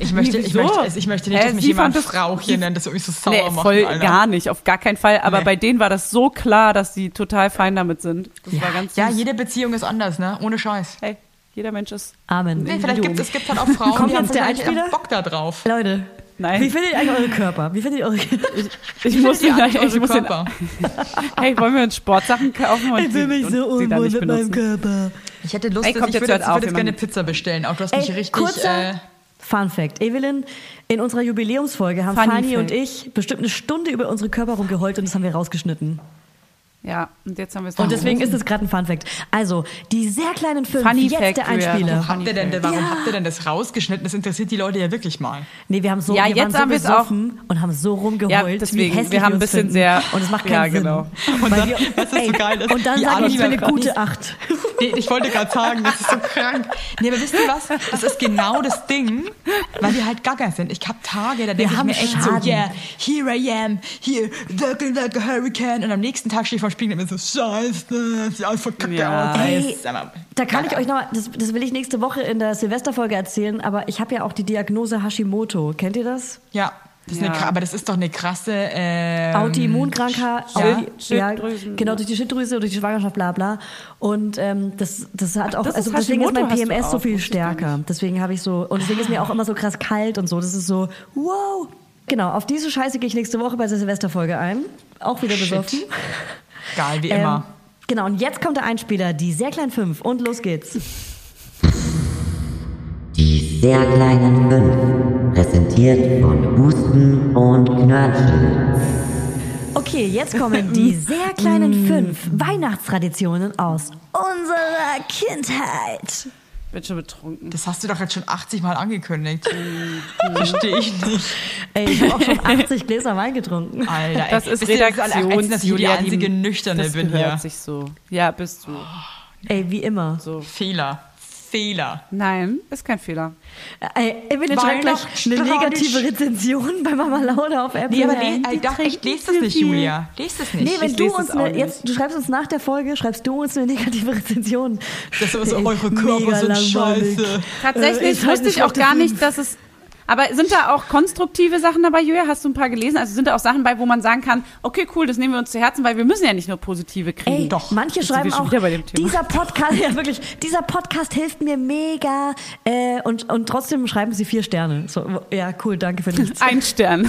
Speaker 3: Ich möchte, ich
Speaker 2: Wieso?
Speaker 3: möchte, es- ich möchte nicht,
Speaker 2: Hä,
Speaker 3: dass mich
Speaker 2: sie
Speaker 3: jemand
Speaker 2: fand das-
Speaker 3: Frauchen nennt, das würde mich so sauer
Speaker 2: Nee,
Speaker 3: machen.
Speaker 2: voll
Speaker 3: Alter.
Speaker 2: gar nicht, auf gar keinen Fall. Aber
Speaker 3: Nee.
Speaker 2: bei denen war das so klar, dass sie total fein damit sind. Das war ganz
Speaker 3: Ja,
Speaker 2: süß.
Speaker 3: jede Beziehung ist anders, ne? Ohne Scheiß.
Speaker 2: hey, jeder Mensch ist
Speaker 1: Amen.
Speaker 3: Nee, vielleicht gibt es gibt halt auch Frauen,
Speaker 1: Kommt
Speaker 3: die haben
Speaker 1: jetzt der
Speaker 3: vielleicht
Speaker 1: Einspieler?
Speaker 3: echt Bock da drauf.
Speaker 1: Leute,
Speaker 2: Nein.
Speaker 1: wie findet ihr eigentlich eure Körper? Wie findet ihr eure
Speaker 2: Ich
Speaker 3: Findet
Speaker 2: muss
Speaker 3: ihr
Speaker 2: den,
Speaker 3: eigentlich
Speaker 2: ich
Speaker 3: eure
Speaker 2: muss den,
Speaker 3: Körper?
Speaker 2: hey, wollen wir uns Sportsachen kaufen und, die- und die dann nicht benutzen?
Speaker 1: Körper.
Speaker 3: Ich hätte Lust,
Speaker 2: Ey,
Speaker 3: dass-
Speaker 2: kommt,
Speaker 3: ich
Speaker 2: jetzt
Speaker 3: würde
Speaker 2: hört
Speaker 3: jetzt, ich
Speaker 2: auf,
Speaker 3: würde
Speaker 2: wir
Speaker 3: jetzt gerne
Speaker 2: machen-
Speaker 3: Pizza bestellen. Auch du hast mich
Speaker 1: Ey,
Speaker 3: richtig.
Speaker 1: kurzer
Speaker 3: äh,
Speaker 1: Fun Fact. Evelyn, in unserer Jubiläumsfolge haben
Speaker 2: Funny
Speaker 1: Fanny
Speaker 2: Fact.
Speaker 1: und ich bestimmt eine Stunde über unsere Körper rumgeheult und das haben wir rausgeschnitten.
Speaker 2: Ja, und jetzt haben wir es
Speaker 1: Und deswegen ist es gerade ein Fun Fact. Also, die sehr kleinen fünf,
Speaker 2: Funny
Speaker 1: jetzt
Speaker 2: Fact,
Speaker 1: der
Speaker 2: Julia.
Speaker 1: Einspieler.
Speaker 2: Funny
Speaker 3: Habt ihr denn,
Speaker 2: Fact.
Speaker 3: warum
Speaker 1: Ja.
Speaker 3: habt ihr denn das rausgeschnitten? Das interessiert die Leute ja wirklich mal.
Speaker 1: Nee, wir haben so,
Speaker 2: Ja,
Speaker 1: wir
Speaker 2: jetzt
Speaker 1: waren so
Speaker 2: haben wir's
Speaker 1: besoffen und haben so
Speaker 2: Ja,
Speaker 1: rumgeheult,
Speaker 2: deswegen,
Speaker 1: wie hässlich
Speaker 2: wir haben ein
Speaker 1: uns
Speaker 2: bisschen
Speaker 1: finden.
Speaker 2: sehr-
Speaker 1: Und es macht
Speaker 2: Ja,
Speaker 1: keinen
Speaker 2: genau.
Speaker 1: Sinn. Und
Speaker 3: dann- das ist so geil, das-
Speaker 1: Und dann
Speaker 3: die
Speaker 1: sag ich, ich bin
Speaker 3: Arme-
Speaker 1: eine gute Acht.
Speaker 3: Nee, ich wollte gerade sagen, das ist so krank. Nee, aber wisst ihr was? Das ist genau das Ding, weil wir halt gaga sind. Ich hab Tage, da denke ich
Speaker 1: haben
Speaker 3: mir echt
Speaker 1: Schaden.
Speaker 3: so, yeah, here I am, here, the, the, the hurricane. Und am nächsten Tag stehe ich vom Spiegel immer so, scheiße, sieht alles voll kacke
Speaker 2: Ja.
Speaker 3: aus.
Speaker 1: Ey,
Speaker 3: Aber-
Speaker 1: da kann ich euch noch, das, das will ich nächste Woche in der Silvesterfolge erzählen, aber ich habe ja auch die Diagnose Hashimoto. Kennt ihr das?
Speaker 3: Ja, das ist
Speaker 2: Ja.
Speaker 3: Eine, kra- aber das ist doch eine krasse... Ähm,
Speaker 1: Autoimmunkrankheit,
Speaker 2: Schild-
Speaker 1: ja,
Speaker 2: Schilddrüsen-
Speaker 1: ja, genau durch die Schilddrüse, durch die Schwangerschaft, bla bla. Und ähm, das, das hat auch,
Speaker 2: das ist
Speaker 1: also deswegen ist mein
Speaker 2: Hashimoto, hast du
Speaker 1: PMS so
Speaker 2: auch,
Speaker 1: viel
Speaker 2: wusste ich gar
Speaker 1: stärker. Deswegen habe ich so und deswegen ist mir auch immer so krass kalt und so. Das ist so, wow. Genau, auf diese Scheiße gehe ich nächste Woche bei der Silvesterfolge ein. Auch wieder
Speaker 3: Shit.
Speaker 1: besoffen.
Speaker 3: Geil, wie
Speaker 1: Ähm,
Speaker 3: immer.
Speaker 1: Genau, und jetzt kommt der Einspieler, die sehr kleinen fünf und los geht's.
Speaker 7: Die sehr kleinen fünf, präsentiert von Husten und Knörnchen.
Speaker 1: Okay, jetzt kommen die sehr kleinen fünf Weihnachtstraditionen aus unserer Kindheit.
Speaker 2: Bin schon betrunken.
Speaker 3: Das hast du doch jetzt schon 80 Mal angekündigt. Verstehe ich nicht.
Speaker 1: Ey, ich habe auch schon 80 Gläser Wein getrunken.
Speaker 3: Alter, ey.
Speaker 2: Das ist
Speaker 3: Wisst ihr, das ist,
Speaker 2: Redaktions-
Speaker 3: dass ich die
Speaker 2: Julia,
Speaker 3: einzige Nüchterne
Speaker 2: das
Speaker 3: bin
Speaker 2: gehört
Speaker 3: hier.
Speaker 2: sich so. Ja, bist du.
Speaker 1: Ey, wie immer.
Speaker 3: Fehler. Fehler.
Speaker 2: Nein, ist kein Fehler.
Speaker 1: Ey, Evelyn schreibt gleich eine negative
Speaker 3: Weihnachtsstradisch.
Speaker 1: Rezension bei Mama Lauda auf Apple.
Speaker 3: Nee, aber
Speaker 1: Nein.
Speaker 3: le ich dachte, ich lese das nicht, Julia. Lese das nicht.
Speaker 1: Nee, wenn
Speaker 2: ich
Speaker 1: du
Speaker 2: lese
Speaker 1: uns
Speaker 2: das auch
Speaker 1: eine, jetzt, du schreibst uns nach der Folge, schreibst du uns eine negative Rezension.
Speaker 3: Das ist
Speaker 1: Ey,
Speaker 3: eure
Speaker 1: mega
Speaker 3: Körper sind
Speaker 1: langweilig.
Speaker 3: scheiße.
Speaker 1: Äh,
Speaker 2: Tatsächlich
Speaker 1: ist halt
Speaker 2: wusste ich
Speaker 1: eine
Speaker 2: auch gar
Speaker 1: schlechte
Speaker 2: nicht, dass es. Aber sind da auch konstruktive Sachen dabei, Julia? Hast du ein paar gelesen? Also sind da auch Sachen bei, wo man sagen kann, okay, cool, das nehmen wir uns zu Herzen, weil wir müssen ja nicht nur positive kriegen.
Speaker 1: Ey,
Speaker 3: Doch.
Speaker 1: manche
Speaker 2: Jetzt sind
Speaker 1: schreiben
Speaker 2: wir schon
Speaker 1: auch,
Speaker 2: wieder bei dem Thema.
Speaker 1: dieser Podcast, ja wirklich, dieser Podcast hilft mir mega äh, und, und trotzdem schreiben sie vier Sterne. So, ja, cool, danke für nichts.
Speaker 2: Ein Stern.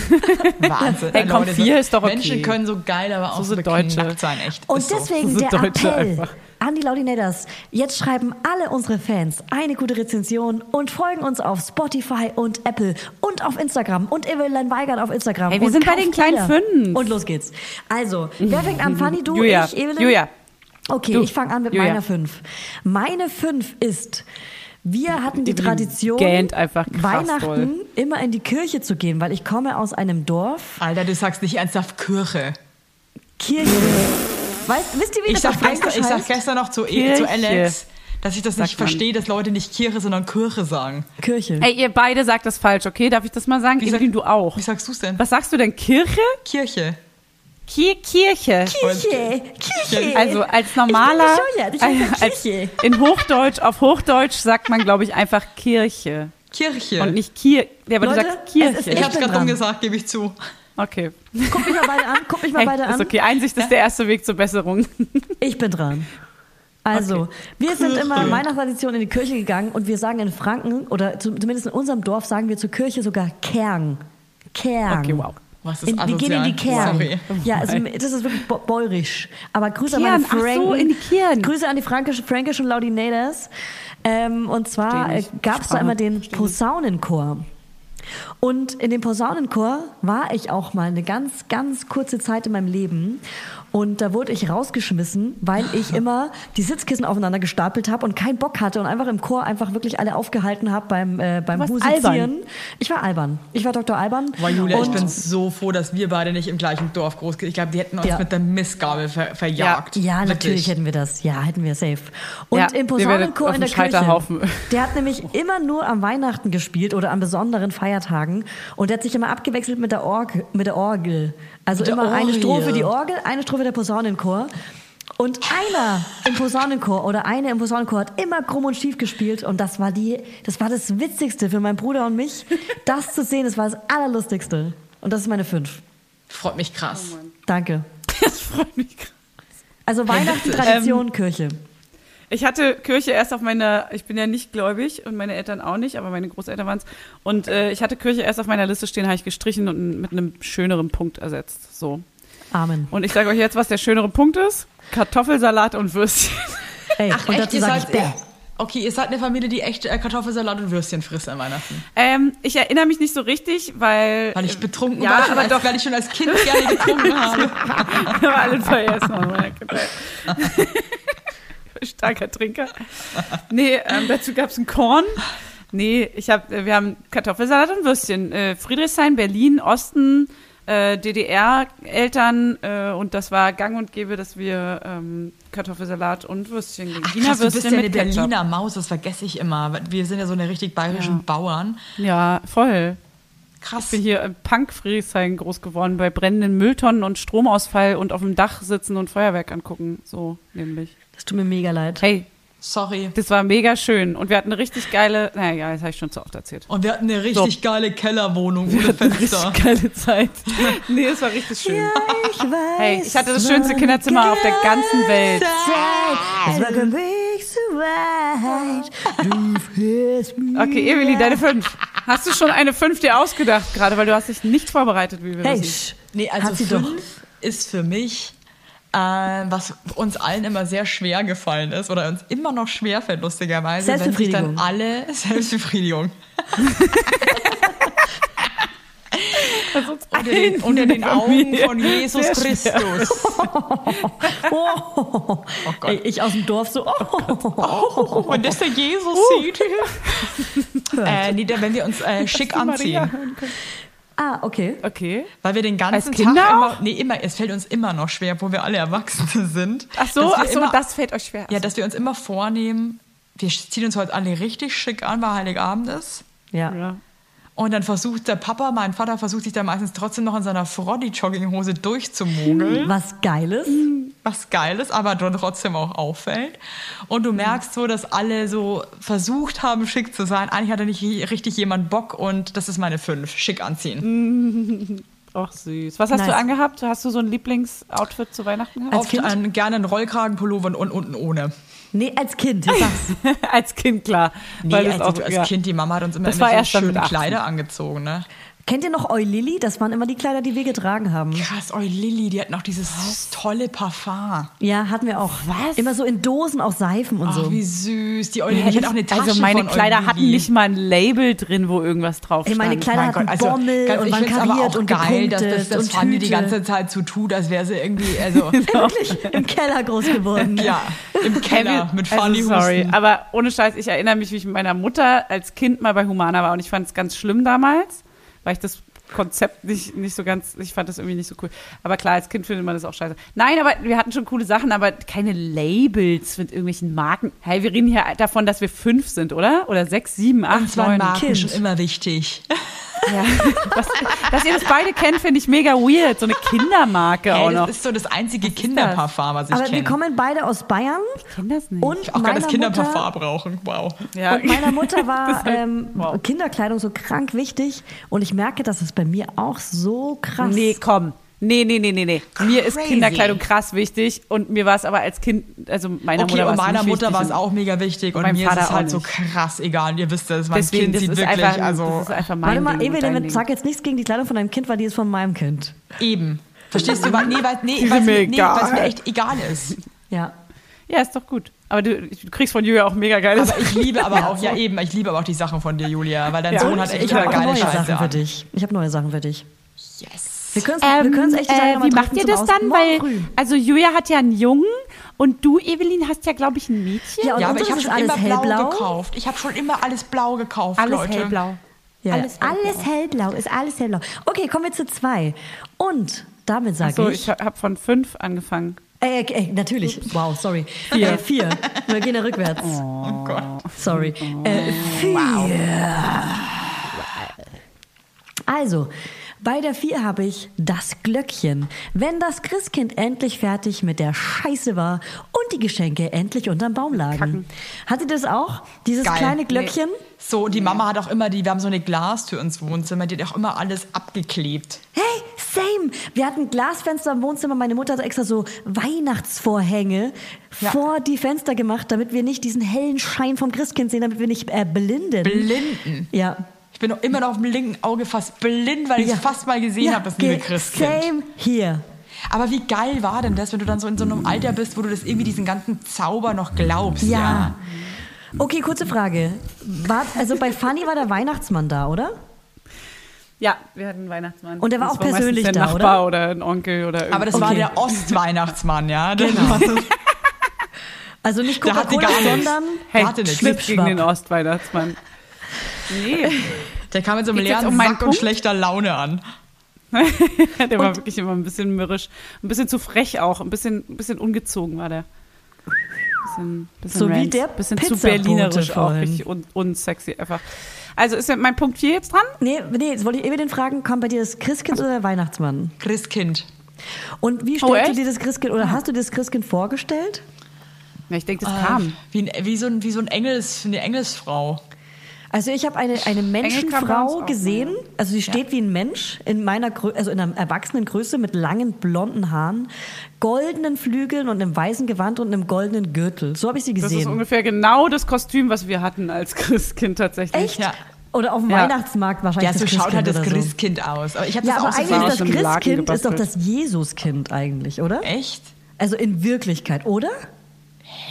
Speaker 3: Wahnsinn.
Speaker 2: Hey, komm,
Speaker 3: Leute,
Speaker 2: vier ist doch okay.
Speaker 3: Menschen können so geil, aber auch so,
Speaker 2: sind
Speaker 3: beknackt
Speaker 2: Deutsche.
Speaker 3: sein, echt.
Speaker 1: Und
Speaker 3: Ist so.
Speaker 1: deswegen
Speaker 2: So
Speaker 1: der
Speaker 2: Deutsche
Speaker 1: Appell
Speaker 2: einfach.
Speaker 1: an die Laudinators. Jetzt schreiben alle unsere Fans eine gute Rezension und folgen uns auf Spotify und Apple und auf Instagram und Evelyn Weigert auf Instagram.
Speaker 2: Ey, wir
Speaker 1: und
Speaker 2: sind bei
Speaker 1: kauft
Speaker 2: den kleinen
Speaker 1: Teile.
Speaker 2: Fünf.
Speaker 1: Und los geht's. Also, wer fängt an? Fanny, du,
Speaker 2: Julia,
Speaker 1: ich, Evelyn?
Speaker 2: Julia.
Speaker 1: Okay,
Speaker 2: Du.
Speaker 1: ich fange an mit
Speaker 2: Julia.
Speaker 1: meiner Fünf. Meine Fünf ist... Wir hatten die Tradition,
Speaker 2: gähnt einfach krass
Speaker 1: Weihnachten
Speaker 2: doll.
Speaker 1: immer in die Kirche zu gehen, weil ich komme aus einem Dorf.
Speaker 3: Alter, du sagst nicht ernsthaft Kirche.
Speaker 1: Kirche. Weißt, wisst ihr, wie
Speaker 3: Ich
Speaker 1: das
Speaker 3: sag,
Speaker 1: auf
Speaker 3: gestern,
Speaker 1: Fränkisch
Speaker 3: ich sag
Speaker 1: heißt?
Speaker 3: gestern noch zu, E-
Speaker 2: Kirche.
Speaker 3: zu Alex, dass ich das nicht
Speaker 2: man.
Speaker 3: verstehe, dass Leute nicht Kirche, sondern Kirche sagen.
Speaker 1: Kirche.
Speaker 2: Ey, ihr beide sagt das falsch, okay? Darf ich das mal sagen?
Speaker 3: Wie sag-
Speaker 2: Evelyn, du auch.
Speaker 3: Wie sagst du denn?
Speaker 2: Was sagst du denn? Kirche?
Speaker 3: Kirche.
Speaker 2: Ki Kirche.
Speaker 1: Kirche, Kirche.
Speaker 2: Also als normaler,
Speaker 1: Ich bin bescheuert, ich als,
Speaker 2: als,
Speaker 1: Kirche.
Speaker 2: in Hochdeutsch, auf Hochdeutsch sagt man, glaube ich, einfach Kirche
Speaker 3: Kirche.
Speaker 2: und nicht Kir. Ja, aber
Speaker 1: Leute,
Speaker 2: du sagst
Speaker 1: es ist
Speaker 2: Kirche.
Speaker 3: ich
Speaker 1: Ich
Speaker 3: hab's
Speaker 1: bin
Speaker 3: gerade
Speaker 1: dran.
Speaker 3: umgesagt, gebe ich zu.
Speaker 2: Okay.
Speaker 1: Guck mich mal beide an, guck mich mal
Speaker 2: Hey,
Speaker 1: beide
Speaker 2: ist
Speaker 1: an.
Speaker 2: okay. Einsicht ist der erste Weg zur Besserung.
Speaker 1: Ich bin dran. Also, wir sind immer in meiner Tradition in die Kirche gegangen und wir sagen in Franken, oder zu, zumindest in unserem Dorf, sagen wir zur Kirche sogar Kern. Kern.
Speaker 2: Okay, wow.
Speaker 3: Was ist
Speaker 1: In, wir gehen in die
Speaker 3: asozial?
Speaker 1: Kern.
Speaker 3: Sorry.
Speaker 1: Ja, also, das ist wirklich bo- bäuerisch. Aber Grüße an
Speaker 2: Kern,
Speaker 1: meine
Speaker 2: ach so,
Speaker 1: Franken.
Speaker 2: in die Kern.
Speaker 1: Grüße an die frankischen Frankisch und Laudinators. Ähm, und zwar
Speaker 2: Versteh
Speaker 1: äh,
Speaker 2: nicht.
Speaker 1: gab es da
Speaker 2: Sprache.
Speaker 1: immer den Posaunenchor. Und in dem Posaunenchor war ich auch mal eine ganz, ganz kurze Zeit in meinem Leben. Und da wurde ich rausgeschmissen, weil ich immer die Sitzkissen aufeinander gestapelt habe und keinen Bock hatte und einfach im Chor einfach wirklich alle aufgehalten habe beim, äh, beim
Speaker 2: warst
Speaker 1: Musizieren.
Speaker 2: albern.
Speaker 1: Ich war albern. Ich war Dr. Alban.
Speaker 3: Boah, Julia, ich
Speaker 1: Und-
Speaker 3: bin so froh, dass wir beide nicht im gleichen Dorf groß sind. Ich glaube, die hätten uns
Speaker 1: Ja.
Speaker 3: mit der Missgabel ver verjagt.
Speaker 1: Ja, natürlich
Speaker 3: Wirklich.
Speaker 1: hätten wir das. Ja, hätten wir safe. Und
Speaker 2: Ja, ihr
Speaker 1: im
Speaker 2: werdet
Speaker 1: Posaunenchor
Speaker 2: auf
Speaker 1: in der
Speaker 2: dem
Speaker 1: Kirche.
Speaker 2: Scheiterhaufen.
Speaker 1: Der hat nämlich immer nur am Weihnachten gespielt oder an besonderen Feiertagen. Und der hat sich immer abgewechselt mit der, Org mit der Orgel. Also
Speaker 3: der
Speaker 1: immer eine
Speaker 3: Orgel.
Speaker 1: Strophe die Orgel, eine Strophe der Posaunenchor. Und einer im Posaunenchor oder eine im Posaunenchor hat immer krumm und schief gespielt und das war die, das war das Witzigste für meinen Bruder und mich. Das zu sehen, das war das Allerlustigste. Und das ist meine fünf.
Speaker 3: Freut mich
Speaker 2: Oh
Speaker 3: krass.
Speaker 1: Danke.
Speaker 2: Das freut mich gerade.
Speaker 1: Also Weihnachten, Tradition,
Speaker 2: Ähm,
Speaker 1: Kirche.
Speaker 2: Ich hatte Kirche erst auf meiner, ich bin ja nicht gläubig und meine Eltern auch nicht, aber meine Großeltern waren es. Und äh, ich hatte Kirche erst auf meiner Liste stehen, habe ich gestrichen und mit einem schöneren Punkt ersetzt. So.
Speaker 1: Amen.
Speaker 2: Und ich sage euch jetzt, was der schönere Punkt ist. Kartoffelsalat und Würstchen.
Speaker 1: Ey, und
Speaker 3: echt,
Speaker 1: dazu
Speaker 3: ihr
Speaker 1: sag
Speaker 3: seid-
Speaker 1: ich bäh.
Speaker 3: Okay, ihr seid eine Familie, die echt äh, Kartoffelsalat und Würstchen frisst an Weihnachten.
Speaker 2: Ähm, ich erinnere mich nicht so richtig, weil.
Speaker 3: Weil ich betrunken
Speaker 2: Äh, ja,
Speaker 3: war, schon
Speaker 2: aber
Speaker 3: als,
Speaker 2: doch.
Speaker 3: weil ich schon als Kind gerne getrunken habe.
Speaker 2: Wir haben alle vergessen. an meiner Kindheit. Starker Trinker. Nee, ähm, dazu gab es ein Korn. Nee, ich hab, äh, wir haben Kartoffelsalat und Würstchen. Äh, Friedrichshain, Berlin, Osten, äh, DDR-Eltern äh, und das war gang und gäbe, dass wir ähm, Kartoffelsalat und Würstchen gingen. Wiener
Speaker 3: Krass, du
Speaker 2: Würstchen
Speaker 3: bist ja eine
Speaker 2: mit Ketchup.
Speaker 3: Berliner Maus, das vergesse ich immer. Wir sind ja so eine richtig bayerischen Bauern.
Speaker 2: Ja, voll.
Speaker 3: Krass.
Speaker 2: Ich bin hier im Punk-Friedrichshain groß geworden, bei brennenden Mülltonnen und Stromausfall und auf dem Dach sitzen und Feuerwerk angucken. So nämlich.
Speaker 1: Das tut mir mega leid.
Speaker 2: Hey,
Speaker 3: Sorry.
Speaker 2: das war mega schön. Und wir hatten eine richtig geile, naja, das habe ich schon zu oft erzählt.
Speaker 3: Und wir hatten eine richtig geile Kellerwohnung ohne Fenster.
Speaker 2: geile Zeit. Nee, es war richtig schön.
Speaker 1: Ich weiß,
Speaker 2: Hey, ich hatte das schönste Kinderzimmer auf der ganzen Welt.
Speaker 1: es war kein Weg so weit. Du fährst mich.
Speaker 2: Okay, Emily, deine fünf. Hast du schon eine fünf dir ausgedacht gerade, weil du hast dich nicht vorbereitet, wie wir
Speaker 1: Hey,
Speaker 2: wissen.
Speaker 1: sch,
Speaker 3: Nee, also
Speaker 1: Hat sie
Speaker 3: fünf
Speaker 1: doch.
Speaker 3: ist für mich, äh, was uns allen immer sehr schwer gefallen ist oder uns immer noch schwer fällt, lustigerweise, wenn sich dann
Speaker 1: Selbstbefriedigung.
Speaker 3: alle Selbstbefriedigung unter den, unter den Augen
Speaker 2: Familie.
Speaker 3: von Jesus
Speaker 2: Sehr
Speaker 3: Christus.
Speaker 1: Oh,
Speaker 3: Gott.
Speaker 1: Ey, ich aus dem Dorf so. Oh,
Speaker 3: Und dass der Jesus sieht. Uh. äh, nee, da- wenn wir uns äh, schick anziehen.
Speaker 1: Ah, okay.
Speaker 2: Okay.
Speaker 3: Weil wir den ganzen
Speaker 2: Als Kinder
Speaker 3: Tag immer,
Speaker 2: auch?
Speaker 3: nee, immer, es fällt uns immer noch schwer, wo wir alle Erwachsene sind.
Speaker 2: Ach so,
Speaker 3: dass wir
Speaker 2: ach so,
Speaker 3: immer,
Speaker 2: das fällt euch schwer.
Speaker 3: Ja, dass wir uns immer vornehmen, wir ziehen uns heute alle richtig schick an, weil Heiligabend ist.
Speaker 1: Ja.
Speaker 3: Und dann versucht der Papa, mein Vater versucht sich da meistens trotzdem noch in seiner Froddy-Jogginghose durchzumogeln.
Speaker 2: Hm.
Speaker 1: Was Geiles.
Speaker 3: Was geil ist, aber dann trotzdem auch auffällt. Und
Speaker 2: Hm.
Speaker 3: du merkst so, dass alle so versucht haben, schick zu sein. Eigentlich hatte nicht richtig jemand Bock und das ist meine fünf. Schick
Speaker 2: Hm.
Speaker 3: anziehen.
Speaker 2: Ach süß. Was hast
Speaker 1: Nice.
Speaker 2: du angehabt? Hast du so ein Lieblingsoutfit zu Weihnachten gehabt?
Speaker 1: Als
Speaker 3: Oft
Speaker 1: Kind?
Speaker 3: einen, gerne einen Rollkragenpullover und unten ohne.
Speaker 1: Nee, als Kind. ich sag's.
Speaker 2: als Kind, klar.
Speaker 3: Nee,
Speaker 2: weil das
Speaker 3: als,
Speaker 2: auch,
Speaker 3: als
Speaker 2: also, ja.
Speaker 3: Kind, die Mama hat uns immer,
Speaker 2: Das
Speaker 3: immer
Speaker 2: war
Speaker 3: so
Speaker 2: erst dann mit
Speaker 3: schöne
Speaker 2: 18.
Speaker 3: Kleider angezogen, ne?
Speaker 1: Kennt ihr noch Eulili? Das waren immer die Kleider, die wir getragen haben.
Speaker 3: Krass, oh Lilly, die hat noch dieses tolle Parfum.
Speaker 1: Ja, hatten wir auch.
Speaker 2: Was?
Speaker 1: Immer so in Dosen aus Seifen und
Speaker 3: Ach,
Speaker 1: so.
Speaker 3: wie süß. Die Eulili hat auch eine Tasche
Speaker 2: also meine
Speaker 3: von
Speaker 2: Kleider
Speaker 3: Eulili.
Speaker 2: hatten nicht mal ein Label drin, wo irgendwas drauf
Speaker 1: Ey,
Speaker 2: stand.
Speaker 1: meine Kleider
Speaker 3: Mein Gott,
Speaker 1: hatten
Speaker 3: also
Speaker 1: Bommel
Speaker 3: ganz,
Speaker 1: und
Speaker 3: ich
Speaker 1: waren
Speaker 3: find's aber
Speaker 1: kariert
Speaker 3: auch
Speaker 1: und
Speaker 3: geil, dass
Speaker 1: gepunktet
Speaker 3: das, das
Speaker 1: und
Speaker 3: Fanny
Speaker 1: Hüte.
Speaker 3: die ganze Zeit so tut, als wäre sie irgendwie, also
Speaker 1: Wirklich im Keller groß geworden.
Speaker 3: ja, im
Speaker 2: Ey,
Speaker 3: Keller
Speaker 2: wir-
Speaker 3: mit Fanny
Speaker 2: also sorry,
Speaker 3: Husten.
Speaker 2: aber ohne Scheiß, ich erinnere mich, wie ich mit meiner Mutter als Kind mal bei Humana war und ich fand es ganz schlimm damals, weil ich das Konzept nicht, nicht so ganz, ich fand das irgendwie nicht so cool. Aber klar, als Kind findet man das auch scheiße. Nein, aber wir hatten schon coole Sachen, aber keine Labels mit irgendwelchen Marken. Hey, wir reden hier davon, dass wir fünf sind, oder? Oder sechs, sieben, acht,
Speaker 3: Uns waren
Speaker 2: neun.
Speaker 3: Marken
Speaker 1: Kind.
Speaker 3: schon immer wichtig.
Speaker 2: Ja. Was, dass ihr das beide kennt, finde ich mega weird. So eine Kindermarke auch
Speaker 3: Ey,
Speaker 2: noch.
Speaker 3: das ist so das einzige Kinderparfum, was ich
Speaker 1: Aber wir
Speaker 3: kenne.
Speaker 1: kommen beide aus Bayern
Speaker 2: Ich kenne das nicht.
Speaker 1: und
Speaker 3: auch gar
Speaker 1: meiner
Speaker 3: das
Speaker 1: Mutter,
Speaker 3: Kinderparfum brauchen. Wow.
Speaker 2: ja.
Speaker 1: und meiner Mutter
Speaker 2: Das
Speaker 1: war
Speaker 2: ist halt-
Speaker 1: ähm,
Speaker 2: wow.
Speaker 1: Kinderkleidung so krank wichtig und ich merke, dass es bei mir auch so krass.
Speaker 2: Nee, komm. Nee, nee, nee, nee, nee. Mir ist Kinderkleidung krass wichtig und mir war es aber als Kind, also meiner
Speaker 3: Okay,
Speaker 2: Mutter war
Speaker 3: und
Speaker 2: es
Speaker 3: meiner
Speaker 2: nicht
Speaker 3: Mutter
Speaker 2: wichtig
Speaker 3: war es
Speaker 2: und
Speaker 3: auch mega wichtig und
Speaker 2: meinem
Speaker 3: mir ist
Speaker 2: Vater
Speaker 3: es halt
Speaker 2: auch
Speaker 3: so
Speaker 2: nicht.
Speaker 3: krass egal. Ihr wisst das, mein
Speaker 2: Deswegen,
Speaker 3: Kind
Speaker 2: das
Speaker 3: sieht
Speaker 2: ist,
Speaker 3: wirklich,
Speaker 2: einfach,
Speaker 3: also
Speaker 2: das ist einfach mein
Speaker 1: Warte mal,
Speaker 2: Ding und dein
Speaker 1: Evelyn,
Speaker 2: Ding.
Speaker 1: sag jetzt nichts gegen die Kleidung von deinem Kind, weil die ist von meinem Kind.
Speaker 3: eben. Verstehst du? Weil- Nee, weil nee,
Speaker 2: Ist
Speaker 3: weil's
Speaker 2: mir
Speaker 3: mir, nee,
Speaker 2: egal.
Speaker 3: weil's mir echt egal ist.
Speaker 1: Ja.
Speaker 2: Ja, ist doch gut. Aber du, du kriegst von Julia auch mega geiles.
Speaker 3: Aber ich liebe aber auch, ja eben, ich liebe aber auch die Sachen von dir, Julia, weil dein
Speaker 2: Ja,
Speaker 3: Sohn
Speaker 2: und
Speaker 3: hat echt
Speaker 1: Ich
Speaker 3: immer
Speaker 1: habe
Speaker 3: geile
Speaker 1: neue
Speaker 3: Scheiße
Speaker 1: Sachen für
Speaker 3: an.
Speaker 1: dich. Ich habe neue Sachen für dich.
Speaker 3: Yes.
Speaker 1: Wir können
Speaker 2: Ähm,
Speaker 1: es echt die Tage
Speaker 2: äh,
Speaker 1: nochmal
Speaker 2: wie
Speaker 1: treffen
Speaker 2: macht ihr
Speaker 1: zum
Speaker 2: das dann?
Speaker 1: Austausch.
Speaker 2: Weil,
Speaker 1: Morgen früh.
Speaker 2: also Julia hat ja einen Jungen und du, Evelyn, hast ja, glaube ich, ein Mädchen.
Speaker 1: Ja, und
Speaker 3: Ja, aber
Speaker 1: unseres
Speaker 3: ich habe schon
Speaker 1: ist alles
Speaker 3: immer
Speaker 1: hellblau.
Speaker 3: blau gekauft. Ich habe schon immer alles blau gekauft,
Speaker 2: Alles
Speaker 3: Leute.
Speaker 2: hellblau.
Speaker 1: Ja,
Speaker 6: Alles
Speaker 1: alles, alles hellblau, ist alles hellblau. Okay, kommen wir zu zwei. Und damit sage
Speaker 2: So,
Speaker 1: ich.
Speaker 2: ich habe von fünf angefangen.
Speaker 1: Äh, äh, natürlich. Wow, sorry. Vier. Äh, vier. Wir gehen ja rückwärts. Oh, Gott. Sorry. Äh, vier. Also, bei der vier habe ich das Glöckchen. Wenn das Christkind endlich fertig mit der Scheiße war und die Geschenke endlich unterm Baum lagen. Hattet ihr das auch? Dieses
Speaker 3: Geil.
Speaker 1: kleine Glöckchen?
Speaker 3: So, und die Mama hat auch immer, die, wir haben so eine Glastür ins Wohnzimmer, die hat auch immer alles abgeklebt.
Speaker 1: Hey, same. Wir hatten Glasfenster im Wohnzimmer. Meine Mutter hat extra so Weihnachtsvorhänge
Speaker 3: Ja.
Speaker 1: vor die Fenster gemacht, damit wir nicht diesen hellen Schein vom Christkind sehen, damit wir nicht äh, blinden.
Speaker 3: Blinden.
Speaker 1: ja.
Speaker 3: Ich bin noch immer noch auf dem linken Auge fast blind, weil ich es
Speaker 1: Ja.
Speaker 3: fast mal gesehen
Speaker 1: ja,
Speaker 3: habe, das liebe
Speaker 1: ge-
Speaker 3: Christkind.
Speaker 1: Same hier.
Speaker 3: Aber wie geil war denn das, wenn du dann so in so einem Alter bist, wo du das irgendwie diesen ganzen Zauber noch glaubst?
Speaker 1: Ja. Okay, kurze Frage. War, also bei Fanny war der Weihnachtsmann da, oder?
Speaker 2: Ja, wir hatten einen Weihnachtsmann.
Speaker 1: Und der war
Speaker 2: Das
Speaker 1: auch
Speaker 2: meistens
Speaker 1: persönlich
Speaker 2: der
Speaker 1: da,
Speaker 2: Nachbar oder? ein Onkel oder
Speaker 3: Aber das war
Speaker 1: Okay.
Speaker 3: der Ostweihnachtsmann, ja. Genau.
Speaker 1: Also nicht
Speaker 3: Der hatte
Speaker 1: Coca-Cola,
Speaker 3: gar nichts.
Speaker 1: sondern
Speaker 2: Hey,
Speaker 3: Warte nicht.
Speaker 2: Schnitt gegen
Speaker 1: Schwipschwapp.
Speaker 2: den Ostweihnachtsmann. Nee,
Speaker 3: Der kam mit so einem
Speaker 2: Geht's jetzt
Speaker 3: leeren
Speaker 2: um meinen
Speaker 3: Sack und
Speaker 2: Punkt?
Speaker 3: schlechter Laune an.
Speaker 2: der war wirklich immer ein bisschen mürrisch. Ein bisschen zu frech auch. Ein bisschen, ein bisschen ungezogen war der. Bisschen, bisschen
Speaker 1: So wie
Speaker 2: rants.
Speaker 1: der
Speaker 2: bisschen zu
Speaker 1: Pizzabote
Speaker 2: berlinerisch auch.
Speaker 1: vorhin.
Speaker 2: Richtig un unsexy einfach. Also ist ja mein Punkt 4 jetzt dran?
Speaker 1: Nee, nee, jetzt wollte ich eben den fragen, kommt bei dir das Christkind oder der Weihnachtsmann?
Speaker 3: Christkind.
Speaker 1: Und wie
Speaker 2: Oh,
Speaker 1: stellst du
Speaker 2: echt?
Speaker 1: dir das Christkind oder hast du dir das Christkind vorgestellt?
Speaker 2: Ja, ich denke, das
Speaker 1: Ah,
Speaker 2: kam.
Speaker 3: Äh, Wie, ein, wie so, ein, wie so ein Engels, eine Engelsfrau.
Speaker 1: Also ich habe eine, eine
Speaker 2: kam bei uns
Speaker 1: Menschenfrau
Speaker 2: auch,
Speaker 1: gesehen, also sie steht wie ein Mensch in meiner Grö also in einer erwachsenen Größe mit langen blonden Haaren, goldenen Flügeln und einem weißen Gewand und einem goldenen Gürtel. So habe ich sie
Speaker 2: Das ist
Speaker 1: gesehen.
Speaker 2: ungefähr genau das Kostüm, was wir hatten als Christkind tatsächlich.
Speaker 1: Echt?
Speaker 3: Ja.
Speaker 1: Oder auf dem
Speaker 2: Ja.
Speaker 1: Weihnachtsmarkt wahrscheinlich.
Speaker 3: Ja, so
Speaker 1: das
Speaker 3: schaut halt
Speaker 1: Christkind
Speaker 3: das
Speaker 1: oder so.
Speaker 3: Christkind aus. Aber ich habe
Speaker 1: Ja,
Speaker 3: das
Speaker 1: aber
Speaker 3: auch so
Speaker 1: eigentlich
Speaker 2: war
Speaker 1: ist
Speaker 2: aus
Speaker 1: das
Speaker 2: dem Laken
Speaker 1: Christkind ist doch
Speaker 2: gebastelt.
Speaker 1: das Jesuskind eigentlich, oder?
Speaker 3: Echt?
Speaker 1: Also in Wirklichkeit, oder?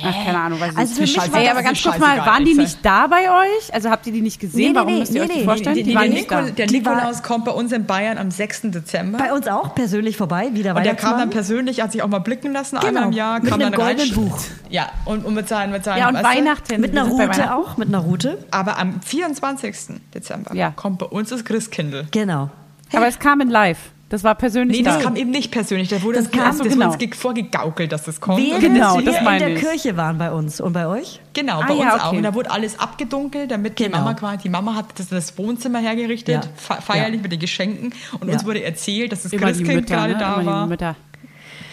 Speaker 2: Ach, keine Ahnung, weiß ich
Speaker 1: Also für
Speaker 2: nicht.
Speaker 1: mich war
Speaker 2: Ey,
Speaker 1: das
Speaker 2: aber ganz
Speaker 3: eine
Speaker 2: kurz mal,
Speaker 3: scheißegal,
Speaker 2: waren die
Speaker 3: Lisa.
Speaker 2: nicht da bei euch? Also habt ihr die nicht gesehen?
Speaker 1: Nee, nee,
Speaker 2: Warum
Speaker 1: nee,
Speaker 2: müsst ihr
Speaker 1: nee,
Speaker 2: euch
Speaker 1: nee.
Speaker 2: die vorstellen?
Speaker 1: Die-
Speaker 2: Die,
Speaker 1: die-
Speaker 2: waren
Speaker 1: die-
Speaker 2: nicht da.
Speaker 3: Nikol- der
Speaker 1: Die war-
Speaker 3: Nikolaus kommt bei uns in Bayern am 6. Dezember.
Speaker 1: Bei uns auch persönlich vorbei, wie der
Speaker 3: und der
Speaker 1: Weihnachtsmann.
Speaker 3: kam dann persönlich, hat sich auch mal blicken lassen,
Speaker 1: Genau,
Speaker 3: einmal im Jahr.
Speaker 1: mit
Speaker 3: kam
Speaker 1: einem
Speaker 3: dann rein.
Speaker 1: goldenen Buch.
Speaker 3: Ja, und, und mit seinen, mit seinen
Speaker 2: Ja, und
Speaker 3: weißt du?
Speaker 2: Weihnachten.
Speaker 1: mit einer
Speaker 2: Wir sind bei Weihnachten.
Speaker 1: Route auch, mit einer Route.
Speaker 3: Aber am 24. Dezember
Speaker 2: Ja.
Speaker 3: kommt bei uns das Christkindl.
Speaker 1: Genau.
Speaker 2: Aber es kam in live. Das war persönlich
Speaker 3: Nee, das
Speaker 2: da.
Speaker 3: kam eben nicht persönlich. Da wurde
Speaker 1: Das
Speaker 3: das,
Speaker 1: kam-
Speaker 3: kam, das
Speaker 2: genau.
Speaker 3: wurde uns ge- vorgegaukelt, dass das kommt.
Speaker 1: Während
Speaker 3: Und
Speaker 2: Genau,
Speaker 1: wir
Speaker 2: das
Speaker 1: in
Speaker 2: meine
Speaker 1: der
Speaker 2: ich.
Speaker 1: Kirche waren bei uns und bei euch.
Speaker 3: Genau,
Speaker 2: Ah,
Speaker 3: bei
Speaker 2: ja,
Speaker 3: uns auch.
Speaker 2: okay.
Speaker 3: Und da wurde alles abgedunkelt, damit
Speaker 1: Genau.
Speaker 3: die Mama quasi, die Mama hat das, das Wohnzimmer hergerichtet,
Speaker 1: Ja.
Speaker 3: fe- feierlich mit den Geschenken. Und
Speaker 1: Ja.
Speaker 3: uns wurde erzählt, dass das
Speaker 2: Immer die
Speaker 3: Christkind
Speaker 2: Mütter,
Speaker 3: gerade
Speaker 2: ne?
Speaker 3: da
Speaker 2: Immer
Speaker 3: war.
Speaker 2: die Mütter.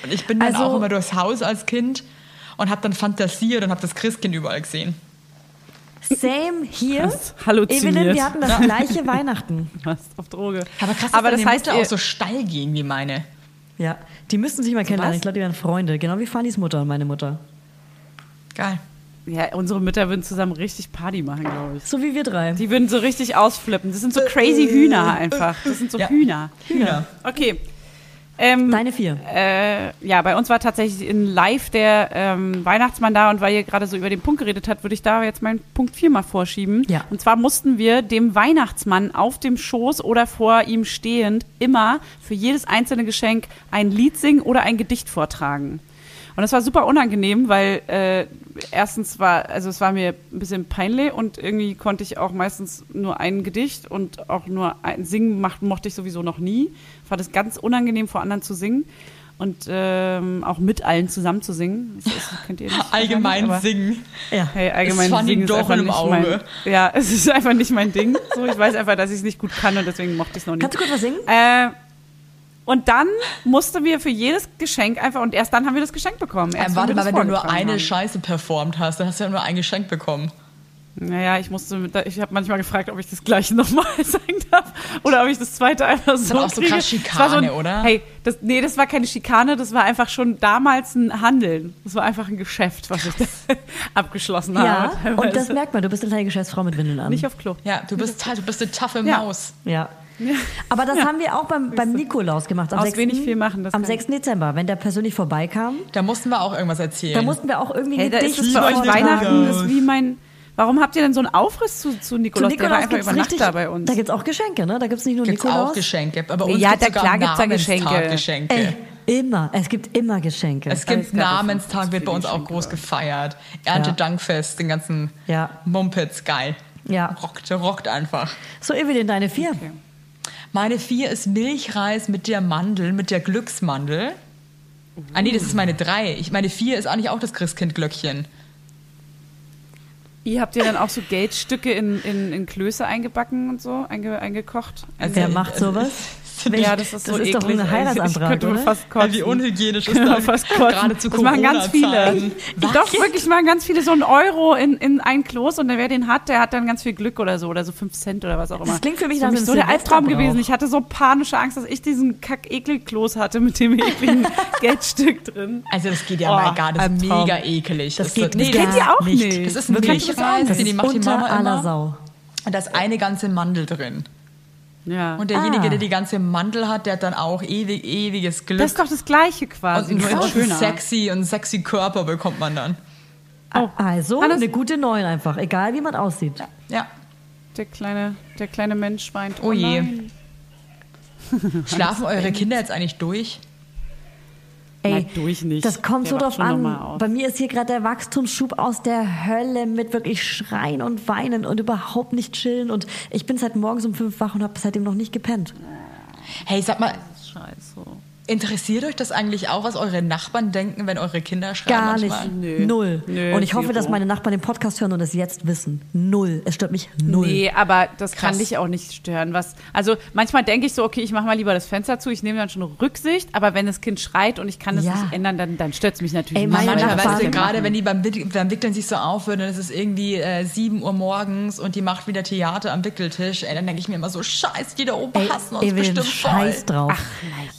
Speaker 3: Und ich bin dann
Speaker 1: Also-
Speaker 3: auch immer durchs Haus als Kind und habe dann fantasiert und habe das Christkind überall gesehen.
Speaker 1: Same hier.
Speaker 2: Krass, halluziniert.
Speaker 1: Evelyn, wir hatten das gleiche Weihnachten.
Speaker 2: Warst auf Droge.
Speaker 3: Aber krass,
Speaker 2: aber das
Speaker 3: dass deine
Speaker 2: heißt,
Speaker 3: Mutter
Speaker 2: ihr,
Speaker 3: auch so steil ging wie meine.
Speaker 1: Ja, die müssten sich mal kennenlernen.
Speaker 2: was?
Speaker 1: Ich glaube, die wären Freunde. Genau wie Fannys Mutter und meine Mutter.
Speaker 3: Geil.
Speaker 2: ja, unsere Mütter würden zusammen richtig Party machen, glaube ich.
Speaker 1: So wie wir drei.
Speaker 2: Die würden so richtig ausflippen. Das sind so crazy Hühner einfach. Das sind so
Speaker 3: Ja.
Speaker 2: Hühner.
Speaker 3: Hühner.
Speaker 2: Okay. Ähm,
Speaker 1: Deine vier.
Speaker 2: Äh, ja, bei uns war tatsächlich in Live der ähm, Weihnachtsmann da und weil ihr gerade so über den Punkt geredet habt, würde ich da jetzt meinen Punkt 4 mal vorschieben.
Speaker 1: Ja.
Speaker 2: Und zwar mussten wir dem Weihnachtsmann auf dem Schoß oder vor ihm stehend immer für jedes einzelne Geschenk ein Lied singen oder ein Gedicht vortragen. Und das war super unangenehm, weil äh, erstens war, also es war mir ein bisschen peinlich und irgendwie konnte ich auch meistens nur ein Gedicht und auch nur ein Singen macht, mochte ich sowieso noch nie. Fand es ganz unangenehm, vor anderen zu singen und ähm, auch mit allen zusammen zu singen. Das, ist- kennt ihr nicht wahrscheinlich,
Speaker 3: Allgemein
Speaker 2: aber-
Speaker 3: singen.
Speaker 1: Ja.
Speaker 2: Hey, allgemein
Speaker 3: fand
Speaker 2: singen
Speaker 3: ihn
Speaker 2: ist
Speaker 3: doch
Speaker 2: einfach
Speaker 3: im
Speaker 2: nicht
Speaker 3: Auge.
Speaker 2: mein. Ja, es ist einfach nicht mein Ding. So, ich weiß einfach, dass ich es nicht gut kann und deswegen mochte ich es noch nicht.
Speaker 1: Kannst du kurz was singen?
Speaker 2: Äh, und dann mussten wir für jedes Geschenk einfach, und erst dann haben wir das Geschenk bekommen. Erst,
Speaker 3: Äh, warte
Speaker 2: wir
Speaker 3: mal,
Speaker 2: das
Speaker 3: wenn du nur
Speaker 2: vorgetragen
Speaker 3: eine
Speaker 2: haben.
Speaker 3: Scheiße performt hast, dann hast du ja nur ein Geschenk bekommen.
Speaker 2: Naja, ich musste, mit, ich habe manchmal gefragt, ob ich das gleiche nochmal sagen darf oder ob ich das zweite einfach so
Speaker 3: war auch so
Speaker 2: kriege.
Speaker 3: krass
Speaker 2: Das war so
Speaker 3: Schikane, oder?
Speaker 2: Hey, das, nee, das war keine Schikane, das war einfach schon damals ein Handeln. Das war einfach ein Geschäft, was ich da abgeschlossen
Speaker 1: Ja,
Speaker 2: habe. teilweise.
Speaker 1: und das merkt man. Du bist eine kleine Geschäftsfrau mit Windeln an.
Speaker 2: nicht auf Klo.
Speaker 3: Ja, du bist, du bist eine taffe
Speaker 2: Ja.
Speaker 3: Maus.
Speaker 1: Ja. Aber das haben wir auch beim, beim Nikolaus gemacht. Am
Speaker 2: Aus
Speaker 1: 6.
Speaker 2: wenig viel machen, das
Speaker 1: am
Speaker 2: kann
Speaker 1: 6. Dezember, wenn der persönlich vorbeikam,
Speaker 3: Da mussten wir auch irgendwas erzählen.
Speaker 1: da mussten wir auch irgendwie
Speaker 2: Hey, da
Speaker 1: Gedicht
Speaker 2: ist es für euch
Speaker 1: vortragen.
Speaker 2: Weihnachten, das ist wie mein. Warum habt ihr denn so einen Aufriss zu, zu
Speaker 1: Zu
Speaker 2: Nikolaus? Der war
Speaker 1: Nikolaus
Speaker 2: einfach
Speaker 1: gibt's
Speaker 2: über Nacht
Speaker 1: richtig,
Speaker 2: da bei uns.
Speaker 1: Da gibt's auch Geschenke, ne? Da gibt's nicht nur
Speaker 3: Gibt's
Speaker 1: Nikolaus.
Speaker 3: auch Geschenke. Aber bei uns
Speaker 2: Ja,
Speaker 3: gibt's
Speaker 2: da-
Speaker 3: sogar
Speaker 2: klar
Speaker 3: am
Speaker 2: gibt's da
Speaker 3: Namenstag
Speaker 2: Geschenke.
Speaker 3: Geschenke.
Speaker 1: Ey, Äh, immer. Es gibt immer Geschenke.
Speaker 2: Alles
Speaker 3: Es gibt
Speaker 2: gab es
Speaker 3: Namenstag,
Speaker 2: sonst
Speaker 3: wird bei
Speaker 2: viel
Speaker 3: uns auch
Speaker 2: Geschenke.
Speaker 3: groß gefeiert. Erntedankfest, den ganzen
Speaker 1: Ja.
Speaker 3: Mumpitz, geil.
Speaker 1: Ja.
Speaker 3: Rockt, rockt einfach.
Speaker 1: so, Evelyn, deine vier.
Speaker 3: Meine vier ist Milchreis mit der Mandel, mit der Glücksmandel. Ah nee, das ist meine drei. Ich meine vier ist eigentlich auch das Christkindglöckchen.
Speaker 2: Ihr habt ihr dann auch so Geldstücke in, in, in Klöße eingebacken und so, einge, eingekocht?
Speaker 3: Also,
Speaker 1: Wer macht
Speaker 3: es-
Speaker 1: sowas? Welch-
Speaker 2: ja, das ist so
Speaker 1: ist
Speaker 2: eklig.
Speaker 1: doch ein
Speaker 2: Ich
Speaker 1: Heiratsantrag,
Speaker 2: könnte mir
Speaker 1: oder?
Speaker 2: fast
Speaker 3: Ey,
Speaker 2: kotzen.
Speaker 3: Wie unhygienisch ist
Speaker 2: Ja,
Speaker 1: Genau,
Speaker 3: das?
Speaker 2: fast kotzen.
Speaker 3: Gerade zu
Speaker 2: Das machen ganz viele.
Speaker 3: Corona-Zeiten.
Speaker 2: Ich Doch, wirklich, ich machen ganz viele so einen Euro in, in ein Kloß und wer den hat, der hat dann ganz viel Glück oder so, oder so 5 Cent oder was auch immer.
Speaker 1: klingt für mich
Speaker 2: das
Speaker 1: nach
Speaker 2: ist
Speaker 1: einem
Speaker 2: so der Albtraum
Speaker 1: Silvesterbrauch.
Speaker 2: gewesen. Ich hatte so panische Angst, dass ich diesen Kack-Ekel-Kloß hatte mit dem ekligen Geldstück drin.
Speaker 3: Also das geht ja
Speaker 2: Oh,
Speaker 3: mal gar, das ist
Speaker 2: ein Traum.
Speaker 3: mega ekelig.
Speaker 1: Das geht
Speaker 3: nee,
Speaker 1: gar
Speaker 2: Kennt ihr auch
Speaker 1: nicht.
Speaker 2: nicht?
Speaker 3: Das ist ein
Speaker 1: Wirklich?
Speaker 3: Milchreis,
Speaker 1: Das
Speaker 3: den die
Speaker 1: ist
Speaker 3: macht die
Speaker 1: unter
Speaker 3: Mama
Speaker 1: aller
Speaker 3: immer. Oh.
Speaker 1: Sau.
Speaker 3: Und da ist eine ganze Mandel drin.
Speaker 2: ja.
Speaker 3: Und derjenige,
Speaker 1: Ah.
Speaker 3: der die ganze Mandel hat, der hat dann auch ewig, ewiges Glück.
Speaker 2: das ist doch das Gleiche quasi,
Speaker 3: und
Speaker 2: nur
Speaker 3: einen
Speaker 2: in schöner.
Speaker 3: sexy und sexy Körper bekommt man dann.
Speaker 2: Oh,
Speaker 1: Also,
Speaker 2: Hannes-
Speaker 1: eine gute Neun einfach, egal wie man aussieht.
Speaker 3: Ja.
Speaker 2: Der kleine, der kleine Mensch weint.
Speaker 3: Oh je.
Speaker 2: nein.
Speaker 3: Schlafen eure Kinder jetzt eigentlich durch?
Speaker 1: Ey,
Speaker 2: Na, durch nicht.
Speaker 1: das
Speaker 2: Der
Speaker 1: kommt so
Speaker 2: wacht
Speaker 1: drauf
Speaker 2: schon noch mal
Speaker 1: an.
Speaker 2: auf.
Speaker 1: Bei mir ist hier gerade der Wachstumsschub aus der Hölle mit wirklich Schreien und Weinen und überhaupt nicht chillen. Und ich bin seit morgens um fünf wach und habe seitdem noch nicht gepennt.
Speaker 3: Hey, sag mal,
Speaker 2: Scheiße.
Speaker 3: Interessiert euch das eigentlich auch, was eure Nachbarn denken, wenn eure Kinder schreien?
Speaker 1: Gar nicht.
Speaker 3: manchmal?
Speaker 2: Nö.
Speaker 1: Null.
Speaker 2: Nö,
Speaker 1: und ich hoffe,
Speaker 2: zero.
Speaker 1: dass meine Nachbarn den Podcast hören und es jetzt wissen. Null. Es stört mich null.
Speaker 2: Nee, aber das
Speaker 3: Krass.
Speaker 2: kann dich auch nicht stören. Was, also manchmal denke ich so, okay, ich mache mal lieber das Fenster zu, ich nehme dann schon Rücksicht, aber wenn das Kind schreit und ich kann das
Speaker 1: Ja.
Speaker 2: nicht ändern, dann, dann stört es mich natürlich.
Speaker 1: Ey,
Speaker 2: nicht.
Speaker 1: meine
Speaker 2: Aber
Speaker 3: Manchmal,
Speaker 1: Nachbarn-
Speaker 2: was
Speaker 3: weißt du,
Speaker 2: denn
Speaker 3: gerade
Speaker 2: machen?
Speaker 3: wenn die beim, Wick- beim Wickeln sich so aufhören, dann ist es irgendwie äh, 7 Uhr morgens und die macht wieder Theater am Wickeltisch. Ey, dann denke ich mir immer so, scheiß, die da oben
Speaker 1: Ey,
Speaker 3: hassen uns
Speaker 1: ey, wir
Speaker 3: bestimmt
Speaker 1: scheiß
Speaker 3: voll.
Speaker 1: drauf.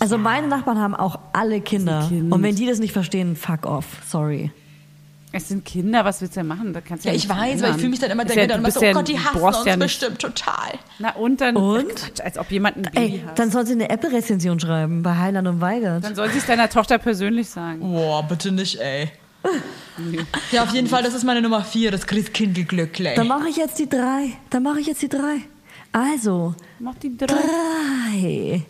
Speaker 1: also meine Nachbarn haben auch alle Kinder. Und wenn die das nicht verstehen, fuck off. Sorry.
Speaker 2: Es sind Kinder, was willst du denn machen? Da kannst du
Speaker 3: Ja,
Speaker 2: ja
Speaker 3: ich
Speaker 2: nichts
Speaker 3: weiß, weil
Speaker 2: ändern.
Speaker 3: ich fühle mich dann immer,
Speaker 2: Ist
Speaker 3: denke
Speaker 2: ja-
Speaker 3: dann
Speaker 2: du
Speaker 3: immer
Speaker 2: bist
Speaker 3: so,
Speaker 2: ja-
Speaker 3: oh Gott, die
Speaker 2: du
Speaker 3: hassen
Speaker 2: brauchst
Speaker 3: uns
Speaker 2: ja nicht-
Speaker 3: bestimmt total.
Speaker 2: Na und dann,
Speaker 1: Und?
Speaker 2: Ach, Quatsch, als ob jemand ein Baby
Speaker 1: Ey,
Speaker 2: hat.
Speaker 1: dann soll sie eine Apple-Rezension schreiben bei Heiland und Weigert.
Speaker 2: Dann soll sie es deiner Tochter persönlich sagen.
Speaker 3: Boah, bitte nicht, ey. ja, auf jeden Fall, das ist meine Nummer 4, das Christkindlglück, ey.
Speaker 1: Dann mache ich jetzt die drei. Dann mache ich jetzt die drei. Also,
Speaker 2: Mach die drei.
Speaker 1: drei.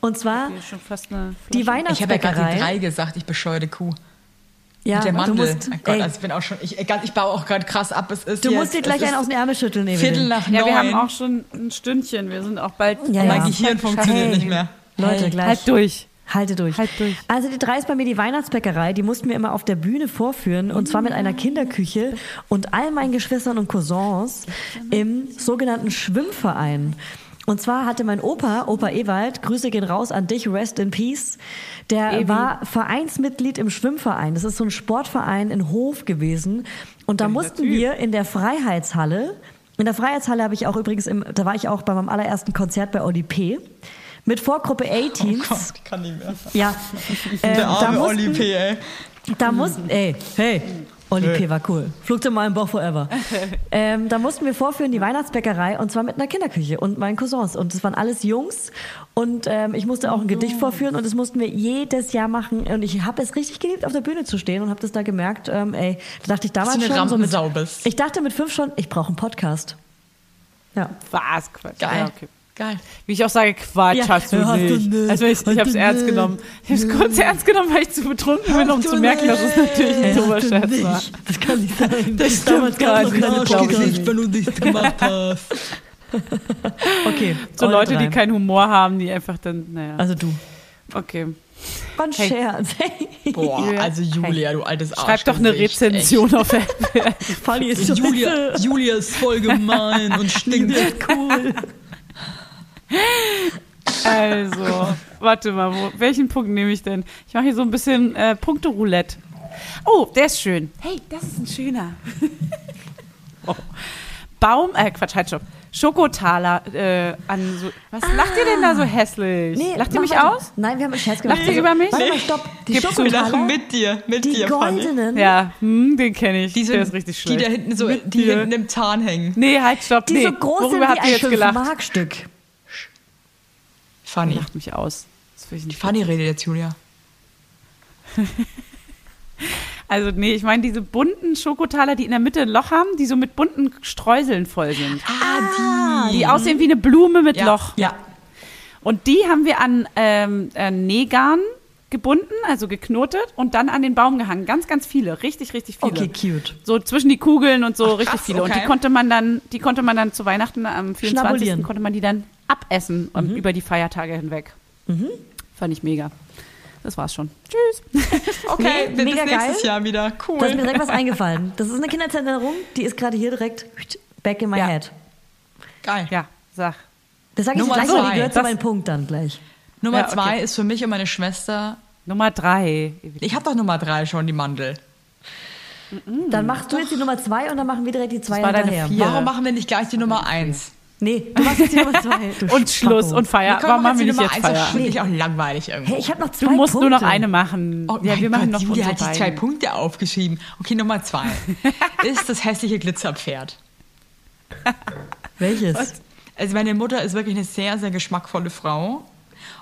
Speaker 1: Und zwar
Speaker 2: Hier ist schon fast eine
Speaker 1: die
Speaker 2: Flasche.
Speaker 3: Ich habe ja gerade die
Speaker 1: Weihnachtsbäckerei.
Speaker 3: 3 gesagt, ich bescheuerte Kuh.
Speaker 1: Ja,
Speaker 3: Mit der
Speaker 1: du
Speaker 3: Mandel.
Speaker 1: musst,
Speaker 3: mein Gott,
Speaker 1: ey,
Speaker 3: also ich bin auch schon, ich, egal, ich baue auch gerade krass ab. Es ist
Speaker 1: du
Speaker 3: jetzt,
Speaker 1: musst dir
Speaker 3: es
Speaker 1: gleich
Speaker 3: ist
Speaker 1: einen aus dem Ärmel schütteln, Evelyn.
Speaker 3: Viertel nach
Speaker 2: Ja,
Speaker 3: neun.
Speaker 2: wir haben auch schon ein Stündchen. Wir sind auch bald.
Speaker 1: Ja,
Speaker 3: mein
Speaker 1: ja.
Speaker 3: Gehirn funktioniert
Speaker 1: Hey.
Speaker 3: nicht mehr.
Speaker 1: Leute,
Speaker 3: Hey.
Speaker 1: gleich.
Speaker 2: Halt durch.
Speaker 1: Halte durch.
Speaker 2: Halt durch.
Speaker 1: Also die drei ist bei mir die Weihnachtsbäckerei, die mussten wir immer auf der Bühne vorführen und zwar mit einer Kinderküche und all meinen Geschwistern und Cousins im sogenannten Schwimmverein. Und zwar hatte mein Opa, Opa Ewald, Grüße gehen raus an dich, rest in peace, der war Vereinsmitglied im Schwimmverein. Das ist so ein Sportverein in Hof gewesen und da mussten wir in der Freiheitshalle, in der Freiheitshalle habe ich auch übrigens, im, da war ich auch bei meinem allerersten Konzert bei Oli P. Mit Vorgruppe
Speaker 3: Oh
Speaker 1: A-Teens.
Speaker 3: Gott, ich kann nicht mehr.
Speaker 1: Ja. Ähm,
Speaker 3: Der
Speaker 1: da
Speaker 3: arme
Speaker 1: mussten,
Speaker 3: Oli P, ey.
Speaker 1: Da mussten, ey, hey, Oli P. war cool. Flug to meinem Bauch forever. ähm, da mussten wir vorführen die Weihnachtsbäckerei und zwar mit einer Kinderküche und meinen Cousins. Und es waren alles Jungs und ähm, ich musste auch ein Gedicht vorführen und das mussten wir jedes Jahr machen. Und ich habe es richtig geliebt, auf der Bühne zu stehen und habe das da gemerkt, ähm, ey, da dachte ich damals
Speaker 3: du eine
Speaker 1: schon. So mit,
Speaker 3: Rampensau bist.
Speaker 1: ich dachte mit fünf schon, ich brauche einen Podcast. Ja.
Speaker 2: Was? Quatsch.
Speaker 3: Geil.
Speaker 2: Ja, okay.
Speaker 3: Geil.
Speaker 2: Wie ich auch sage, Quatsch
Speaker 1: Ja,
Speaker 2: hast du
Speaker 1: hast du
Speaker 2: nicht.
Speaker 1: nicht.
Speaker 2: Also ich, ich
Speaker 1: Hast
Speaker 2: hab's
Speaker 1: du
Speaker 2: ernst
Speaker 1: nicht.
Speaker 2: genommen. Ich hab's kurz ernst genommen, weil ich zu betrunken bin, um
Speaker 3: du
Speaker 2: zu merken, dass es natürlich ein dummer Scherz war.
Speaker 1: Das genau, kann nicht sein.
Speaker 2: Das stimmt gar nicht. Das glaub ich nicht.
Speaker 3: wenn du nichts gemacht hast.
Speaker 1: Okay,
Speaker 2: So
Speaker 1: eure
Speaker 2: Leute,
Speaker 1: drei.
Speaker 2: die keinen Humor haben, die einfach dann, naja.
Speaker 1: Also du.
Speaker 2: Okay.
Speaker 1: War ein
Speaker 2: Hey.
Speaker 1: Scherz.
Speaker 3: Boah, also Julia, du altes Arsch.
Speaker 2: Schreib doch eine Rezension auf Apple.
Speaker 1: Funny ist schon
Speaker 3: Julia, Julia ist voll gemein und stinkt.
Speaker 1: cool.
Speaker 2: Also, warte mal, wo, welchen Punkt nehme ich denn? Ich mache hier so ein bisschen äh, Punkte-Roulette. Oh, der ist schön. Hey, das ist ein schöner. oh. Baum, äh, Quatsch, halt schon. Schokotaler äh, an so. Was lacht ihr denn da so hässlich? lacht ihr
Speaker 1: Ah. mach
Speaker 2: mich
Speaker 1: weiter.
Speaker 2: aus?
Speaker 1: Nein, wir haben einen Scherz gemacht.
Speaker 2: Lacht ihr über mich?
Speaker 1: Warte mal,
Speaker 2: Nee.
Speaker 1: stopp. Die
Speaker 2: Gib's zu.
Speaker 3: Wir
Speaker 1: Schokotaler,
Speaker 3: lachen mit dir, mit
Speaker 1: die
Speaker 3: dir, Fanny.
Speaker 1: goldenen,
Speaker 2: Ja, hm, den kenne ich.
Speaker 3: Die sind,
Speaker 2: der ist richtig
Speaker 3: Die
Speaker 2: schlecht.
Speaker 3: da hinten so, die
Speaker 2: dir.
Speaker 3: hinten im Zahn hängen.
Speaker 2: nee, halt, stopp.
Speaker 1: die
Speaker 2: nee.
Speaker 1: so groß sind
Speaker 2: Worüber habt ihr jetzt
Speaker 1: wie ein
Speaker 2: gelacht?
Speaker 1: Markstück.
Speaker 3: Fanny.
Speaker 2: Lacht mich aus. Das will ich nicht.
Speaker 3: Fanny redet jetzt, Julia.
Speaker 2: Also, nee, ich meine diese bunten Schokotaler, die in der Mitte ein Loch haben, die so mit bunten Streuseln voll sind.
Speaker 3: Ah,
Speaker 2: Die aussehen wie eine Blume mit
Speaker 3: Ja,
Speaker 2: Loch.
Speaker 3: ja.
Speaker 2: Und die haben wir an ähm, äh, Nähgarn gebunden, also geknotet und dann an den Baum gehangen. Ganz, ganz viele, richtig, richtig viele.
Speaker 1: Okay, cute.
Speaker 2: So zwischen die Kugeln und so richtig
Speaker 3: krass,
Speaker 2: viele. Und
Speaker 3: okay.
Speaker 2: die konnte man dann, die konnte man dann zu Weihnachten am 24.
Speaker 1: Schnabulieren.
Speaker 2: konnte man die dann abessen ähm,
Speaker 3: Mhm.
Speaker 2: über die Feiertage hinweg. Fand ich mega. Das war's schon. Tschüss.
Speaker 3: Okay,
Speaker 1: Nee,
Speaker 3: bis
Speaker 1: mega
Speaker 3: nächstes
Speaker 1: geil.
Speaker 3: Jahr wieder. Cool.
Speaker 1: Da ist mir direkt was eingefallen. Das ist eine Kindheitserinnerung, die ist gerade hier direkt back in my
Speaker 2: Ja.
Speaker 1: head.
Speaker 3: Geil.
Speaker 2: Ja, sag.
Speaker 1: Das sage ich dir
Speaker 3: Nummer
Speaker 1: gleich, weil die
Speaker 3: zwei.
Speaker 1: gehört zu
Speaker 2: Das-
Speaker 1: meinem Punkt dann gleich.
Speaker 3: Nummer
Speaker 2: Ja, okay.
Speaker 3: zwei ist für mich und meine Schwester.
Speaker 2: Nummer drei.
Speaker 3: Ich habe doch Nummer drei schon, die Mandel.
Speaker 1: Dann machst du jetzt die Nummer zwei und dann machen wir direkt die zwei
Speaker 2: Hm. war deine
Speaker 1: hinterher.
Speaker 2: vier.
Speaker 3: Warum machen wir nicht gleich die Nummer eins?
Speaker 1: Nee, du machst jetzt die Nummer zwei. du
Speaker 2: Und Schluss
Speaker 1: Spacko.
Speaker 2: und Feier.
Speaker 3: Komm,
Speaker 2: Ah Warum
Speaker 3: mach
Speaker 2: machen wir
Speaker 3: die
Speaker 2: nicht
Speaker 3: Nummer
Speaker 2: jetzt
Speaker 3: eins? Das
Speaker 2: Feier?
Speaker 3: finde ich auch langweilig irgendwo.
Speaker 1: Hey, ich habe noch zwei
Speaker 2: Du musst
Speaker 1: Punkte.
Speaker 2: nur noch eine machen.
Speaker 3: Oh
Speaker 2: ja,
Speaker 3: mein
Speaker 2: wir machen noch
Speaker 3: Gott, Julia hat
Speaker 2: unsere
Speaker 3: sich zwei
Speaker 2: beiden.
Speaker 3: Punkte aufgeschrieben. Okay, Nummer zwei ist das hässliche Glitzerpferd.
Speaker 1: Welches?
Speaker 3: Also meine Mutter ist wirklich eine sehr, sehr geschmackvolle Frau.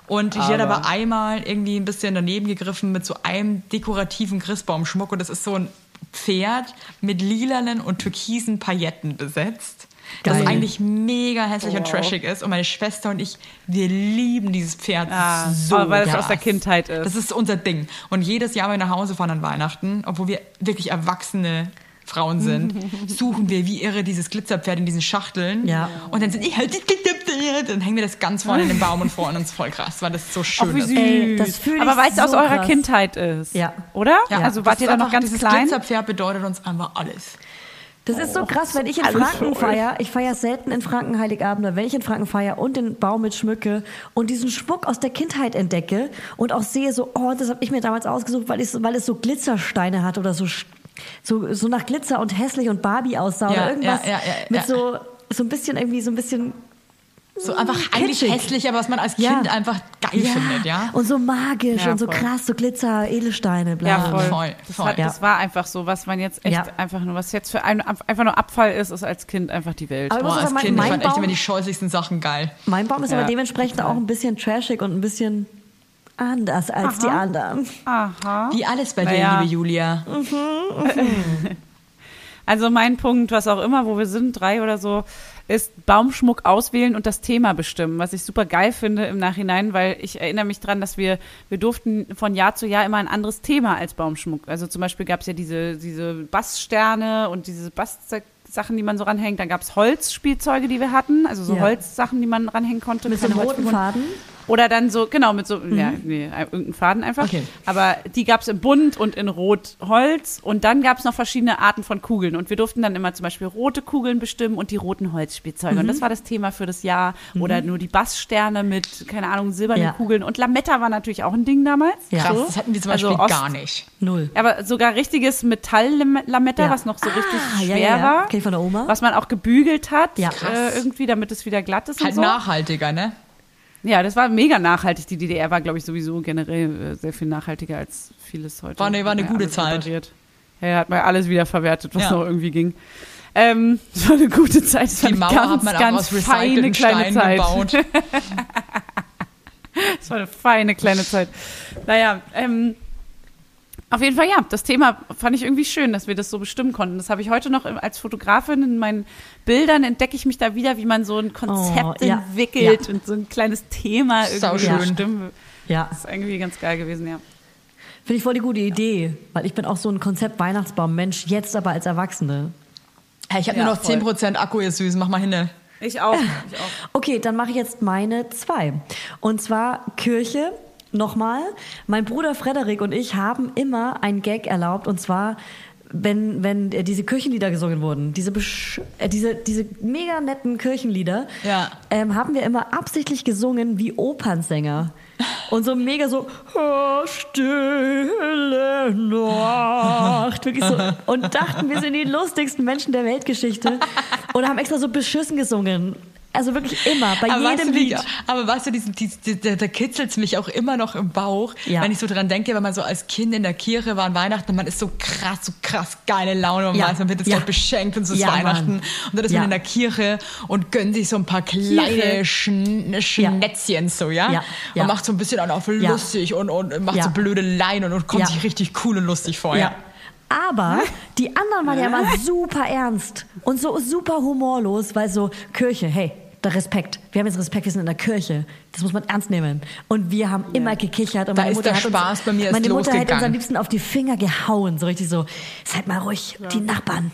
Speaker 3: Und ich hat aber einmal irgendwie ein bisschen daneben gegriffen mit so einem dekorativen Christbaumschmuck. Und das ist so ein Pferd mit lilanen und türkisen Pailletten besetzt.
Speaker 1: Geil.
Speaker 3: Das eigentlich mega hässlich und trashig ist. Und meine Schwester und ich, wir lieben dieses Pferd
Speaker 2: Ah,
Speaker 3: so.
Speaker 2: aber weil das
Speaker 3: krass.
Speaker 2: aus der Kindheit ist.
Speaker 3: Das ist unser Ding. Und jedes Jahr, wenn wir nach Hause fahren an Weihnachten, obwohl wir wirklich erwachsene Frauen sind, suchen wir wie irre dieses Glitzerpferd in diesen Schachteln.
Speaker 1: Ja.
Speaker 3: Und dann sind ich halt die Glitzerpferd. Serie, dann hängen wir das ganz vorne in den Baum und freuen uns voll krass, weil das so schön
Speaker 2: Ach, wie
Speaker 3: ist.
Speaker 2: süß.
Speaker 1: Ey, das fühle ich
Speaker 2: Aber weil es
Speaker 1: so
Speaker 2: aus eurer
Speaker 1: krass.
Speaker 2: Kindheit ist.
Speaker 1: Ja.
Speaker 2: Oder?
Speaker 3: Ja,
Speaker 2: also
Speaker 3: das
Speaker 2: wart ihr
Speaker 3: ist
Speaker 2: da noch
Speaker 3: einfach-
Speaker 2: ganz
Speaker 3: dieses
Speaker 2: klein?
Speaker 3: Glitzerpferd bedeutet uns einfach alles.
Speaker 1: Das ist
Speaker 3: Oh,
Speaker 1: so krass, wenn ich in Franken feier. Ich feier selten in Franken Heiligabend, aber wenn ich in Franken feier und den Baum mit schmücke und diesen Schmuck aus der Kindheit entdecke und auch sehe so, oh, das habe ich mir damals ausgesucht, weil, ich, weil es so Glitzersteine hat oder so, sch- so, so nach Glitzer und hässlich und Barbie aussah
Speaker 3: Ja,
Speaker 1: oder irgendwas
Speaker 3: ja, ja, ja,
Speaker 1: mit
Speaker 3: ja.
Speaker 1: so, so ein bisschen irgendwie so ein bisschen
Speaker 3: So
Speaker 2: Hm,
Speaker 3: einfach eigentlich
Speaker 1: kitschig.
Speaker 3: hässlich, aber was man als
Speaker 1: Ja.
Speaker 3: Kind einfach geil findet, ja?
Speaker 1: und so magisch
Speaker 2: Ja,
Speaker 1: und so
Speaker 2: voll.
Speaker 1: krass, so Glitzer, Edelsteine, bla.
Speaker 2: Ja, voll.
Speaker 3: voll,
Speaker 2: Das,
Speaker 3: voll.
Speaker 2: War,
Speaker 1: Ja.
Speaker 2: das war einfach so, was man jetzt echt
Speaker 1: Ja.
Speaker 2: einfach nur, was jetzt für einen ab- einfach nur Abfall ist, ist als Kind einfach die Welt.
Speaker 1: Aber ich muss
Speaker 3: Boah,
Speaker 1: auch
Speaker 3: als
Speaker 1: sagen,
Speaker 3: Kind, ich
Speaker 1: mein,
Speaker 3: fand echt
Speaker 1: Baum,
Speaker 3: immer die scheußlichsten Sachen geil.
Speaker 1: mein Baum ist
Speaker 2: Ja,
Speaker 1: aber dementsprechend auch ein bisschen trashig und ein bisschen anders als die anderen.
Speaker 2: Aha.
Speaker 3: Wie alles bei
Speaker 2: Hm? Naja. Mhm.
Speaker 3: dir, liebe Julia.
Speaker 2: Also mein Punkt, was auch immer, wo wir sind, drei oder so, ist Baumschmuck auswählen und das Thema bestimmen, was ich super geil finde im Nachhinein, weil ich erinnere mich dran, dass wir, wir durften von Jahr zu Jahr immer ein anderes Thema als Baumschmuck. Also zum Beispiel gab es ja diese, diese Basssterne und diese Basssachen, die man so ranhängt. Dann gab es Holzspielzeuge, die wir hatten, also so
Speaker 1: Ja.
Speaker 2: Holzsachen, die man ranhängen konnte.
Speaker 1: Mit so einem
Speaker 2: Keine
Speaker 1: roten
Speaker 2: Holzfiguren.
Speaker 1: Faden.
Speaker 2: Oder dann so, genau, mit so,
Speaker 1: Mhm.
Speaker 2: ja, nee, ein- irgendeinen Faden einfach.
Speaker 3: Okay.
Speaker 2: Aber die gab's in bunt und in rot Holz. Und dann gab's noch verschiedene Arten von Kugeln. Und wir durften dann immer zum Beispiel rote Kugeln bestimmen und die roten Holzspielzeuge.
Speaker 1: Mhm.
Speaker 2: Und das war das Thema für das Jahr. Oder nur die Basssterne mit, keine Ahnung, silbernen
Speaker 1: Ja.
Speaker 2: Kugeln. Und Lametta war natürlich auch ein Ding damals.
Speaker 1: Ja.
Speaker 3: Krass, das hatten wir zum
Speaker 2: Also
Speaker 3: Beispiel
Speaker 2: Ost-
Speaker 3: gar nicht.
Speaker 1: Null.
Speaker 2: Aber sogar richtiges Metall-Lametta,
Speaker 1: Ja.
Speaker 2: was noch so richtig
Speaker 1: Ah, ja,
Speaker 2: schwer
Speaker 1: ja, ja.
Speaker 2: war.
Speaker 1: Kenn ich von der Oma.
Speaker 2: Was man auch gebügelt hat,
Speaker 1: Ja.
Speaker 2: äh, irgendwie, damit es wieder glatt ist.
Speaker 3: Halt
Speaker 2: und so.
Speaker 3: nachhaltiger, ne?
Speaker 2: Ja, das war mega nachhaltig. Die DDR war, glaube ich, sowieso generell äh, sehr viel nachhaltiger als vieles heute.
Speaker 3: War eine- war eine
Speaker 2: Ja,
Speaker 3: gute
Speaker 2: alles
Speaker 3: Zeit.
Speaker 2: repariert. Ja, hat man alles wieder verwertet, was
Speaker 3: Ja.
Speaker 2: noch irgendwie ging. Ähm, es war eine gute Zeit. Es war
Speaker 3: Die
Speaker 2: eine
Speaker 3: Mauer
Speaker 2: ganz,
Speaker 3: hat man auch
Speaker 2: ganz
Speaker 3: aus
Speaker 2: feine
Speaker 3: recycelten
Speaker 2: kleine
Speaker 3: Steinen
Speaker 2: Zeit.
Speaker 3: gebaut.
Speaker 2: Es war eine feine kleine Zeit. Naja, ähm, auf jeden Fall ja. Das Thema fand ich irgendwie schön, dass wir das so bestimmen konnten. Das habe ich heute noch im- als Fotografin in meinen Bildern entdecke ich mich da wieder, wie man so ein Konzept
Speaker 1: Oh, ja.
Speaker 2: entwickelt
Speaker 1: Ja.
Speaker 2: und so ein kleines Thema irgendwie
Speaker 3: Sauschön.
Speaker 2: bestimmen.
Speaker 1: Ja,
Speaker 2: Das ist irgendwie ganz geil gewesen, ja.
Speaker 1: finde ich voll die gute Idee, weil ich bin auch so ein Konzept Weihnachtsbaum-Mensch, jetzt aber als Erwachsene.
Speaker 3: Hey, ich habe
Speaker 2: Ja,
Speaker 3: nur noch
Speaker 2: voll.
Speaker 3: 10% Akku, ihr Süßen, mach mal hin. ne?
Speaker 2: Ich auch. Ich auch.
Speaker 1: Okay, dann mache ich jetzt meine zwei. Und zwar Kirche. Nochmal, mein Bruder Frederik und ich haben immer einen Gag erlaubt und zwar, wenn, wenn äh, diese Kirchenlieder gesungen wurden, diese, besch- äh, diese, diese mega netten Kirchenlieder,
Speaker 3: Ja.
Speaker 1: ähm, haben wir immer absichtlich gesungen wie Opernsänger. Und so mega so, "Oh, stille Nacht. Wirklich so. Und dachten, wir sind die lustigsten Menschen der Weltgeschichte. Und haben extra so beschissen gesungen. Also wirklich immer, bei jedem
Speaker 3: weißt du, wie-
Speaker 1: Lied.
Speaker 3: aber weißt du, diesen, dies- die- da, da kitzelt es mich auch immer noch im Bauch,
Speaker 1: Ja.
Speaker 3: wenn ich so dran denke, wenn man so als Kind in der Kirche war an Weihnachten und man ist so krass, so krass geile Laune und
Speaker 1: Ja.
Speaker 3: weiß, man wird jetzt
Speaker 1: Ja.
Speaker 3: gleich beschenkt und es ist
Speaker 1: Ja, Mann.
Speaker 3: Weihnachten. Und dann ist
Speaker 1: Ja.
Speaker 3: man in der Kirche und gönnt sich so ein paar kleine
Speaker 1: Kirche.
Speaker 3: Schn Schnetzchen so, ja?
Speaker 1: Ja. Ja.
Speaker 3: Und macht so ein bisschen auch auf lustig und, und macht
Speaker 1: Ja.
Speaker 3: so blöde Leinen und kommt
Speaker 1: Ja.
Speaker 3: sich richtig cool und lustig vor, Oh ja?
Speaker 1: Ja. Aber die anderen waren ja immer super ernst und so super humorlos, weil so Kirche, hey, der Respekt. Wir haben jetzt Respekt, wir sind in der Kirche. Das muss man ernst nehmen. Und wir haben immer gekichert. Und
Speaker 3: Da
Speaker 1: meine
Speaker 3: ist
Speaker 1: Mutter
Speaker 3: der
Speaker 1: hat
Speaker 3: Spaß
Speaker 1: uns,
Speaker 3: bei mir erst
Speaker 1: Meine Mutter hat uns am
Speaker 3: losgegangen.
Speaker 1: liebsten auf die Finger gehauen. So richtig so, seid mal ruhig, die Nachbarn.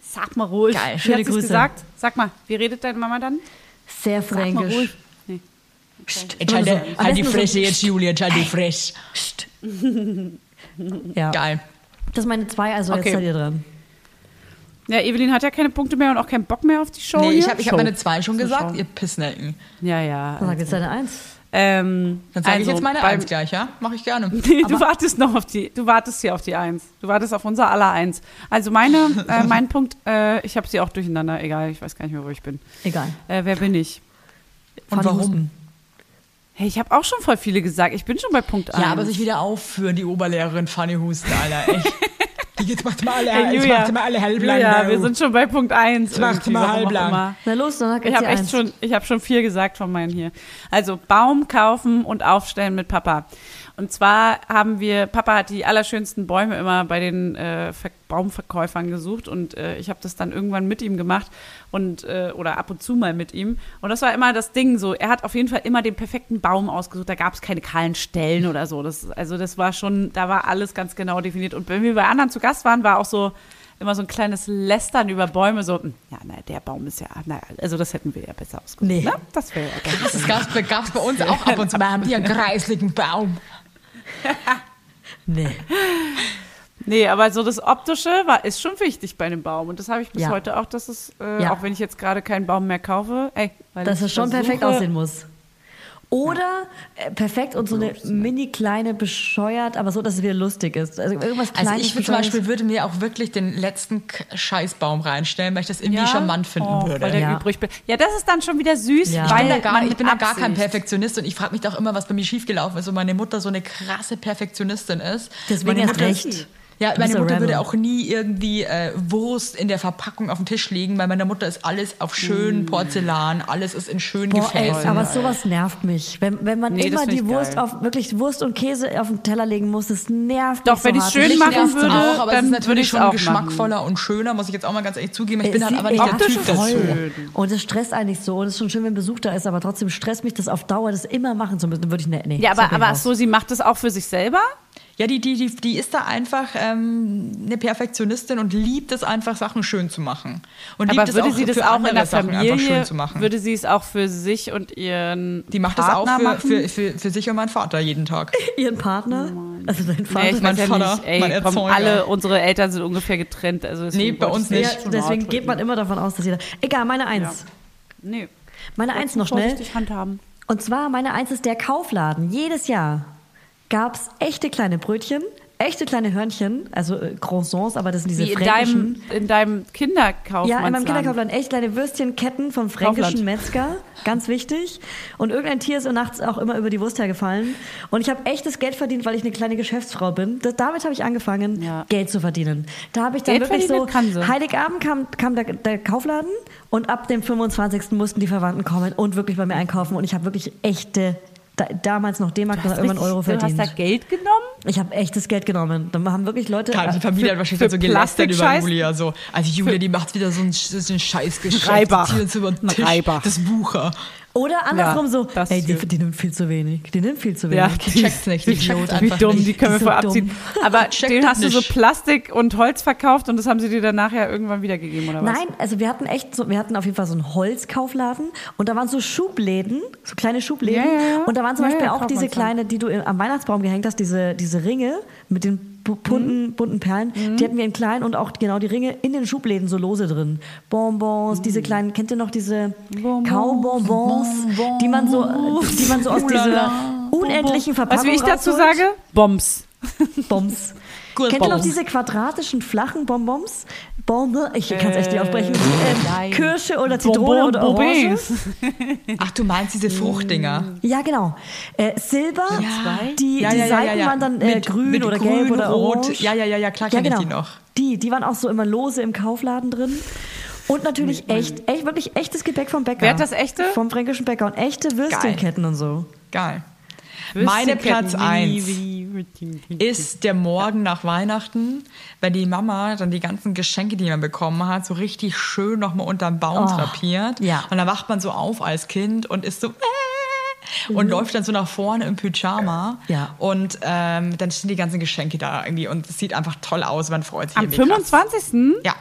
Speaker 2: Sag mal ruhig. Geil.
Speaker 1: Schöne
Speaker 2: Schöne Grüße.
Speaker 1: Grüße.
Speaker 2: gesagt? Sag mal, wie redet deine Mama dann?
Speaker 1: Sehr
Speaker 2: Sag mal
Speaker 1: fränkisch.
Speaker 2: ruhig. Nee.
Speaker 1: Psst.
Speaker 3: Jetzt halt,
Speaker 1: Immer so. Am
Speaker 3: halt die
Speaker 1: besten so,
Speaker 3: Fresse jetzt,
Speaker 1: psst,
Speaker 3: Julia, jetzt halt die Fresse.
Speaker 1: psst. ja.
Speaker 3: Geil.
Speaker 1: Das sind meine zwei, also
Speaker 2: Okay.
Speaker 1: jetzt seid ihr dran.
Speaker 2: Ja, Evelyn hat ja keine Punkte mehr und auch keinen Bock mehr auf die
Speaker 1: Oh,
Speaker 2: Show.
Speaker 3: Nee,
Speaker 2: hier.
Speaker 3: ich habe ich hab
Speaker 2: Show.
Speaker 3: meine zwei schon
Speaker 2: Das ist eine
Speaker 3: gesagt,
Speaker 2: Show.
Speaker 3: ihr Pissnecken.
Speaker 2: Ja, ja.
Speaker 1: Dann sag jetzt deine Eins.
Speaker 2: Ähm,
Speaker 3: Dann sage
Speaker 2: also
Speaker 3: ich jetzt meine
Speaker 2: beim- Hm,
Speaker 3: Eins gleich, ja? Mache ich gerne.
Speaker 2: Nee, du wartest noch auf die, du wartest hier auf die Eins. Du wartest auf unser aller Eins. Also meine, äh, mein Punkt, äh, ich habe sie auch durcheinander, egal, ich weiß gar nicht mehr, wo ich bin.
Speaker 1: Egal.
Speaker 2: Äh, wer bin ich?
Speaker 1: Fanny
Speaker 3: warum?
Speaker 1: Husten.
Speaker 2: Hey, ich habe auch schon voll viele gesagt. Ich bin schon bei Punkt eins.
Speaker 3: Ja, aber sich wieder aufführen, die Oberlehrerin Fanny Husten, Alter, echt. Die jetzt macht mal alle,
Speaker 2: Hey,
Speaker 3: jetzt
Speaker 2: Julia.
Speaker 3: macht mal alle halblang.
Speaker 2: Ja,
Speaker 3: ne?
Speaker 2: wir sind schon bei Punkt 1.
Speaker 3: macht mal halblang.
Speaker 1: Na los, dann sag
Speaker 2: Ich
Speaker 1: jetzt
Speaker 2: habe
Speaker 1: die
Speaker 2: echt
Speaker 1: Eins.
Speaker 2: schon, ich habe schon viel gesagt von meinen hier. Also Baum kaufen und aufstellen mit Papa. Und zwar haben wir, Papa hat die allerschönsten Bäume immer bei den äh, Ver Baumverkäufern gesucht und äh, ich habe das dann irgendwann mit ihm gemacht und äh, oder ab und zu mal mit ihm. Und das war immer das Ding so. Er hat auf jeden Fall immer den perfekten Baum ausgesucht. Da gab es keine kahlen Stellen oder so. Das, also das war schon, da war alles ganz genau definiert. Und wenn wir bei anderen zu Gast waren, war auch so, immer so ein kleines Lästern über Bäume, so, "Hm, ja, na, der Baum ist ja, na, also das hätten wir ja besser ausgesucht.
Speaker 1: Nee.
Speaker 2: Ne? Das wäre ja ganz
Speaker 3: Das gab's bei, gab's bei uns auch ab und zu. Wir haben hier einen kreisligen Baum.
Speaker 1: Nee.
Speaker 2: Nee, aber so das Optische war, ist schon wichtig bei einem Baum. Und das habe ich bis
Speaker 1: Ja.
Speaker 2: heute auch, dass es, äh,
Speaker 1: Ja.
Speaker 2: auch wenn ich jetzt gerade keinen Baum mehr kaufe, ey, weil
Speaker 1: Dass
Speaker 2: ich
Speaker 1: es schon perfekt
Speaker 2: versuche-
Speaker 1: aussehen muss. Oder äh, perfekt und so eine mini kleine bescheuert, aber so, dass es wieder lustig ist. Also irgendwas
Speaker 3: Also
Speaker 1: kleines.
Speaker 3: ich würde zum
Speaker 1: Bescheuertes.
Speaker 3: Beispiel würde mir auch wirklich den letzten K- Scheißbaum reinstellen, weil ich das irgendwie
Speaker 2: Ja?
Speaker 3: charmant finden
Speaker 2: oh,
Speaker 3: würde.
Speaker 2: Weil der
Speaker 1: Ja.
Speaker 2: übrig bleibt. Ja, das ist dann schon wieder süß,
Speaker 1: Ja.
Speaker 2: weil
Speaker 3: bin da gar,
Speaker 2: man
Speaker 3: ich
Speaker 2: mit
Speaker 3: bin da gar kein
Speaker 2: Absicht-
Speaker 3: Perfektionist und ich frage mich doch immer, was bei mir schiefgelaufen ist und meine Mutter so eine krasse Perfektionistin ist.
Speaker 1: Deswegen
Speaker 3: meine
Speaker 1: erst
Speaker 3: Mutter
Speaker 1: recht.
Speaker 3: Ja,
Speaker 1: Du bist
Speaker 3: meine
Speaker 1: ein
Speaker 3: Mutter würde
Speaker 1: Rebel.
Speaker 3: auch nie irgendwie äh, Wurst in der Verpackung auf den Tisch legen, weil meiner Mutter ist alles auf schön Porzellan, alles ist in schönen
Speaker 1: Boah, Oh, ey,
Speaker 3: Gefäßen.
Speaker 1: aber sowas nervt mich. Wenn, wenn man
Speaker 2: Nee, das
Speaker 1: immer
Speaker 2: find
Speaker 1: die
Speaker 2: ich
Speaker 1: Wurst
Speaker 2: geil.
Speaker 1: auf, wirklich Wurst und Käse auf den Teller legen muss, das nervt
Speaker 2: Doch,
Speaker 1: mich.
Speaker 2: wenn
Speaker 1: so
Speaker 2: ich's
Speaker 1: hart.
Speaker 2: schön
Speaker 1: Mich
Speaker 2: machen
Speaker 1: nervt's
Speaker 2: würde,
Speaker 3: auch, aber
Speaker 2: dann
Speaker 3: es ist natürlich
Speaker 2: würde ich's
Speaker 3: schon
Speaker 2: auch
Speaker 3: geschmackvoller und schöner, muss ich jetzt auch mal ganz ehrlich zugeben. Ich bin
Speaker 1: Es
Speaker 3: halt
Speaker 1: sieht
Speaker 3: aber nicht der
Speaker 1: optisch
Speaker 3: Typ dazu.
Speaker 1: voll. Und das stresst eigentlich so. Und es ist schon schön, wenn Besuch da ist, aber trotzdem stresst mich das auf Dauer, das immer machen zu müssen. Dann Würde ich ne, nee,
Speaker 2: Ja,
Speaker 1: zack,
Speaker 2: aber,
Speaker 1: bin
Speaker 2: aber
Speaker 1: raus.
Speaker 2: so, sie macht das auch für sich selber?
Speaker 3: Ja, die, die, die, die ist da einfach ähm, eine Perfektionistin und liebt es einfach, Sachen schön zu machen. Und
Speaker 2: Aber
Speaker 3: liebt
Speaker 2: würde
Speaker 3: es auch,
Speaker 2: sie das
Speaker 3: für
Speaker 2: auch
Speaker 3: andere
Speaker 2: in der
Speaker 3: Sachen einfach schön
Speaker 2: Familie,
Speaker 3: zu machen.
Speaker 2: würde sie es auch für sich und ihren
Speaker 3: die macht das
Speaker 2: Partner
Speaker 3: auch für,
Speaker 2: machen?
Speaker 3: für, für, für sich und meinen Vater jeden Tag.
Speaker 1: Ihren Partner? Also dein Vater?
Speaker 2: Oh Nee, ich
Speaker 3: Mein
Speaker 2: weiß ja
Speaker 3: Vater,
Speaker 2: nicht, ey,
Speaker 3: mein
Speaker 2: komm,
Speaker 3: Erzeuger.
Speaker 2: alle unsere Eltern sind ungefähr getrennt. Also deswegen
Speaker 3: bei
Speaker 2: wollte
Speaker 3: uns
Speaker 2: ich
Speaker 3: nicht.
Speaker 2: schon
Speaker 1: Deswegen
Speaker 2: mal
Speaker 1: geht man immer davon aus, dass jeder... Egal, meine Eins.
Speaker 2: Nee.
Speaker 1: Meine
Speaker 2: Wolltest
Speaker 1: Eins
Speaker 2: du
Speaker 1: noch schnell.
Speaker 2: vorsichtig handhaben.
Speaker 1: Und zwar, meine Eins ist der Kaufladen. Jedes Jahr gab's echte kleine Brötchen, echte kleine Hörnchen, also äh, Croissants, aber das sind diese
Speaker 2: Wie in
Speaker 1: fränkischen...
Speaker 2: deinem, in deinem Kinderkaufmann.
Speaker 1: Ja, in meinem Kinderkaufland echt kleine Würstchenketten vom fränkischen Metzger, ganz wichtig. Und irgendein Tier ist nachts auch immer über die Wurst hergefallen. Und ich habe echtes Geld verdient, weil ich eine kleine Geschäftsfrau bin. Das, damit habe ich angefangen,
Speaker 2: Ja.
Speaker 1: Geld zu verdienen. Da habe ich dann
Speaker 2: Geld
Speaker 1: wirklich so,
Speaker 2: verdienen kann sie.
Speaker 1: Heiligabend kam, kam der, der Kaufladen und ab dem 25. mussten die Verwandten kommen und wirklich bei mir einkaufen. Und ich habe wirklich echte, da, damals noch D-Mark, oder irgendwann Euro verdient.
Speaker 2: Du hast da Geld genommen?
Speaker 1: ich habe echtes Geld genommen. Dann haben wirklich Leute... äh,
Speaker 3: Ja, Also die Familie hat wahrscheinlich
Speaker 2: für
Speaker 3: so gelastet über
Speaker 2: Plastikscheiß?
Speaker 3: Julia. So. Also Julia, die macht wieder so ein, so ein Scheißgeschäft.
Speaker 2: Reibach.
Speaker 3: Die zieht uns über den
Speaker 2: Ein
Speaker 3: Tisch.
Speaker 2: Reibach.
Speaker 3: Das Bucher.
Speaker 1: Oder andersrum
Speaker 2: Ja,
Speaker 1: so,
Speaker 2: das
Speaker 1: ey, die,
Speaker 2: hier.
Speaker 1: die nimmt viel zu wenig. Die nimmt viel zu wenig.
Speaker 2: Ja,
Speaker 3: Die checkt's nicht. Die
Speaker 2: Wie-
Speaker 3: checkt's
Speaker 2: Wie
Speaker 3: einfach
Speaker 2: dumm,
Speaker 3: nicht.
Speaker 2: die können wir
Speaker 1: Die ist so
Speaker 2: vorher abziehen.
Speaker 1: dumm.
Speaker 2: Aber
Speaker 3: Checkt
Speaker 2: den
Speaker 3: das
Speaker 2: hast du so
Speaker 3: nicht.
Speaker 2: Plastik und Holz verkauft und das haben sie dir dann nachher irgendwann wiedergegeben, oder was?
Speaker 1: Nein, also wir hatten echt so, wir hatten auf jeden Fall so einen Holzkaufladen und da waren so Schubläden, so kleine Schubläden.
Speaker 2: Ja, ja, ja.
Speaker 1: Und da waren zum
Speaker 2: Ja,
Speaker 1: Beispiel
Speaker 2: ja,
Speaker 1: auch diese
Speaker 2: Kaufmannsland.
Speaker 1: kleine, die du am Weihnachtsbaum gehängt hast, diese, diese Ringe mit den
Speaker 2: Mhm.
Speaker 1: bu- bunten, bunten Perlen. Die hatten wir in klein und auch genau die Ringe in den Schubläden so lose drin. Bonbons,
Speaker 2: Mhm.
Speaker 1: diese kleinen, kennt ihr noch diese Kaubonbons, die man so, die man so aus dieser unendlichen
Speaker 2: Weißt du,
Speaker 1: Verpackung
Speaker 2: wie ich dazu
Speaker 1: rausholt?
Speaker 2: sage? Bombs.
Speaker 1: Bombs.
Speaker 3: Gut,
Speaker 1: Kennt ihr noch
Speaker 3: Bonbons.
Speaker 1: diese quadratischen, flachen Bonbons? Bonbon, ich kann es echt nicht aussprechen.
Speaker 3: Äh,
Speaker 1: Ähm, Kirsche oder Zitrone
Speaker 2: Bonbon
Speaker 1: oder Orange?
Speaker 2: Bobins.
Speaker 3: Ach, du meinst diese
Speaker 2: Mm.
Speaker 3: Fruchtdinger.
Speaker 1: Ja, genau. Äh, Silber, die,
Speaker 3: Ja,
Speaker 1: die
Speaker 3: ja, ja,
Speaker 1: Seiten
Speaker 3: ja, ja.
Speaker 1: waren dann äh,
Speaker 3: Mit-
Speaker 1: grün
Speaker 3: mit
Speaker 1: oder
Speaker 3: grün,
Speaker 1: gelb oder
Speaker 3: rot.
Speaker 1: orange.
Speaker 3: Ja, ja, ja, ja, klar
Speaker 1: ja,
Speaker 3: kenn ich
Speaker 1: genau.
Speaker 3: die noch.
Speaker 1: Die, die waren auch so immer lose im Kaufladen drin. Und natürlich echt, echt, wirklich echtes Gebäck vom Bäcker.
Speaker 2: Wer hat das echte?
Speaker 1: Vom fränkischen Bäcker und echte Würstchenketten und so.
Speaker 3: Geil. Meine Platz eins. ist der Morgen nach Weihnachten, wenn die Mama dann die ganzen Geschenke, die man bekommen hat, so richtig schön nochmal unterm Baum
Speaker 2: Oh,
Speaker 3: drapiert.
Speaker 1: ja.
Speaker 3: Und dann wacht man so auf als Kind und ist so äh,
Speaker 2: Mhm.
Speaker 3: und läuft dann so nach vorne im Pyjama.
Speaker 1: Ja.
Speaker 3: Und ähm, dann stehen die ganzen Geschenke da irgendwie und es sieht einfach toll aus. Man freut sich.
Speaker 2: Am
Speaker 3: irgendwie krass.
Speaker 2: 25.
Speaker 3: Ja.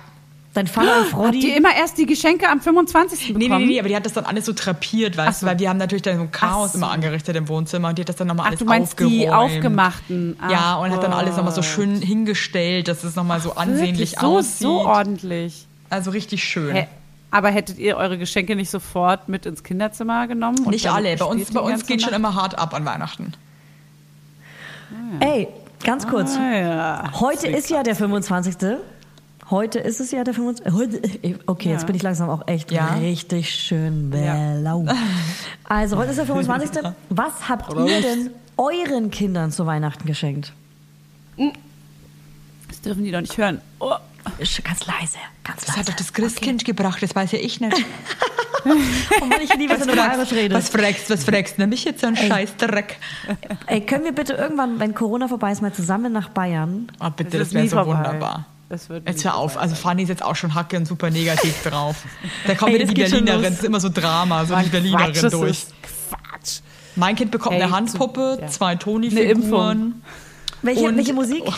Speaker 1: Dein Vater und
Speaker 2: Habt ihr
Speaker 1: Frodi.
Speaker 2: immer erst die Geschenke am 25.
Speaker 3: Nee,
Speaker 2: bekommen?
Speaker 3: nee, nee, nee, aber die hat das dann alles so trapiert, weißt du, weil wir haben natürlich dann so ein Chaos immer angerichtet im Wohnzimmer und die hat das dann nochmal
Speaker 2: Ach,
Speaker 3: alles
Speaker 2: du meinst
Speaker 3: aufgeräumt.
Speaker 2: die aufgemachten. Ach,
Speaker 3: ja, und hat dann alles nochmal so
Speaker 2: Gott.
Speaker 3: schön hingestellt, dass es nochmal so ansehnlich
Speaker 2: Wirklich so,
Speaker 3: aussieht.
Speaker 2: so ordentlich.
Speaker 3: also richtig schön.
Speaker 2: Hä? Aber hättet ihr eure Geschenke nicht sofort mit ins Kinderzimmer genommen? und
Speaker 3: Nicht
Speaker 2: damit
Speaker 3: alle, bei uns,
Speaker 2: gespielt
Speaker 3: bei
Speaker 2: die
Speaker 3: uns
Speaker 2: ganze
Speaker 3: geht schon
Speaker 2: Nacht?
Speaker 3: immer hart ab an Weihnachten.
Speaker 1: Ey, ganz kurz.
Speaker 2: Ah, ja.
Speaker 1: Heute ist ja der 25. Heute ist es ja der 25. Heute, äh, okay, jetzt bin ich langsam auch echt
Speaker 3: Ja.
Speaker 1: richtig schön blau. Also, heute ist der 25. Was habt ihr denn euren Kindern zu Weihnachten geschenkt?
Speaker 2: Das dürfen die doch nicht hören. Oh.
Speaker 1: Sch- Ganz leise, ganz
Speaker 3: Das hat
Speaker 1: leise.
Speaker 3: doch das Christkind gebracht, das weiß ja ich nicht.
Speaker 1: Oh Mann, ich liebe es, wenn du bayerisch
Speaker 3: was
Speaker 1: redest.
Speaker 3: fragst, was fragst, nämlich jetzt so ein Scheißdreck.
Speaker 1: Ey, können wir bitte irgendwann, wenn Corona vorbei ist, mal zusammen nach Bayern?
Speaker 3: Oh, bitte,
Speaker 2: Das
Speaker 3: das,
Speaker 2: ist
Speaker 3: wäre
Speaker 2: nie
Speaker 3: so
Speaker 2: vorbei.
Speaker 3: wunderbar.
Speaker 2: Das wird
Speaker 3: Jetzt
Speaker 2: nie
Speaker 3: hör auf, also Fanny ist jetzt auch schon hacke und super negativ drauf. Da kommt
Speaker 1: Ey,
Speaker 3: wieder
Speaker 1: das
Speaker 3: die
Speaker 1: geht schon
Speaker 3: Berlinerin,
Speaker 1: los.
Speaker 3: das ist immer so Drama, so die
Speaker 2: Quatsch,
Speaker 3: Berlinerin
Speaker 2: das
Speaker 3: durch.
Speaker 2: ist Quatsch.
Speaker 3: Mein Kind bekommt
Speaker 2: Ey,
Speaker 3: eine
Speaker 2: so-
Speaker 3: Handpuppe,
Speaker 2: ja.
Speaker 3: zwei
Speaker 2: Eine Impfung.
Speaker 3: Toni-Figuren.
Speaker 1: Welche,
Speaker 3: Und-
Speaker 1: welche Musik?
Speaker 3: Oh.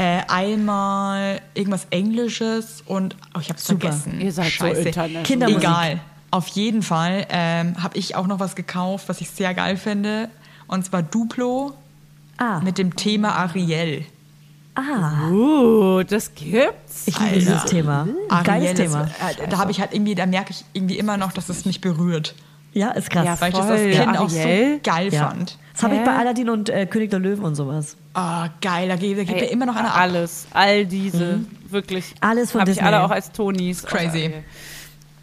Speaker 3: äh, einmal irgendwas Englisches und oh, ich habe es
Speaker 1: Super.
Speaker 3: vergessen.
Speaker 2: Ihr seid so international.
Speaker 1: Kindermusik.
Speaker 3: Egal. Auf jeden Fall ähm, habe ich auch noch was gekauft, was ich sehr geil finde. Und zwar Duplo
Speaker 1: Ah,
Speaker 3: mit dem Thema Ariel.
Speaker 1: ah,
Speaker 2: Uh, das gibt's.
Speaker 1: ich liebe dieses Thema. Geiles
Speaker 3: Ariel ist-
Speaker 1: Thema.
Speaker 3: Äh, da habe ich halt irgendwie, da merke ich irgendwie immer noch, dass es mich berührt.
Speaker 1: Ja, ist krass.
Speaker 2: Ja,
Speaker 3: Weil ich das als
Speaker 2: Voll,
Speaker 3: Kind auch so
Speaker 2: Ariel.
Speaker 3: geil
Speaker 1: Ja.
Speaker 3: fand.
Speaker 1: Das habe ich
Speaker 2: Hä?
Speaker 1: bei Aladdin und äh, König der Löwen und sowas.
Speaker 3: Ah, geil, da gibt da gibt mir immer noch eine ab. Mhm.
Speaker 2: Alles, all diese, wirklich.
Speaker 1: Alles von
Speaker 2: Hab
Speaker 1: Disney.
Speaker 2: ich alle auch als Tonis. Oh,
Speaker 3: Crazy.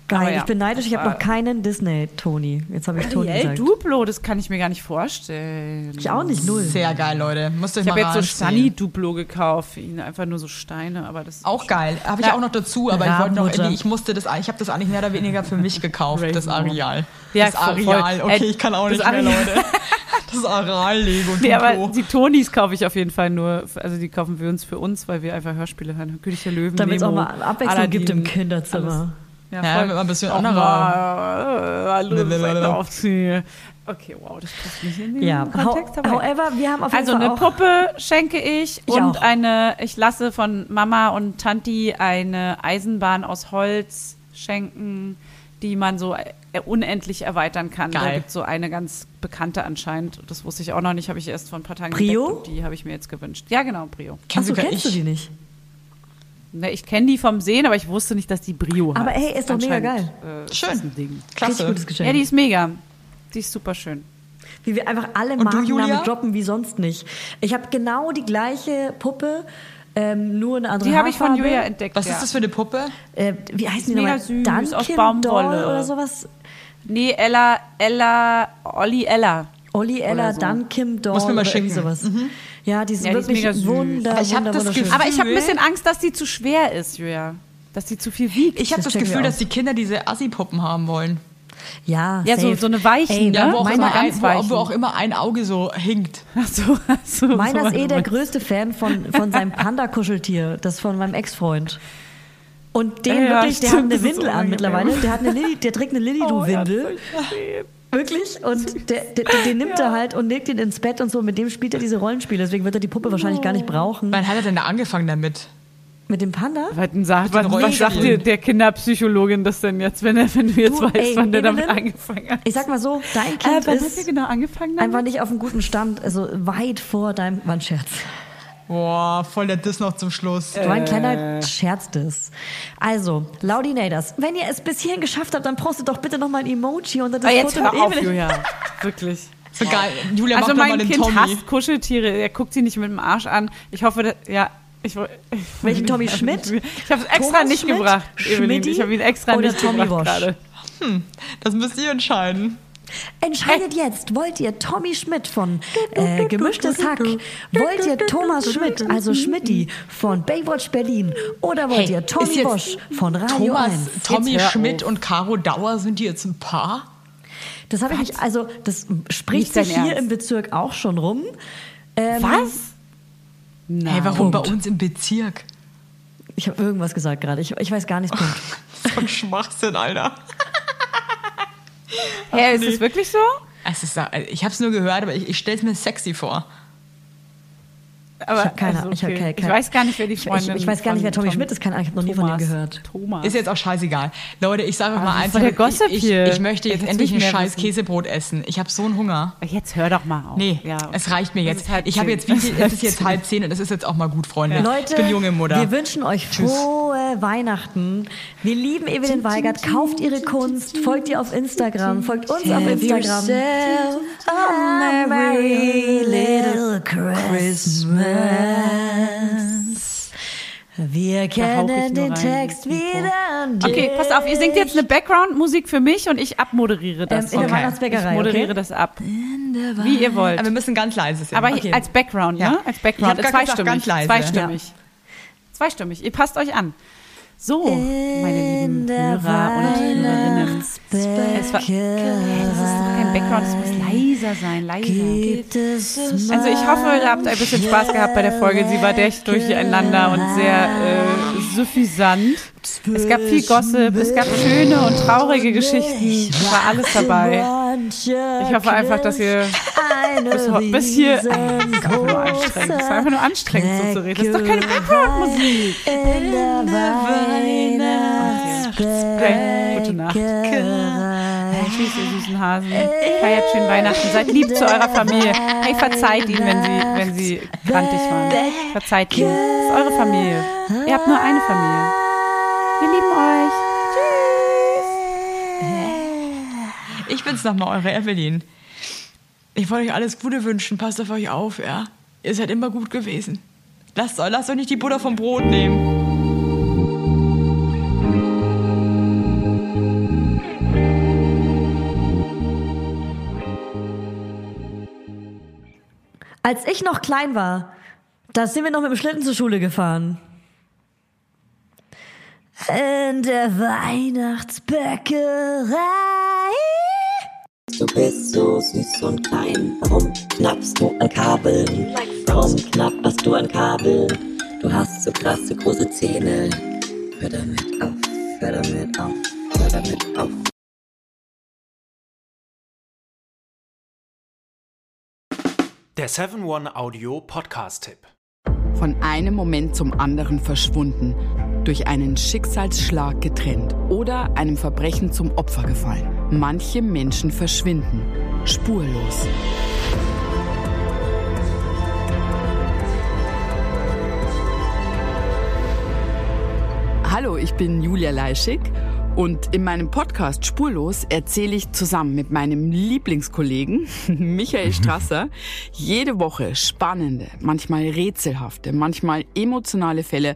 Speaker 1: Geil,
Speaker 2: Aber ja,
Speaker 1: ich bin neidisch, ich habe
Speaker 2: war-
Speaker 1: noch keinen Disney-Toni. Jetzt habe ich Toni
Speaker 2: Ariel
Speaker 1: gesagt.
Speaker 2: Duplo, das kann ich mir gar nicht vorstellen.
Speaker 1: Ich auch nicht, null.
Speaker 3: Sehr geil, Leute. Musst ihr
Speaker 2: Ich
Speaker 3: mal
Speaker 2: habe jetzt so
Speaker 3: reinziehen.
Speaker 2: Sunny Duplo gekauft, ihn einfach nur so Steine, aber das
Speaker 3: Auch geil. Habe ich auch noch dazu, aber ich wollte noch
Speaker 1: Rabenmutter.
Speaker 3: irgendwie, ich musste das, ich habe das eigentlich mehr oder weniger für mich gekauft, das Areal.
Speaker 2: Ja,
Speaker 3: das
Speaker 2: voll, voll.
Speaker 3: Areal. Okay,
Speaker 2: Äh,
Speaker 3: ich kann auch
Speaker 2: das
Speaker 3: nicht mehr,
Speaker 2: Areal.
Speaker 3: Leute. Das Areal-Lego.
Speaker 2: Nee, aber
Speaker 3: Duplo.
Speaker 2: die Tonis kaufe ich auf jeden Fall nur, also die kaufen wir uns für uns, weil wir einfach Hörspiele hören. König der Löwen,
Speaker 1: Damit es auch
Speaker 2: Nemo,
Speaker 1: mal Abwechslung gibt im Kinderzimmer.
Speaker 2: Alles.
Speaker 3: Ja,
Speaker 2: voll.
Speaker 3: mit ein bisschen
Speaker 2: Auch
Speaker 3: anderer-
Speaker 2: mal, äh, andere Seiten
Speaker 3: Blablabla.
Speaker 2: aufziehen. Okay, wow, das passt nicht in den
Speaker 1: Ja, how,
Speaker 2: Mhm, Kontext. aber-
Speaker 1: however, wir haben auf jeden
Speaker 2: also
Speaker 1: Fall
Speaker 2: eine
Speaker 1: auch
Speaker 2: Puppe schenke ich,
Speaker 1: Ich
Speaker 2: und
Speaker 1: auch.
Speaker 2: eine, ich lasse von Mama und Tanti eine Eisenbahn aus Holz schenken, die man so äh, unendlich erweitern kann. Da
Speaker 3: Geil.
Speaker 2: gibt so eine ganz bekannte anscheinend, das wusste ich auch noch nicht, habe ich erst vor ein paar Tagen
Speaker 1: Brio?
Speaker 2: entdeckt und die habe ich mir jetzt gewünscht. Ja, genau, Brio.
Speaker 1: Achso,
Speaker 3: sogar
Speaker 1: kennst du die nicht?
Speaker 2: Ne, Ich kenne die vom Sehen, aber ich wusste nicht, dass die Brio
Speaker 1: Aber
Speaker 2: heißt.
Speaker 1: hey, ist doch mega
Speaker 2: Anscheinend, Äh, ist das
Speaker 3: Schön.
Speaker 2: ein Ding.
Speaker 1: Richtig
Speaker 3: Klasse.
Speaker 1: gutes Geschenk.
Speaker 2: Ja, die ist mega. Die ist super schön.
Speaker 1: Wie wir einfach alle
Speaker 3: Und du,
Speaker 1: Markennamen
Speaker 3: Julia?
Speaker 1: droppen wie sonst nicht. Ich habe genau die gleiche Puppe, ähm, nur eine andere
Speaker 2: Die habe ich von
Speaker 1: Haarfarbe.
Speaker 2: Julia entdeckt.
Speaker 3: Was
Speaker 2: ja.
Speaker 3: ist das für eine Puppe?
Speaker 1: Äh, wie heißen die
Speaker 2: Mega
Speaker 1: nochmal?
Speaker 2: süß, aus
Speaker 1: Dunkin'
Speaker 2: Baumwolle.
Speaker 1: Doll oder sowas?
Speaker 2: Nee, Ella, Ella, Olli Ella.
Speaker 1: Olli Ella,
Speaker 2: Oder so.
Speaker 1: dann Kim Doll
Speaker 3: Muss mir mal
Speaker 1: oder irgendwie
Speaker 3: schicken.
Speaker 1: sowas. Ja, die sind
Speaker 2: Mhm. Ja, die ist
Speaker 1: wirklich
Speaker 2: mega süß.
Speaker 1: wunder,
Speaker 3: Ich hab
Speaker 1: wunder,
Speaker 3: das
Speaker 1: wunderschön.
Speaker 3: Gefühl-
Speaker 2: Aber ich habe ein
Speaker 3: Gefühl-
Speaker 2: bisschen Angst, dass die zu schwer ist, Julia. Dass die zu viel wiegt.
Speaker 3: Ich habe das,
Speaker 1: Das checken wir
Speaker 3: Gefühl,
Speaker 1: aus.
Speaker 3: dass die Kinder diese Assi-Puppen haben wollen.
Speaker 1: ja,
Speaker 2: Ja, so-
Speaker 1: safe.
Speaker 2: so eine Weichen,
Speaker 1: Ey,
Speaker 2: ne?
Speaker 1: ja,
Speaker 3: wo, auch
Speaker 2: Meine Hm.
Speaker 3: immer
Speaker 2: ganz
Speaker 3: ein,
Speaker 2: weichen.
Speaker 3: wo, wo auch immer ein Auge so hinkt.
Speaker 2: Ach so, ach so,
Speaker 1: Meiner
Speaker 2: so,
Speaker 1: ist eh der
Speaker 2: meinst.
Speaker 1: größte Fan von, von seinem Panda-Kuscheltier, das von meinem Ex-Freund. Und den
Speaker 2: Ja,
Speaker 1: wirklich, der hat
Speaker 2: stimmt, das
Speaker 1: eine
Speaker 2: ist
Speaker 1: Windel an
Speaker 2: unangenehm. Oh,
Speaker 1: mittlerweile. Der hat eine Lilly, der trägt eine Lilly-Du-Windel. wirklich? Und der, der, den nimmt er halt und legt ihn ins Bett und so. Mit dem spielt er diese Rollenspiele. Deswegen wird er die Puppe wahrscheinlich gar
Speaker 2: Oh.
Speaker 1: nicht brauchen.
Speaker 3: Wann hat er denn da angefangen damit?
Speaker 1: Mit dem Panda?
Speaker 2: Was, denn sagt, was, was
Speaker 3: Rollenspielen.
Speaker 2: sagt dir der Kinderpsychologin das denn jetzt, wenn, er, wenn du jetzt
Speaker 1: Du,
Speaker 2: weißt,
Speaker 1: ey,
Speaker 2: wann der damit
Speaker 1: Evelyn,
Speaker 2: angefangen hat?
Speaker 1: Ich sag mal so, dein
Speaker 2: äh,
Speaker 1: Kind
Speaker 2: wann hat der
Speaker 1: ist
Speaker 2: genau angefangen? damit?
Speaker 1: einfach nicht auf einem guten Stand. Also weit vor deinem, war ein Scherz.
Speaker 3: Boah, voll der Diss noch zum Schluss.
Speaker 2: Äh,
Speaker 1: War ein kleiner Scherz das. Also, Laudinators, wenn ihr es bis hierhin geschafft habt, dann postet doch bitte nochmal ein Emoji unter das
Speaker 2: Ah, jetzt
Speaker 1: Foto
Speaker 2: hör
Speaker 1: mit
Speaker 2: auf,
Speaker 1: Evelyn.
Speaker 2: Julia. Wirklich.
Speaker 3: So geil. Julia,
Speaker 2: Also
Speaker 3: mach doch mal
Speaker 2: mein
Speaker 3: den
Speaker 2: Kind
Speaker 3: Tommy.
Speaker 2: hasst Kuscheltiere. Er guckt sie nicht mit dem Arsch an. Ich hoffe, dass, ja. Ich, woll- ich
Speaker 1: Welchen Tommy Schmidt?
Speaker 2: Ich habe es extra
Speaker 1: Thomas
Speaker 2: nicht
Speaker 1: Schmidt?
Speaker 2: gebracht. Evelyn.
Speaker 1: Schmidti
Speaker 2: Ich habe ihn extra
Speaker 1: oder
Speaker 2: nicht
Speaker 1: Tommy
Speaker 2: gebracht
Speaker 1: Walsh?
Speaker 2: gerade.
Speaker 3: Das müsst ihr entscheiden.
Speaker 1: Entscheidet jetzt, wollt ihr Tommy Schmidt von äh, Gemischtes Hack, wollt ihr Thomas Schmidt, also Schmidti von Baywatch Berlin oder wollt
Speaker 3: Hey,
Speaker 1: ihr Tommy
Speaker 3: ist jetzt
Speaker 1: Bosch von Radio
Speaker 3: Thomas,
Speaker 1: 1?
Speaker 3: Tommy
Speaker 2: Jetzt hör
Speaker 3: Schmidt und Caro Dauer sind die jetzt ein Paar?
Speaker 1: Das habe ich mich, also das
Speaker 2: Nicht
Speaker 1: spricht
Speaker 2: dein
Speaker 1: sich hier
Speaker 2: Ernst.
Speaker 1: im Bezirk auch schon rum. Ähm,
Speaker 2: Was? Nein.
Speaker 3: Hey, warum
Speaker 1: Punkt.
Speaker 3: bei uns im Bezirk?
Speaker 1: Ich habe irgendwas gesagt gerade. Ich, ich weiß gar nicht.
Speaker 2: Oh.
Speaker 1: Punkt.
Speaker 3: So ein Schwachsinn, Alter.
Speaker 2: Hä, ist das wirklich so?
Speaker 3: Es ist, ich habe es nur gehört, aber ich, ich stelle es mir sexy vor.
Speaker 2: Aber,
Speaker 1: Ich hab keine-
Speaker 2: also,
Speaker 1: ich hab keine-
Speaker 2: ich weiß gar nicht, wer die
Speaker 1: Ich- ich-
Speaker 2: Freundin
Speaker 1: ich weiß gar nicht, wer
Speaker 2: von
Speaker 1: Tommy Schmidt ist. Keine Ahnung, ich hab noch nie von dem
Speaker 2: Thomas-
Speaker 1: gehört.
Speaker 2: Thomas.
Speaker 3: Ist jetzt auch scheißegal. Leute, ich sage euch mal eins.
Speaker 2: voll der Gossip
Speaker 3: ich, ich,
Speaker 2: hier.
Speaker 3: ich möchte
Speaker 2: Ich
Speaker 3: jetzt
Speaker 2: will's
Speaker 3: endlich ein
Speaker 2: nicht mehr
Speaker 3: scheiß
Speaker 2: wissen.
Speaker 3: Käsebrot essen. Ich habe so einen Hunger.
Speaker 2: Jetzt hör doch mal auf.
Speaker 3: Nee,
Speaker 2: Ja,
Speaker 3: es
Speaker 2: okay.
Speaker 3: reicht mir
Speaker 2: Es
Speaker 3: jetzt.
Speaker 2: ist halt halb
Speaker 3: ich habe
Speaker 2: zehn.
Speaker 3: jetzt, wie
Speaker 2: Es
Speaker 3: viel,
Speaker 2: ist
Speaker 3: es
Speaker 2: halb
Speaker 3: ist jetzt
Speaker 2: zehn.
Speaker 3: halb zehn und es ist jetzt auch mal gut, Freunde.
Speaker 1: Leute,
Speaker 3: ich bin junge Mutter.
Speaker 1: wir wünschen euch frohe Weihnachten. Wir lieben Evelyn Weigert. Kauft ihre Kunst, folgt ihr auf Instagram, folgt uns auf Instagram. A merry little Christmas. Wir kennen
Speaker 2: nur
Speaker 1: den
Speaker 2: rein
Speaker 1: Text wieder. und
Speaker 2: Okay, pass auf, ihr singt jetzt eine Background-Musik für mich und ich abmoderiere das.
Speaker 1: Ähm, in der
Speaker 2: okay.
Speaker 1: Weihnachtsbäckerei,
Speaker 2: Ich moderiere
Speaker 1: okay?
Speaker 2: das ab. Wie ihr wollt.
Speaker 3: Aber wir müssen ganz leise sein.
Speaker 2: Aber
Speaker 1: Okay.
Speaker 2: hier als Background,
Speaker 3: Ja.
Speaker 2: ne? Als Background.
Speaker 3: Ich hab gar gesagt,
Speaker 2: zweistimmig.
Speaker 3: ganz leise.
Speaker 2: Zweistimmig. Zweistimmig. Ihr passt euch an. So, meine lieben
Speaker 1: der
Speaker 2: Hörer und Hörerinnen. Es war,
Speaker 1: Weihnachtsbäckerei
Speaker 2: Hey, das ist doch kein Background, es muss leiser sein, leiser.
Speaker 1: Gibt es
Speaker 2: Also ich hoffe, ihr habt ein bisschen Spaß gehabt bei der Folge. Sie war echt durcheinander und sehr äh, suffisant. Es gab viel Gossip, es gab schöne und traurige Geschichten. Es war alles dabei. Ich hoffe einfach, dass ihr
Speaker 1: eine
Speaker 2: Bis, ho- bis hier. Das ist einfach nur
Speaker 1: riesengroße
Speaker 2: anstrengend. Das ist einfach nur anstrengend, so zu reden. Das ist doch keine Background-Musik.
Speaker 1: in der
Speaker 2: Okay. Gute Nacht. Tschüss, ihr süßen Hasen. Feiert schön Weihnachten. Seid lieb zu eurer Familie. Hey, verzeiht ihnen, wenn sie, wenn sie grantig waren. Verzeiht ihnen. Das ist eure Familie. Ihr habt nur eine Familie. Wir lieben euch.
Speaker 3: Ich bin's nochmal, eure Evelyn. Ich wollte euch alles Gute wünschen. Passt auf euch auf, ja. Ihr seid immer gut gewesen. Lasst, lasst euch nicht die Butter vom Brot nehmen.
Speaker 1: Als ich noch klein war, da sind wir noch mit dem Schlitten zur Schule gefahren. In der Weihnachtsbäckerei.
Speaker 7: Du bist so süß und klein. Warum knappst du an Kabeln? Warum knapperst du an Kabeln? Du hast so krasse große Zähne. Hör damit auf, hör damit auf, hör damit auf.
Speaker 8: Der 7-One Audio Podcast-Tipp.
Speaker 9: Von einem Moment zum anderen verschwunden, durch einen Schicksalsschlag getrennt oder einem Verbrechen zum Opfer gefallen. Manche Menschen verschwinden spurlos. Hallo, ich bin Julia Leischig und in meinem Podcast Spurlos erzähle ich zusammen mit meinem Lieblingskollegen Michael Strasser jede Woche spannende, manchmal rätselhafte, manchmal emotionale Fälle